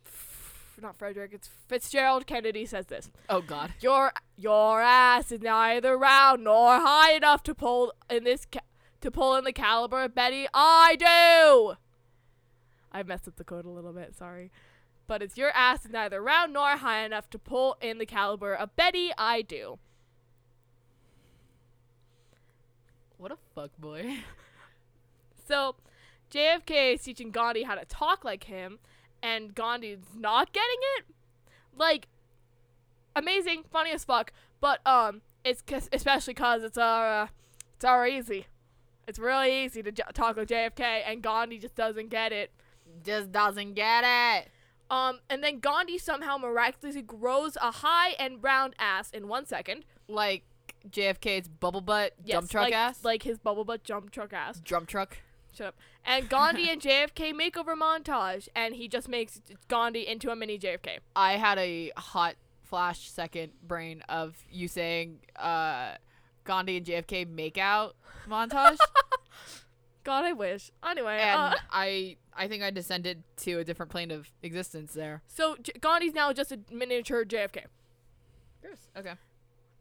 f- not Frederick, it's Fitzgerald Kennedy says this:
Oh god.
Your your ass is neither round nor high enough to pull in this ca- to pull in the caliber of Betty. I do. I messed up the code a little bit. Sorry. But it's your ass is neither round nor high enough to pull in the caliber of Betty. I do.
What a fuck boy.
So, JFK is teaching Gandhi how to talk like him, and Gandhi's not getting it. Like, amazing, funny as fuck, but um, it's c- especially cause it's uh, it's our easy. It's really easy to j- talk with JFK, and Gandhi just doesn't get it.
Just doesn't get it.
Um, and then Gandhi somehow miraculously grows a high and round ass in one second.
Like JFK's bubble butt
Yes,
dump truck
like,
ass.
like his bubble butt jump truck ass.
drum truck.
Shut up. And Gandhi and JFK makeover montage, and he just makes Gandhi into a mini JFK.
I had a hot flash second brain of you saying uh Gandhi and JFK make out montage.
God, I wish. Anyway, uh,
and I I think I descended to a different plane of existence there.
so J- Gandhi's now just a miniature JFK,
Okay.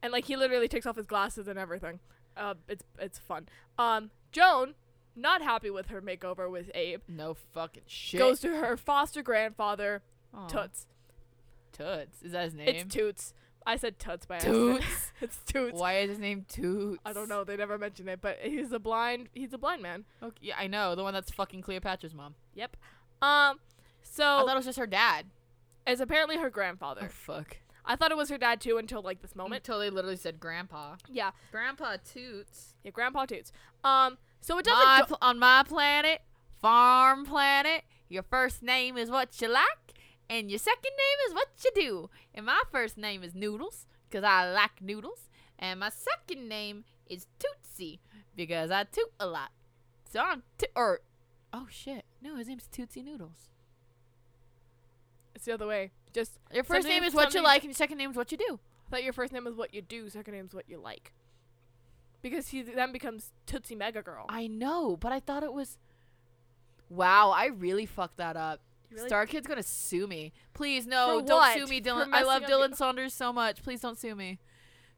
and like he literally takes off his glasses and everything. Uh, it's it's fun. Um, Joan, not happy with her makeover with Abe,
No fucking shit.
goes to her foster grandfather
Aw.
Toots.
Toots. Is that his name?
It's Toots. I said Toots by accident.
Toots.
it's Toots.
Why is his name Toots?
I don't know. They never mentioned it, but he's a blind. He's a blind man.
Okay, yeah, I know the one that's fucking Cleopatra's mom.
Yep. Um.
I
So
thought it was just her dad.
it's apparently her grandfather.
fuck.
I thought it was her dad too until like this moment.
Until they literally said grandpa.
Yeah,
Grandpa Toots.
yeah, Grandpa Toots. Um, so it doesn't.
My
go-
pl- on my planet,
farm planet. Your first name is what you like, and your second name is what you do. And my first name is Noodles, because I like noodles. And my second name is Tootsie, because I toot a lot. So I'm to- or oh shit, no, his name's Tootsie Noodles.
It's the other way. Just
Your first
Something-
name is what you
something-
like, and your second name is what you do.
that your first name is what you do, second name is what you like. Because he then becomes Tootsie Mega Girl.
I know, but I thought it was. Wow, I really fucked that up.
You really-
Star Kid's gonna sue me. Please no,
For
don't
what?
sue me,
For
Dylan. I
messing
love
up
Dylan
your-
Saunders so much. Please don't sue me.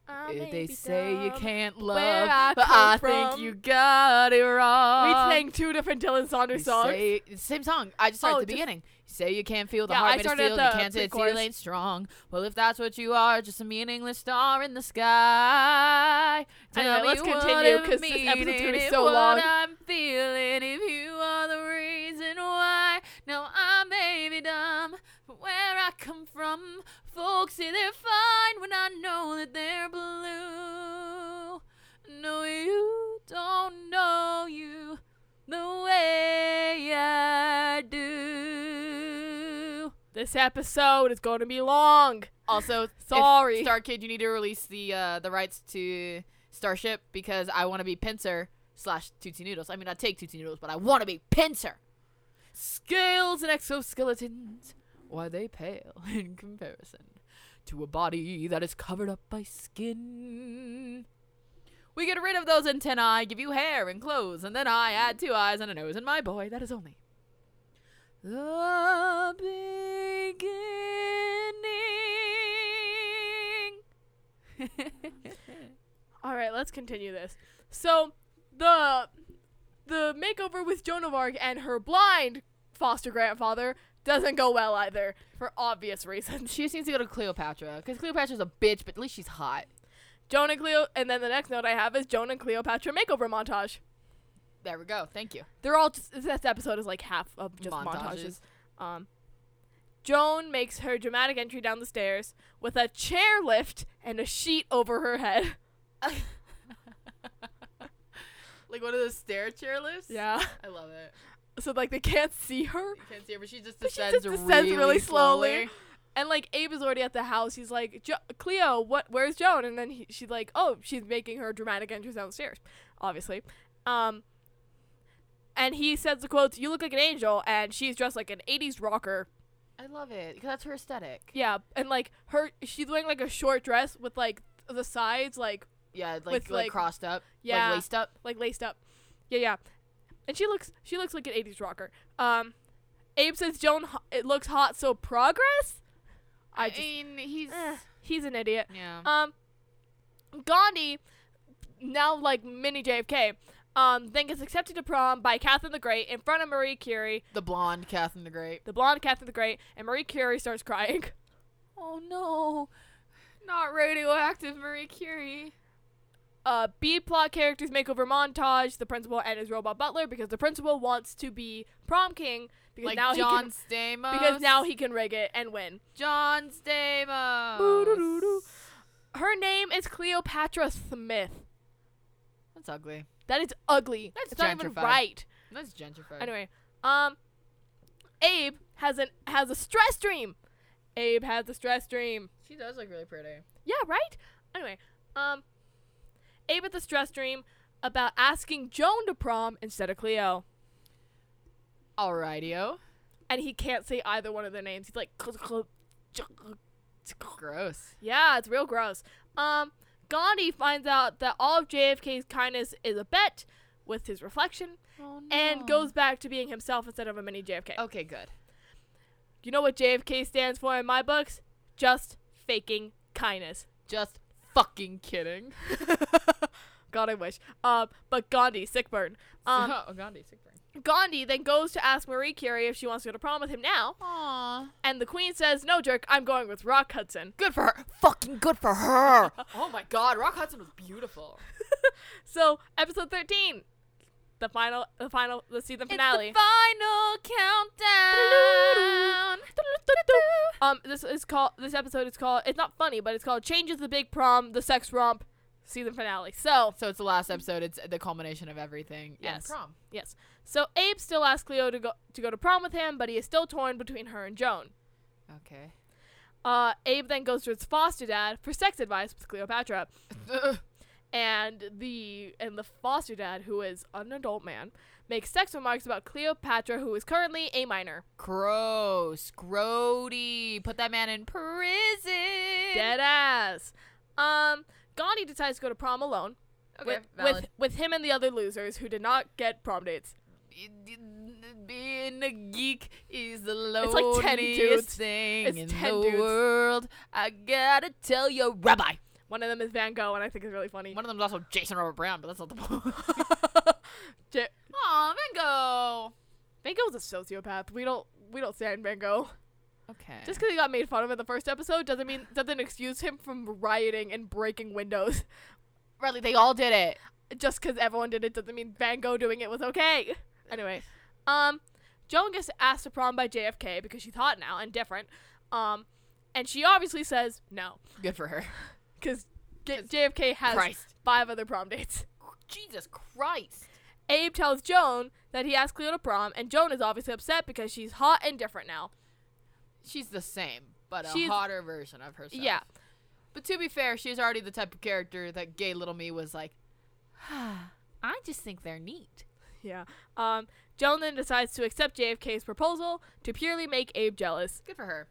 I
Eh,
may
they
be
say you
Ah, dumb.
can't
where
love,
I
but
come
I think
from.
you got it
We
wrong.
sang two different Dylan
You
Saunders songs.
say- it's the same song. I just started
Oh,
at the
just-
beginning. You say you can't feel the
Yeah, I
heart made of
started at
steel.
the
You can't say the
pre-chorus.
steel ain't strong. Well, if that's what you are, just a meaningless star in the sky. Tell
Anyway,
me
let's
what
continue,
I'm
'cause this episode's gonna be
meaning and
so
what
long.
I'm feeling if you are the reason why. Now I may be dumb, but where I come from, folks say they're fine when I know that they're blue. No, you don't know you the way I do.
This episode is going to be long.
Also,
Sorry.
Star Kid, you need to release the uh, the rights to Starship because I want to be Pincer slash Tootsie Noodles. I mean, I take Tootsie Noodles, but I want to be Pincer. Scales and exoskeletons, why they pale in comparison to a body that is covered up by skin. We get rid of those antennae, give you hair and clothes, and then I add two eyes and a nose, and my boy, that is only the beginning.
All right, let's continue this. So the the makeover with Joan of Arc and her blind foster grandfather doesn't go well either, for obvious reasons.
She just needs to go to Cleopatra because Cleopatra's a bitch, but at least she's hot.
Joan and Cleo, and then the next note I have is Joan and Cleopatra makeover montage.
There we go. Thank you.
They're all just this episode is like half of just montages. Um, Joan makes her dramatic entry down the stairs with a chair lift and a sheet over her head.
Like one of those stair chairlifts.
Yeah,
I love it.
so like they can't see her.
You can't see her, but she just
But she
descends,
just descends
really,
really slowly.
slowly.
And like Abe is already at the house. He's like, jo- Cleo, what? Where's Joan? And then he, she's like, Oh, she's making her dramatic entrance downstairs, obviously. Um, and he says the quotes, "You look like an angel," and she's dressed like an '80s rocker.
I love it because that's her aesthetic.
Yeah, and like her, she's wearing like a short dress with like the sides like
Yeah, like
With,
like,
like-
crossed up.
Yeah.
like laced up.
like laced up. Yeah, yeah. And she looks she looks like an '80s rocker. Um, Abe says Joan, ho- it looks hot, so progress. I just
mean, he's
eh, he's an idiot.
yeah.
Um, Gandhi, now like mini JFK, um, then gets accepted to prom by Catherine the Great in front of Marie Curie,
the blonde Catherine the Great.
the blonde Catherine the Great, and Marie Curie starts crying.
Oh no, not radioactive Marie Curie.
Uh, B plot characters makeover montage. The principal and his robot butler because the principal wants to be prom king because
Like
now
John
he
Stamos.
can because now he can rig it and win.
John Stamos.
Boo-doo-doo-doo. Her name is Cleopatra Smith.
That's ugly.
That is ugly.
That's
it's not even
gentrified.
right.
That's gentrified.
Anyway, um, Abe has an has a stress dream. Abe has a stress dream.
she does look really pretty.
Yeah, right. Anyway, um, Abe has a stress dream about asking Joan to prom instead of Cleo,
Alrightio.
and he can't say either one of their names. He's like,
Gross.
yeah, it's real gross. Um, Gandhi finds out that all of JFK's kindness is a bet with his reflection, and goes back to being himself instead of a mini JFK.
Okay, good.
You know what JFK stands for in my books? Just faking kindness.
Just fucking kidding.
God, I wish. Um, but Gandhi, sick burn. Um,
oh, Gandhi, sick brain.
Gandhi then goes to ask Marie Curie if she wants to go to prom with him now,
Aw,
and the Queen says, "No, jerk. I'm going with Rock Hudson."
good for her. Fucking good for her. oh my God, Rock Hudson was beautiful.
So, episode thirteen, the final, the final, the season finale.
It's the final countdown.
um, this is called. This episode is called. It's not funny, but it's called "Changes the Big Prom, the Sex Romp, season finale. So
So it's the last episode. It's the culmination of everything. Yeah,
Yes.
Prom.
Yes. So Abe still asks Cleo to go to go to prom with him, but he is still torn between her and Joan.
Okay.
Uh, Abe then goes to his foster dad for sex advice with Cleopatra, and the and the foster dad, who is an adult man, makes sex remarks about Cleopatra, who is currently a minor.
Gross. Grody. Put that man in prison.
Dead ass. Um, Gandhi decides to go to prom alone
Okay.
with,
valid.
with with him and the other losers who did not get prom dates.
being a geek is the
It's like 10
loneliest
dudes.
thing
It's
in
10
the
dudes.
world. I gotta tell you, Rabbi.
One of them is Van Gogh, and I think it's really funny.
One of them's also Jason Robert Brown, but that's not the point.
Ja-
Aw, Mango.
Van Gogh's a sociopath. We don't we don't stand Van Gogh.
Okay.
Just because he got made fun of in the first episode doesn't mean doesn't excuse him from rioting and breaking windows.
really, they all did it.
Just because everyone did it doesn't mean Van Gogh doing it was okay. Anyway, um, Joan gets asked to prom by JFK because she's hot now and different. Um, and she obviously says no
Good for her.
because JFK has
Christ.
five other prom dates.
Jesus Christ.
Abe tells Joan that he asked Cleo to prom, and Joan is obviously upset because she's hot and different now.
She's the same, but a
She's-
hotter version of herself.
Yeah.
But to be fair, she's already the type of character that gay little me was like, I just think they're neat.
Yeah. Um, Joan then decides to accept JFK's proposal to purely make Abe jealous.
Good for her.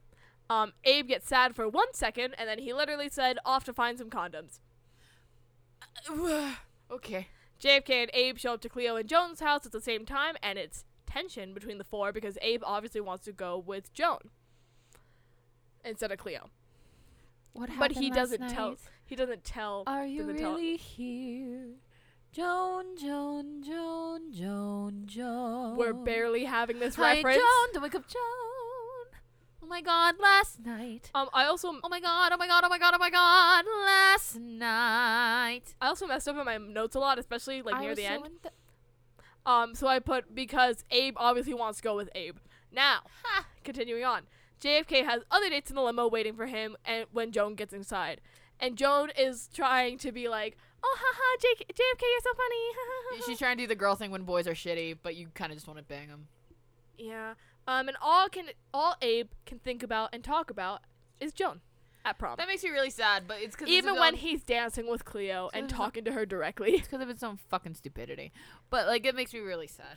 Um, Abe gets sad for one second, and then he literally said, off to find some condoms.
okay.
JFK and Abe show up to Cleo and Joan's house at the same time, and it's tension between the four because Abe obviously wants to go with Joan instead of Cleo.
What
But he doesn't tell. He doesn't tell.
Are you
doesn't tell-
really here? Joan, Joan, Joan, Joan, Joan.
We're barely having this
Oh. Hi,
reference.
Joan, don't wake up, Joan. Oh my God, last night.
Um, I also
Oh my God, oh my God, oh my God, oh my God, last night.
I also messed up in my notes a lot, especially like
I
near
was
the
so
end.
in-
Um, so I put because Abe obviously wants to go with Abe. Now, continuing on, JFK has other dates in the limo waiting for him, and when Joan gets inside, and Joan is trying to be like, "Oh, haha, J- JFK, you're so funny." ha, ha, ha, ha."
She's trying to do the girl thing when boys are shitty, but you kind of just want to bang them.
yeah. Um, and all can all Abe can think about and talk about is Joan at prom.
That makes me really sad, but it's because
Even when he's dancing with Cleo and talking to her directly.
because of its own fucking stupidity. But like, it makes me really sad.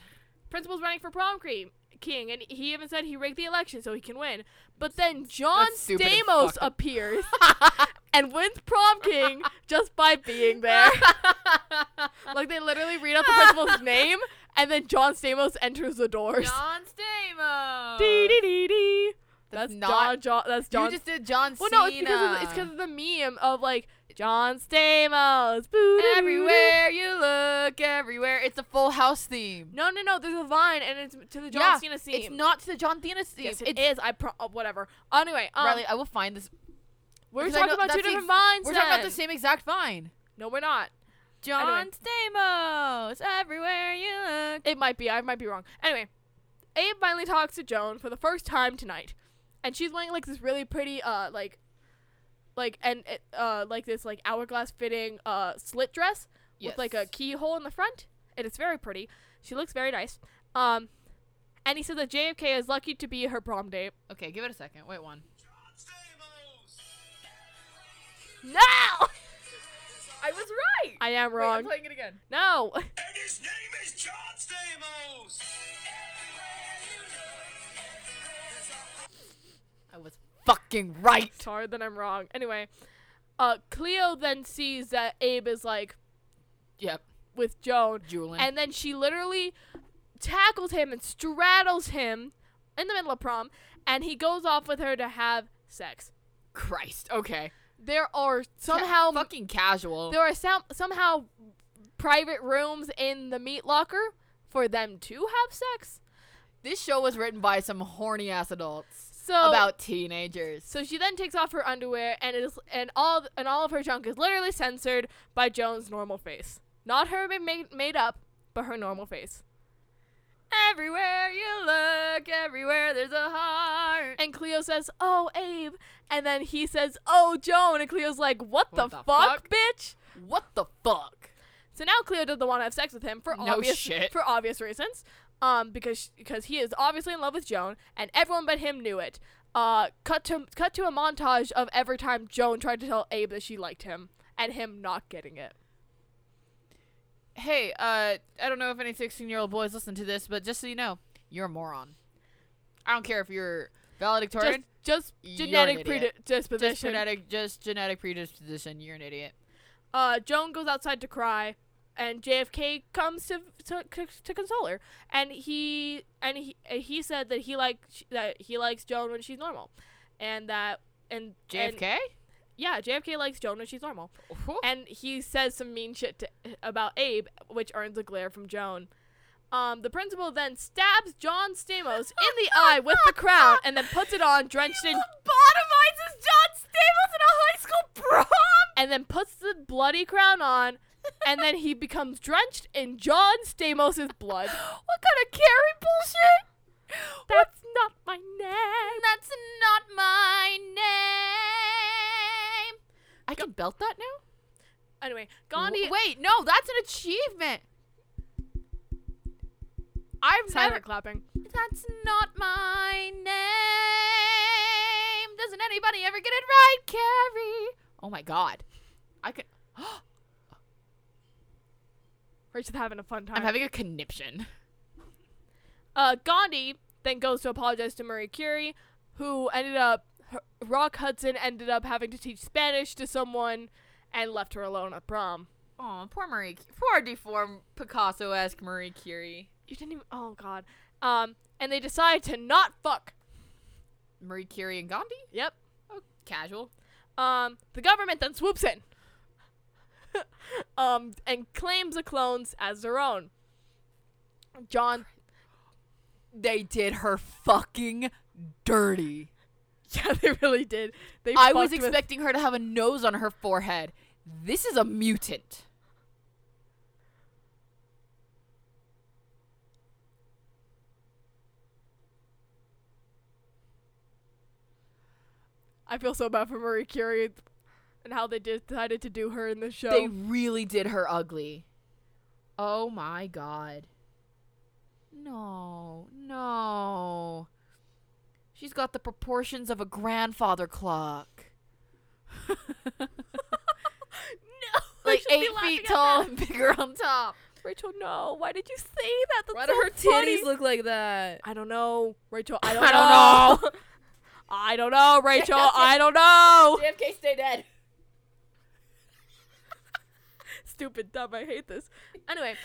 Principal's running for prom cream king, and he even said he rigged the election so he can win. But then John
That's stupid and
Stamos
fucked up.
appears and wins prom king just by being there. like they literally read out the principal's name, and then John Stamos enters the doors.
John Stamos.
Dee dee dee dee.
That's
That's
not-
John. John that's John.
You just uh, did John
well,
Cena.
no, it's because of, the- it's because of the meme of like John Stamos. boo doo doo doo.
everywhere you look, everywhere. It's a Full House theme.
No, no, no. There's a vine, and it's to the John
yeah,
Cena scene.
it's not to the John Cena theme.
Yes,
it's
it is. I pro- oh, whatever. Anyway, um,
Riley, I will find this.
we're
because I
talking
know-
about
that's
two
the
different
ex-
vines.
We're talking about the
then.
same exact vine.
No, we're not.
John
Anyway.
Stamos, everywhere you look.
It might be. I might be wrong. Anyway, Abe finally talks to Joan for the first time tonight, and she's wearing like this really pretty, uh, like, like and uh, like this like hourglass fitting uh slit dress with like a
Yes.
keyhole in the front, and it's very pretty. She looks very nice. Um, and he says that JFK is lucky to be her prom date.
Okay, give it a second. Wait one.
No,
I was right.
I am wrong.
it again.
no.
And his name is John Stamos.
I was fucking right.
Sorry that I'm wrong. Anyway, uh, Cleo then sees that Abe is like
Yep.
with Joan,
Julian.
and then she literally tackles him and straddles him in the middle of prom, and he goes off with her to have sex.
Christ. Okay.
There are
Somehow
somehow
fucking casual.
there are some somehow private rooms in the meat locker for them to have sex.
This show was written by some horny ass adults
So
about teenagers.
So she then takes off her underwear and it is and all and all of her junk is literally censored by Joan's normal face. Not her ma- made made up, but her normal face. Everywhere you look, everywhere there's a heart. And Cleo says, Oh, Abe. And then he says, Oh, Joan. And Cleo's like, What, the,
the
fuck, bitch?
What the fuck?
So now Cleo doesn't want to have sex with him for
No
obvious
shit.
for obvious reasons, um, because because he is obviously in love with Joan, and everyone but him knew it. Uh, cut to cut to a montage of every time Joan tried to tell Abe that she liked him, and him not getting it.
Hey, uh, I don't know if any 16 year old boys listen to this, but just so you know, you're a moron. I don't care if you're
Just,
valedictorian,
just
You're an
genetic
idiot.
predisposition.
just genetic, just genetic predisposition. You're an idiot.
uh, Joan goes outside to cry, and JFK comes to to, to console her, and he and he uh, he said that he like that he likes Joan when she's normal, and that and and-
JFK?
yeah, JFK likes Joan when she's normal,
Whew.
and he says some mean shit to, about Abe, which earns a glare from Joan. Um, the principal then stabs John Stamos in the eye with the crown, and then puts it on, drenched in
Lobotomizes John Stamos in a high school prom.
and then puts the bloody crown on, and then he becomes drenched in John Stamos's blood.
What kind of carry bullshit?
That's not my name.
That's not my name.
I can belt that now?
Anyway, Gandhi.
W- Wait, no, that's an achievement.
I've silent clapping.
That's not my name. Doesn't anybody ever get it right, Carrie?
Oh my god. I could.
We're just having a fun time.
I'm having a conniption.
uh, Gandhi then goes to apologize to Marie Curie, who ended up her, Rock Hudson ended up having to teach Spanish to someone, and left her alone at prom.
Oh, poor Marie. Poor deformed Picasso esque Marie Curie.
You didn't even. Oh God. Um, and they decide to not fuck.
Marie Curie and Gandhi?
Yep.
Oh, casual.
Um, the government then swoops in. um, and claims the clones as their own. John,
They did her fucking dirty.
yeah, they really did. They
I was
fucked with-
expecting her to have a nose on her forehead. This is a mutant.
I feel so bad for Marie Curie and how they decided to do her in the show.
They really did her ugly. Oh my god. No, no. She's got the proportions of a grandfather clock.
no,
Like eight feet tall and bigger on top.
Rachel, no. Why did you say that? That's
Why do
so
her
funny.
titties look like that?
I don't know, Rachel. I don't
I
know.
don't
I don't know, Rachel. I don't know.
JFK, stay dead.
Stupid dumb. I hate this. Anyway,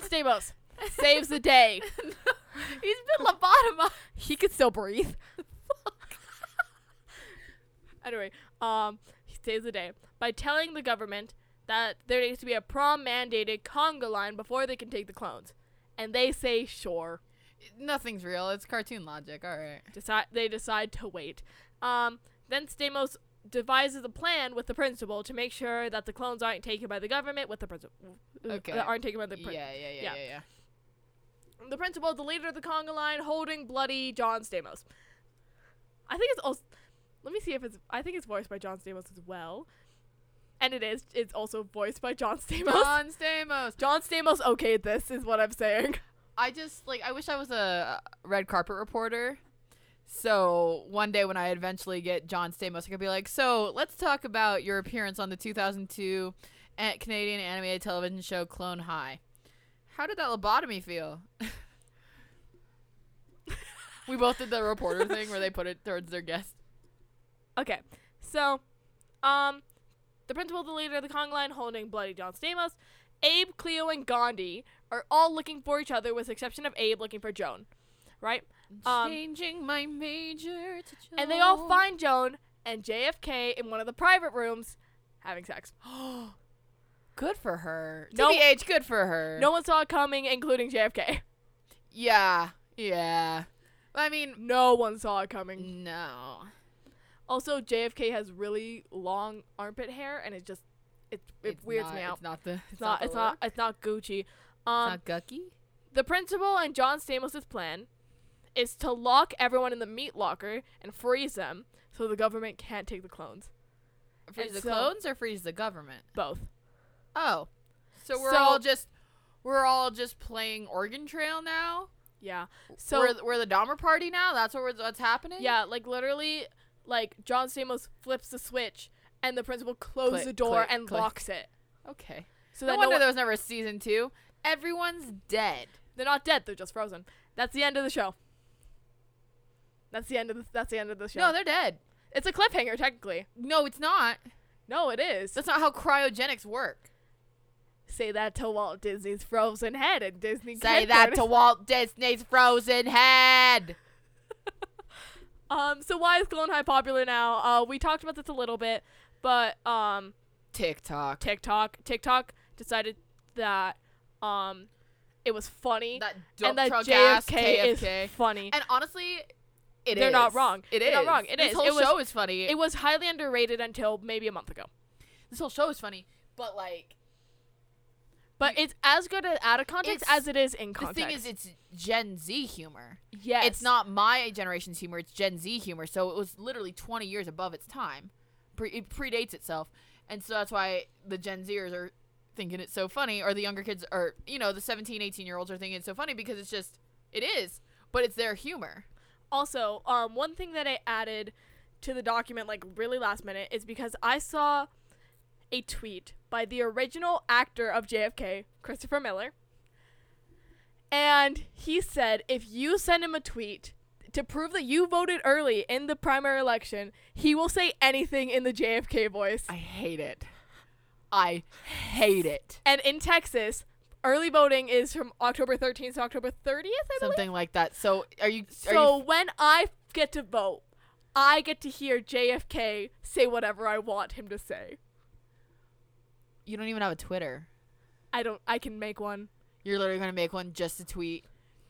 Stamos saves the day.
He's been lobotomized.
he could still breathe. anyway, um, he saves the day by telling the government that there needs to be a prom mandated conga line before they can take the clones, and they say sure.
Nothing's real. It's cartoon logic. All right.
Decide they decide to wait. Um, then Stamos devises a plan with the principal to make sure that the clones aren't taken by the government with the principal.
Okay.
aren't taken by the
Yeah,
prin-
yeah, yeah, yeah,
Yeah.
yeah. yeah.
the principal, the leader of the conga line, holding bloody John Stamos. I think it's also. Let me see if it's. I think it's voiced by John Stamos as well, and it is. It's also voiced by John Stamos. John,
John Stamos.
Stamos okayed this, is what I'm saying.
I just like I wish I was a red carpet reporter. So one day when I eventually get John Stamos, I could be like, "So let's talk about your appearance on the 2002 a- Canadian animated television show Clone High. How did that lobotomy feel?" we both did the reporter thing where they put it towards their guest.
Okay, so, um, the principal, the leader of the conga line, holding bloody John Stamos. Abe, Cleo, and Gandhi are all looking for each other, with the exception of Abe looking for Joan, right? Um,
Changing my major to
and they all
Joan.
find Joan and JFK in one of the private rooms having sex.
good for her.
No-
TBH, good for her.
No one saw it coming, including JFK.
Yeah. Yeah. I mean,
No one saw it coming.
no.
Also, JFK has really long armpit hair, and it just it it
It's
weirds
not-
me out.
It's not the. It's,
It's not it's not it's not Gucci. Um,
Gucky.
The principal and John Stamos' plan is to lock everyone in the meat locker and freeze them so the government can't take the clones.
Freeze the
so-
clones or freeze the government?
Both.
Oh, so we're
So-
all just we're all just playing Oregon Trail now.
Yeah. So
So we're, we're the Dahmer party now. That's what we're, what's happening.
yeah, like literally, like John Stamos flips the switch and the principal closes
Click,
the door
click,
and
click.
locks it.
Okay.
So
No
that
wonder
no one-
there was never a season two. Everyone's dead.
They're not dead. They're just frozen. That's the end of the show. That's the end of the. That's the end of the show.
No, they're dead.
it's a cliffhanger technically.
No, it's not.
No, it is.
That's not how cryogenics work.
Say that to Walt Disney's frozen head and Disney.
Say that to
headquarters.
Walt Disney's frozen head.
Um. So why is Clone High popular now? Uh, we talked about this a little bit, but um,
TikTok.
TikTok, TikTok decided that um, it was funny
That dump
and that
truck
JFK
ass KFK.
is funny.
and honestly, it
They're not
is.
wrong.
It
They're not
is.
wrong. It
this
is.
whole
It was-
show is funny.
it was highly underrated until maybe a month ago.
this whole show is funny. But like,
But it's as good a- out of context
It's-
as it is in context.
the thing is, it's Gen Z humor.
yes.
It's not my generation's humor. It's Gen Z humor. So it was literally 20 years above its time. Pre- it predates itself, and so that's why the Gen Zers are thinking it's so funny, or the younger kids, or you know, the 17, 18 year olds are thinking it's so funny because it's just it is, but it's their humor.
Also, um, one thing that I added to the document like really last minute is because I saw a tweet by the original actor of JFK, Christopher Miller, and he said if you send him a tweet to prove that you voted early in the primary election, he will say anything in the JFK voice.
I hate it. I hate it.
and in Texas, early voting is from October 13th to October 30th, I believe.
Something like that. So are you? Are
So
you,
when I get to vote, I get to hear JFK say whatever I want him to say.
you don't even have a Twitter.
I don't. I can make one.
You're literally gonna make one just to tweet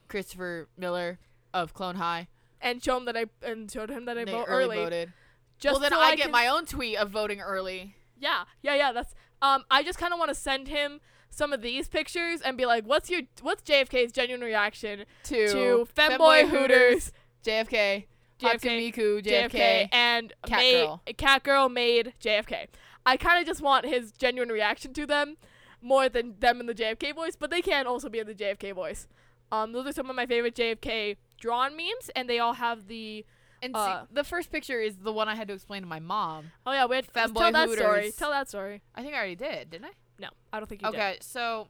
Christopher Miller of Clone High.
And show him that I and showed him that I
They
vote
early
early.
voted.
Just
well, then
so
I,
can-
get my own tweet of voting early.
Yeah, yeah, yeah. That's. Um, I just kind of want to send him some of these pictures and be like, "What's your What's JFK's genuine reaction
To
to femboy,
Femboy
hooters,
JFK,
JFK,
JFK, Miku, JFK.
JFK, and
Cat
made,
Girl.
Cat Girl made JFK. I kind of just want his genuine reaction to them more than them in the JFK voice, but they can also be in the JFK voice. Um, those are some of my favorite JFK drawn memes, and they all have the
And
Uh,
see, the first picture is the one I had to explain to my mom.
oh yeah, we had let's
Femboy
tell that story.
Hooters.
Tell that story.
I think I already did, didn't I?
No, I don't think you
okay, so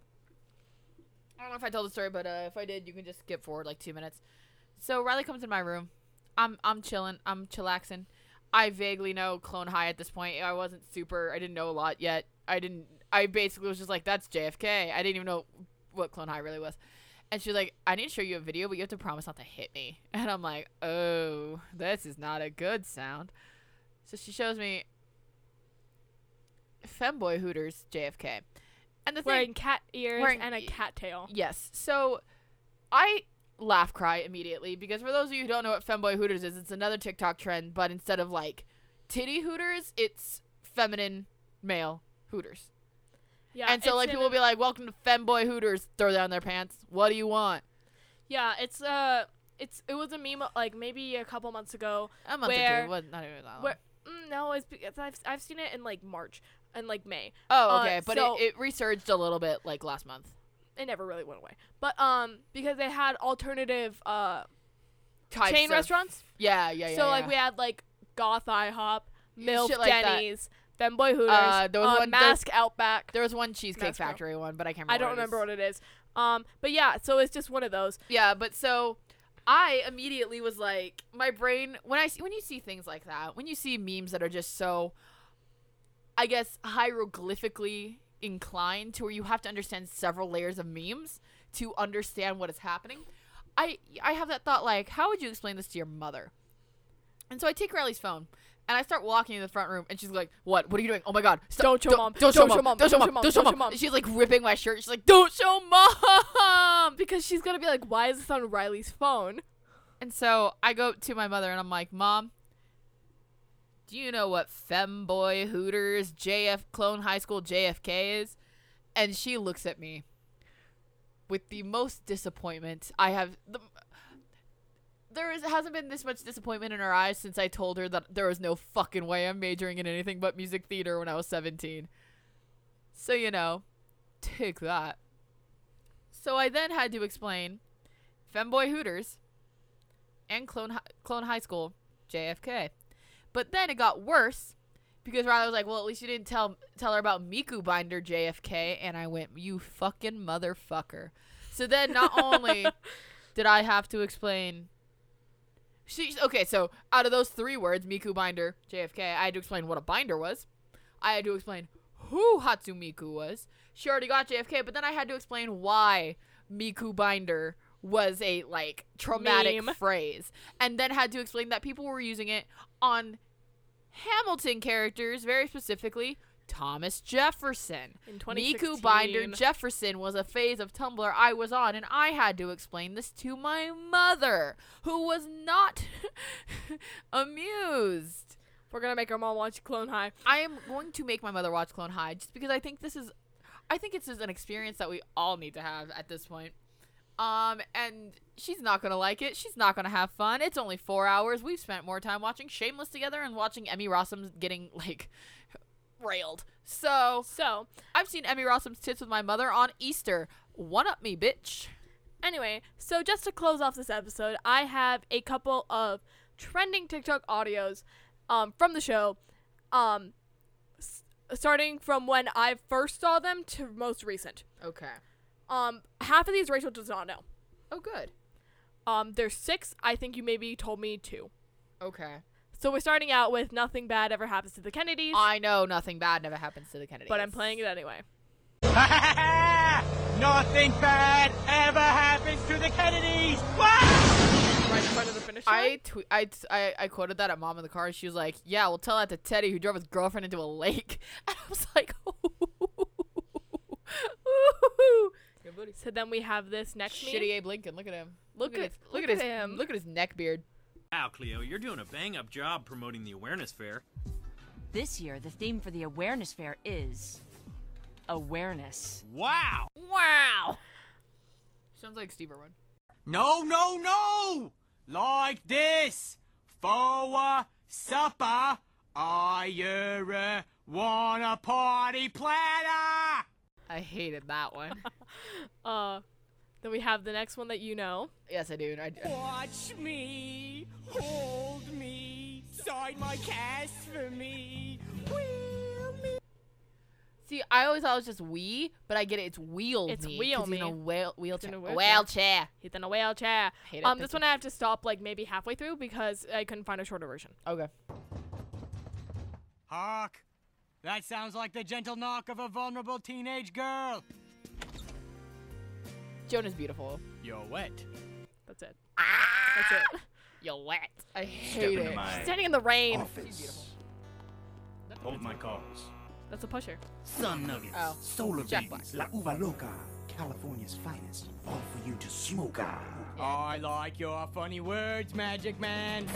I don't know if I told the story, but uh, if I did, you can just skip forward like two minutes. So Riley comes in my room. I'm I'm chilling. I'm chillaxing. I vaguely know Clone High at this point. I wasn't super. I didn't know a lot yet. I didn't. I basically was just like, "That's JFK." I didn't even know what Clone High really was. And she's like, "I need to show you a video, but you have to promise not to hit me." And I'm like, "Oh, this is not a good sound." So she shows me Femboy Hooters JFK, and the
did. Wearing
thing
cat ears
Wearing-
and a cat tail.
Yes. So I laugh cry immediately because for those of you who don't know what femboy hooters is, it's another TikTok trend, but instead of like titty hooters, it's feminine male hooters.
Yeah,
and so
it's
like
in
people will be like, "Welcome to femboy hooters." Throw down their pants. What do you want?
yeah, it's uh, it's it was a meme like maybe a couple months ago
A month or
Where-
two. What, not even that long.
Where, mm, no, it's because I've, I've seen it in like March and like May.
oh,
uh,
okay. but
so-
it, it resurged a little bit like last month.
It never really went away. But um, because they had alternative uh
Types
chain
of-
restaurants.
Yeah, yeah, yeah.
so like
yeah.
we had like Goth IHOP, Milf
Shit like that.
Denny's, Femboy Hooters,
Uh, there was
uh,
one- there-
Mask Outback.
there was one cheesecake
Mascaro.
factory one, but I can't. remember
I don't
what it is.
remember what it is. Um, but yeah, so it's just one of those.
Yeah, but so I immediately was like, my brain when I see, when you see things like that, when you see memes that are just so, I guess hieroglyphically inclined to where you have to understand several layers of memes to understand what is happening. I I have that thought like, how would you explain this to your mother? And so I take Riley's phone and I start walking in the front room, and she's like, "What? What are you doing? Oh my God! Stop.
Don't show mom.
Don't show mom! Don't show mom! Don't show mom!" And She's like ripping my shirt. She's like, "Don't show mom!"
Because she's gonna be like, why is this on Riley's phone?
And so I go to my mother and I'm like, Mom, do you know what Femboy Hooters JF Clone High School JFK is? And she looks at me with the most disappointment I have. The, there is hasn't been this much disappointment in her eyes since I told her that there was no fucking way I'm majoring in anything but music theater when I was 17. So you know, take that. So I then had to explain Femboy Hooters and Clone Hi- Clone High School JFK. But then it got worse because Riley was like, "Well, at least you didn't tell tell her about Miku Binder JFK." And I went, "You fucking motherfucker." So then not only did I have to explain she okay, so out of those three words, Miku Binder, JFK, I had to explain what a binder was. I had to explain who Hatsumiku was. She already got JFK, but then I had to explain why Miku Binder was a like traumatic
Meme.
phrase. And then had to explain that people were using it on Hamilton characters, very specifically Thomas Jefferson.
In
Miku Binder
2016.
Jefferson was a phase of Tumblr I was on, and I had to explain this to my mother, who was not amused.
We're gonna make our mom watch Clone High.
I am going to make my mother watch Clone High just because I think this is, I think it's just an experience that we all need to have at this point. Um, and she's not gonna like it. She's not gonna have fun. It's only four hours. We've spent more time watching Shameless together and watching Emmy Rossum getting like railed. So
So,
I've seen Emmy Rossum's tits with my mother on Easter. One up me, bitch.
anyway, so just to close off this episode, I have a couple of trending TikTok audios um, from the show, um, s- starting from when I first saw them to most recent.
Okay.
Um, half of these Rachel does not know.
Oh, good.
Um, there's six. I think you maybe told me two.
Okay.
So we're starting out with nothing bad ever happens to the Kennedys,
I know nothing bad never happens to the Kennedys.
but I'm playing it anyway.
Nothing bad ever happens to the Kennedys.
Right in front of the finish line.
I, tw- I, t- I, I quoted that at mom in the car. She was like, "Yeah, well, tell that to Teddy who drove his girlfriend into a lake." And I was like, "Ooh,
So then we have this next meme.
shitty Abe Lincoln. Look at him.
Look
his,
at- look
at
at
his,
him.
Look at his neck beard.
Wow, Cleo, you're doing a bang up job promoting the awareness fair.
This year, the theme for the awareness fair is awareness.
Wow!
Wow. Sounds like Steve Irwin.
No, no, no! Like this. For supper, I uh, want a party platter.
I hated that one.
Uh, then we have the next one that you know.
yes, I do. and I do.
Watch me, Oh. hold me, sign my cast for me. Wheel me.
See, I always thought it was just we, but I get it. It's wheel
It's
me.
wheel
'cause he's in a
me.
wheel, wheelchair.
in a
A
wheelchair.
wheelchair.
He's in a wheelchair.
Hate it,
Um,
thank
this
you.
one I have to stop like maybe halfway through because I couldn't find a shorter version.
Okay.
Hark! That sounds like the gentle knock of a vulnerable teenage girl.
Jonah's beautiful.
You're wet.
That's it. That's it.
You're wet. I hate it.
Standing in the rain.
Hold my calls.
That's a pusher.
Sun Nuggets,
Oh.
Solar
Jack
Beans, La Uva Loca, California's finest, all for you to smoke on.
I like your funny words, Magic Man.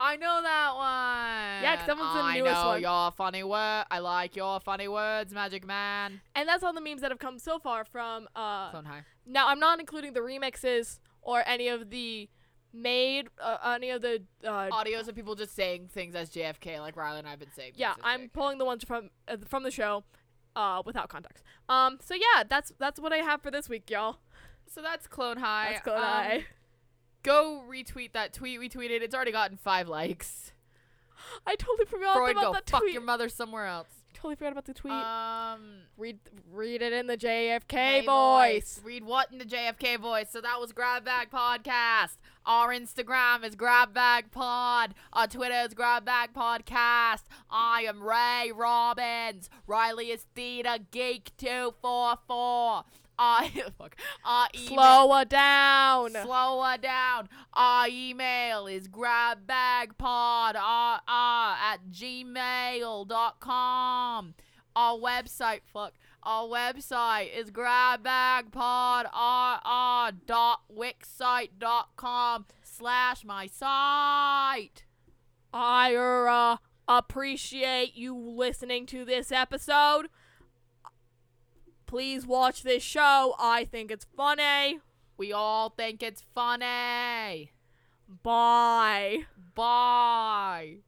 I know that one.
Yeah, 'cause that one's the
I
newest
know
one.
your funny word. I like your funny words, Magic Man.
And that's all the memes that have come so far from. Uh,
Clone High.
now I'm not including the remixes or any of the made uh, any of the uh,
Audios of people just saying things as JFK, like Riley and I have been saying.
yeah
things as
i'm
JFK.
pulling the ones from uh, from the show uh without context um so yeah that's that's what i have for this week y'all
So that's Clone High.
let's go
Um,
I.
Go retweet that tweet we tweeted. It's already gotten five likes.
i totally forgot
Freud,
about
go
that
fuck
tweet
your mother somewhere else.
totally forgot about the tweet
Um.
read read it in the jfk
Hey,
voice
Read what in the JFK voice. So that was Grab Bag Podcast. Our Instagram is Grab Bag Pod. Our Twitter is Grab Bag Podcast. I am Ray Robbins. Riley is Theta Geek two four four. I fuck. Our email,
slower down
Slower down. Our email is grabbagpod uh, uh, at gmail.com. Our website, fuck. Our website is grabbagpodrr.wixsite.com slash my site.
i uh, appreciate you listening to this episode Please watch this show. I think it's funny.
We all think it's funny.
Bye.
Bye.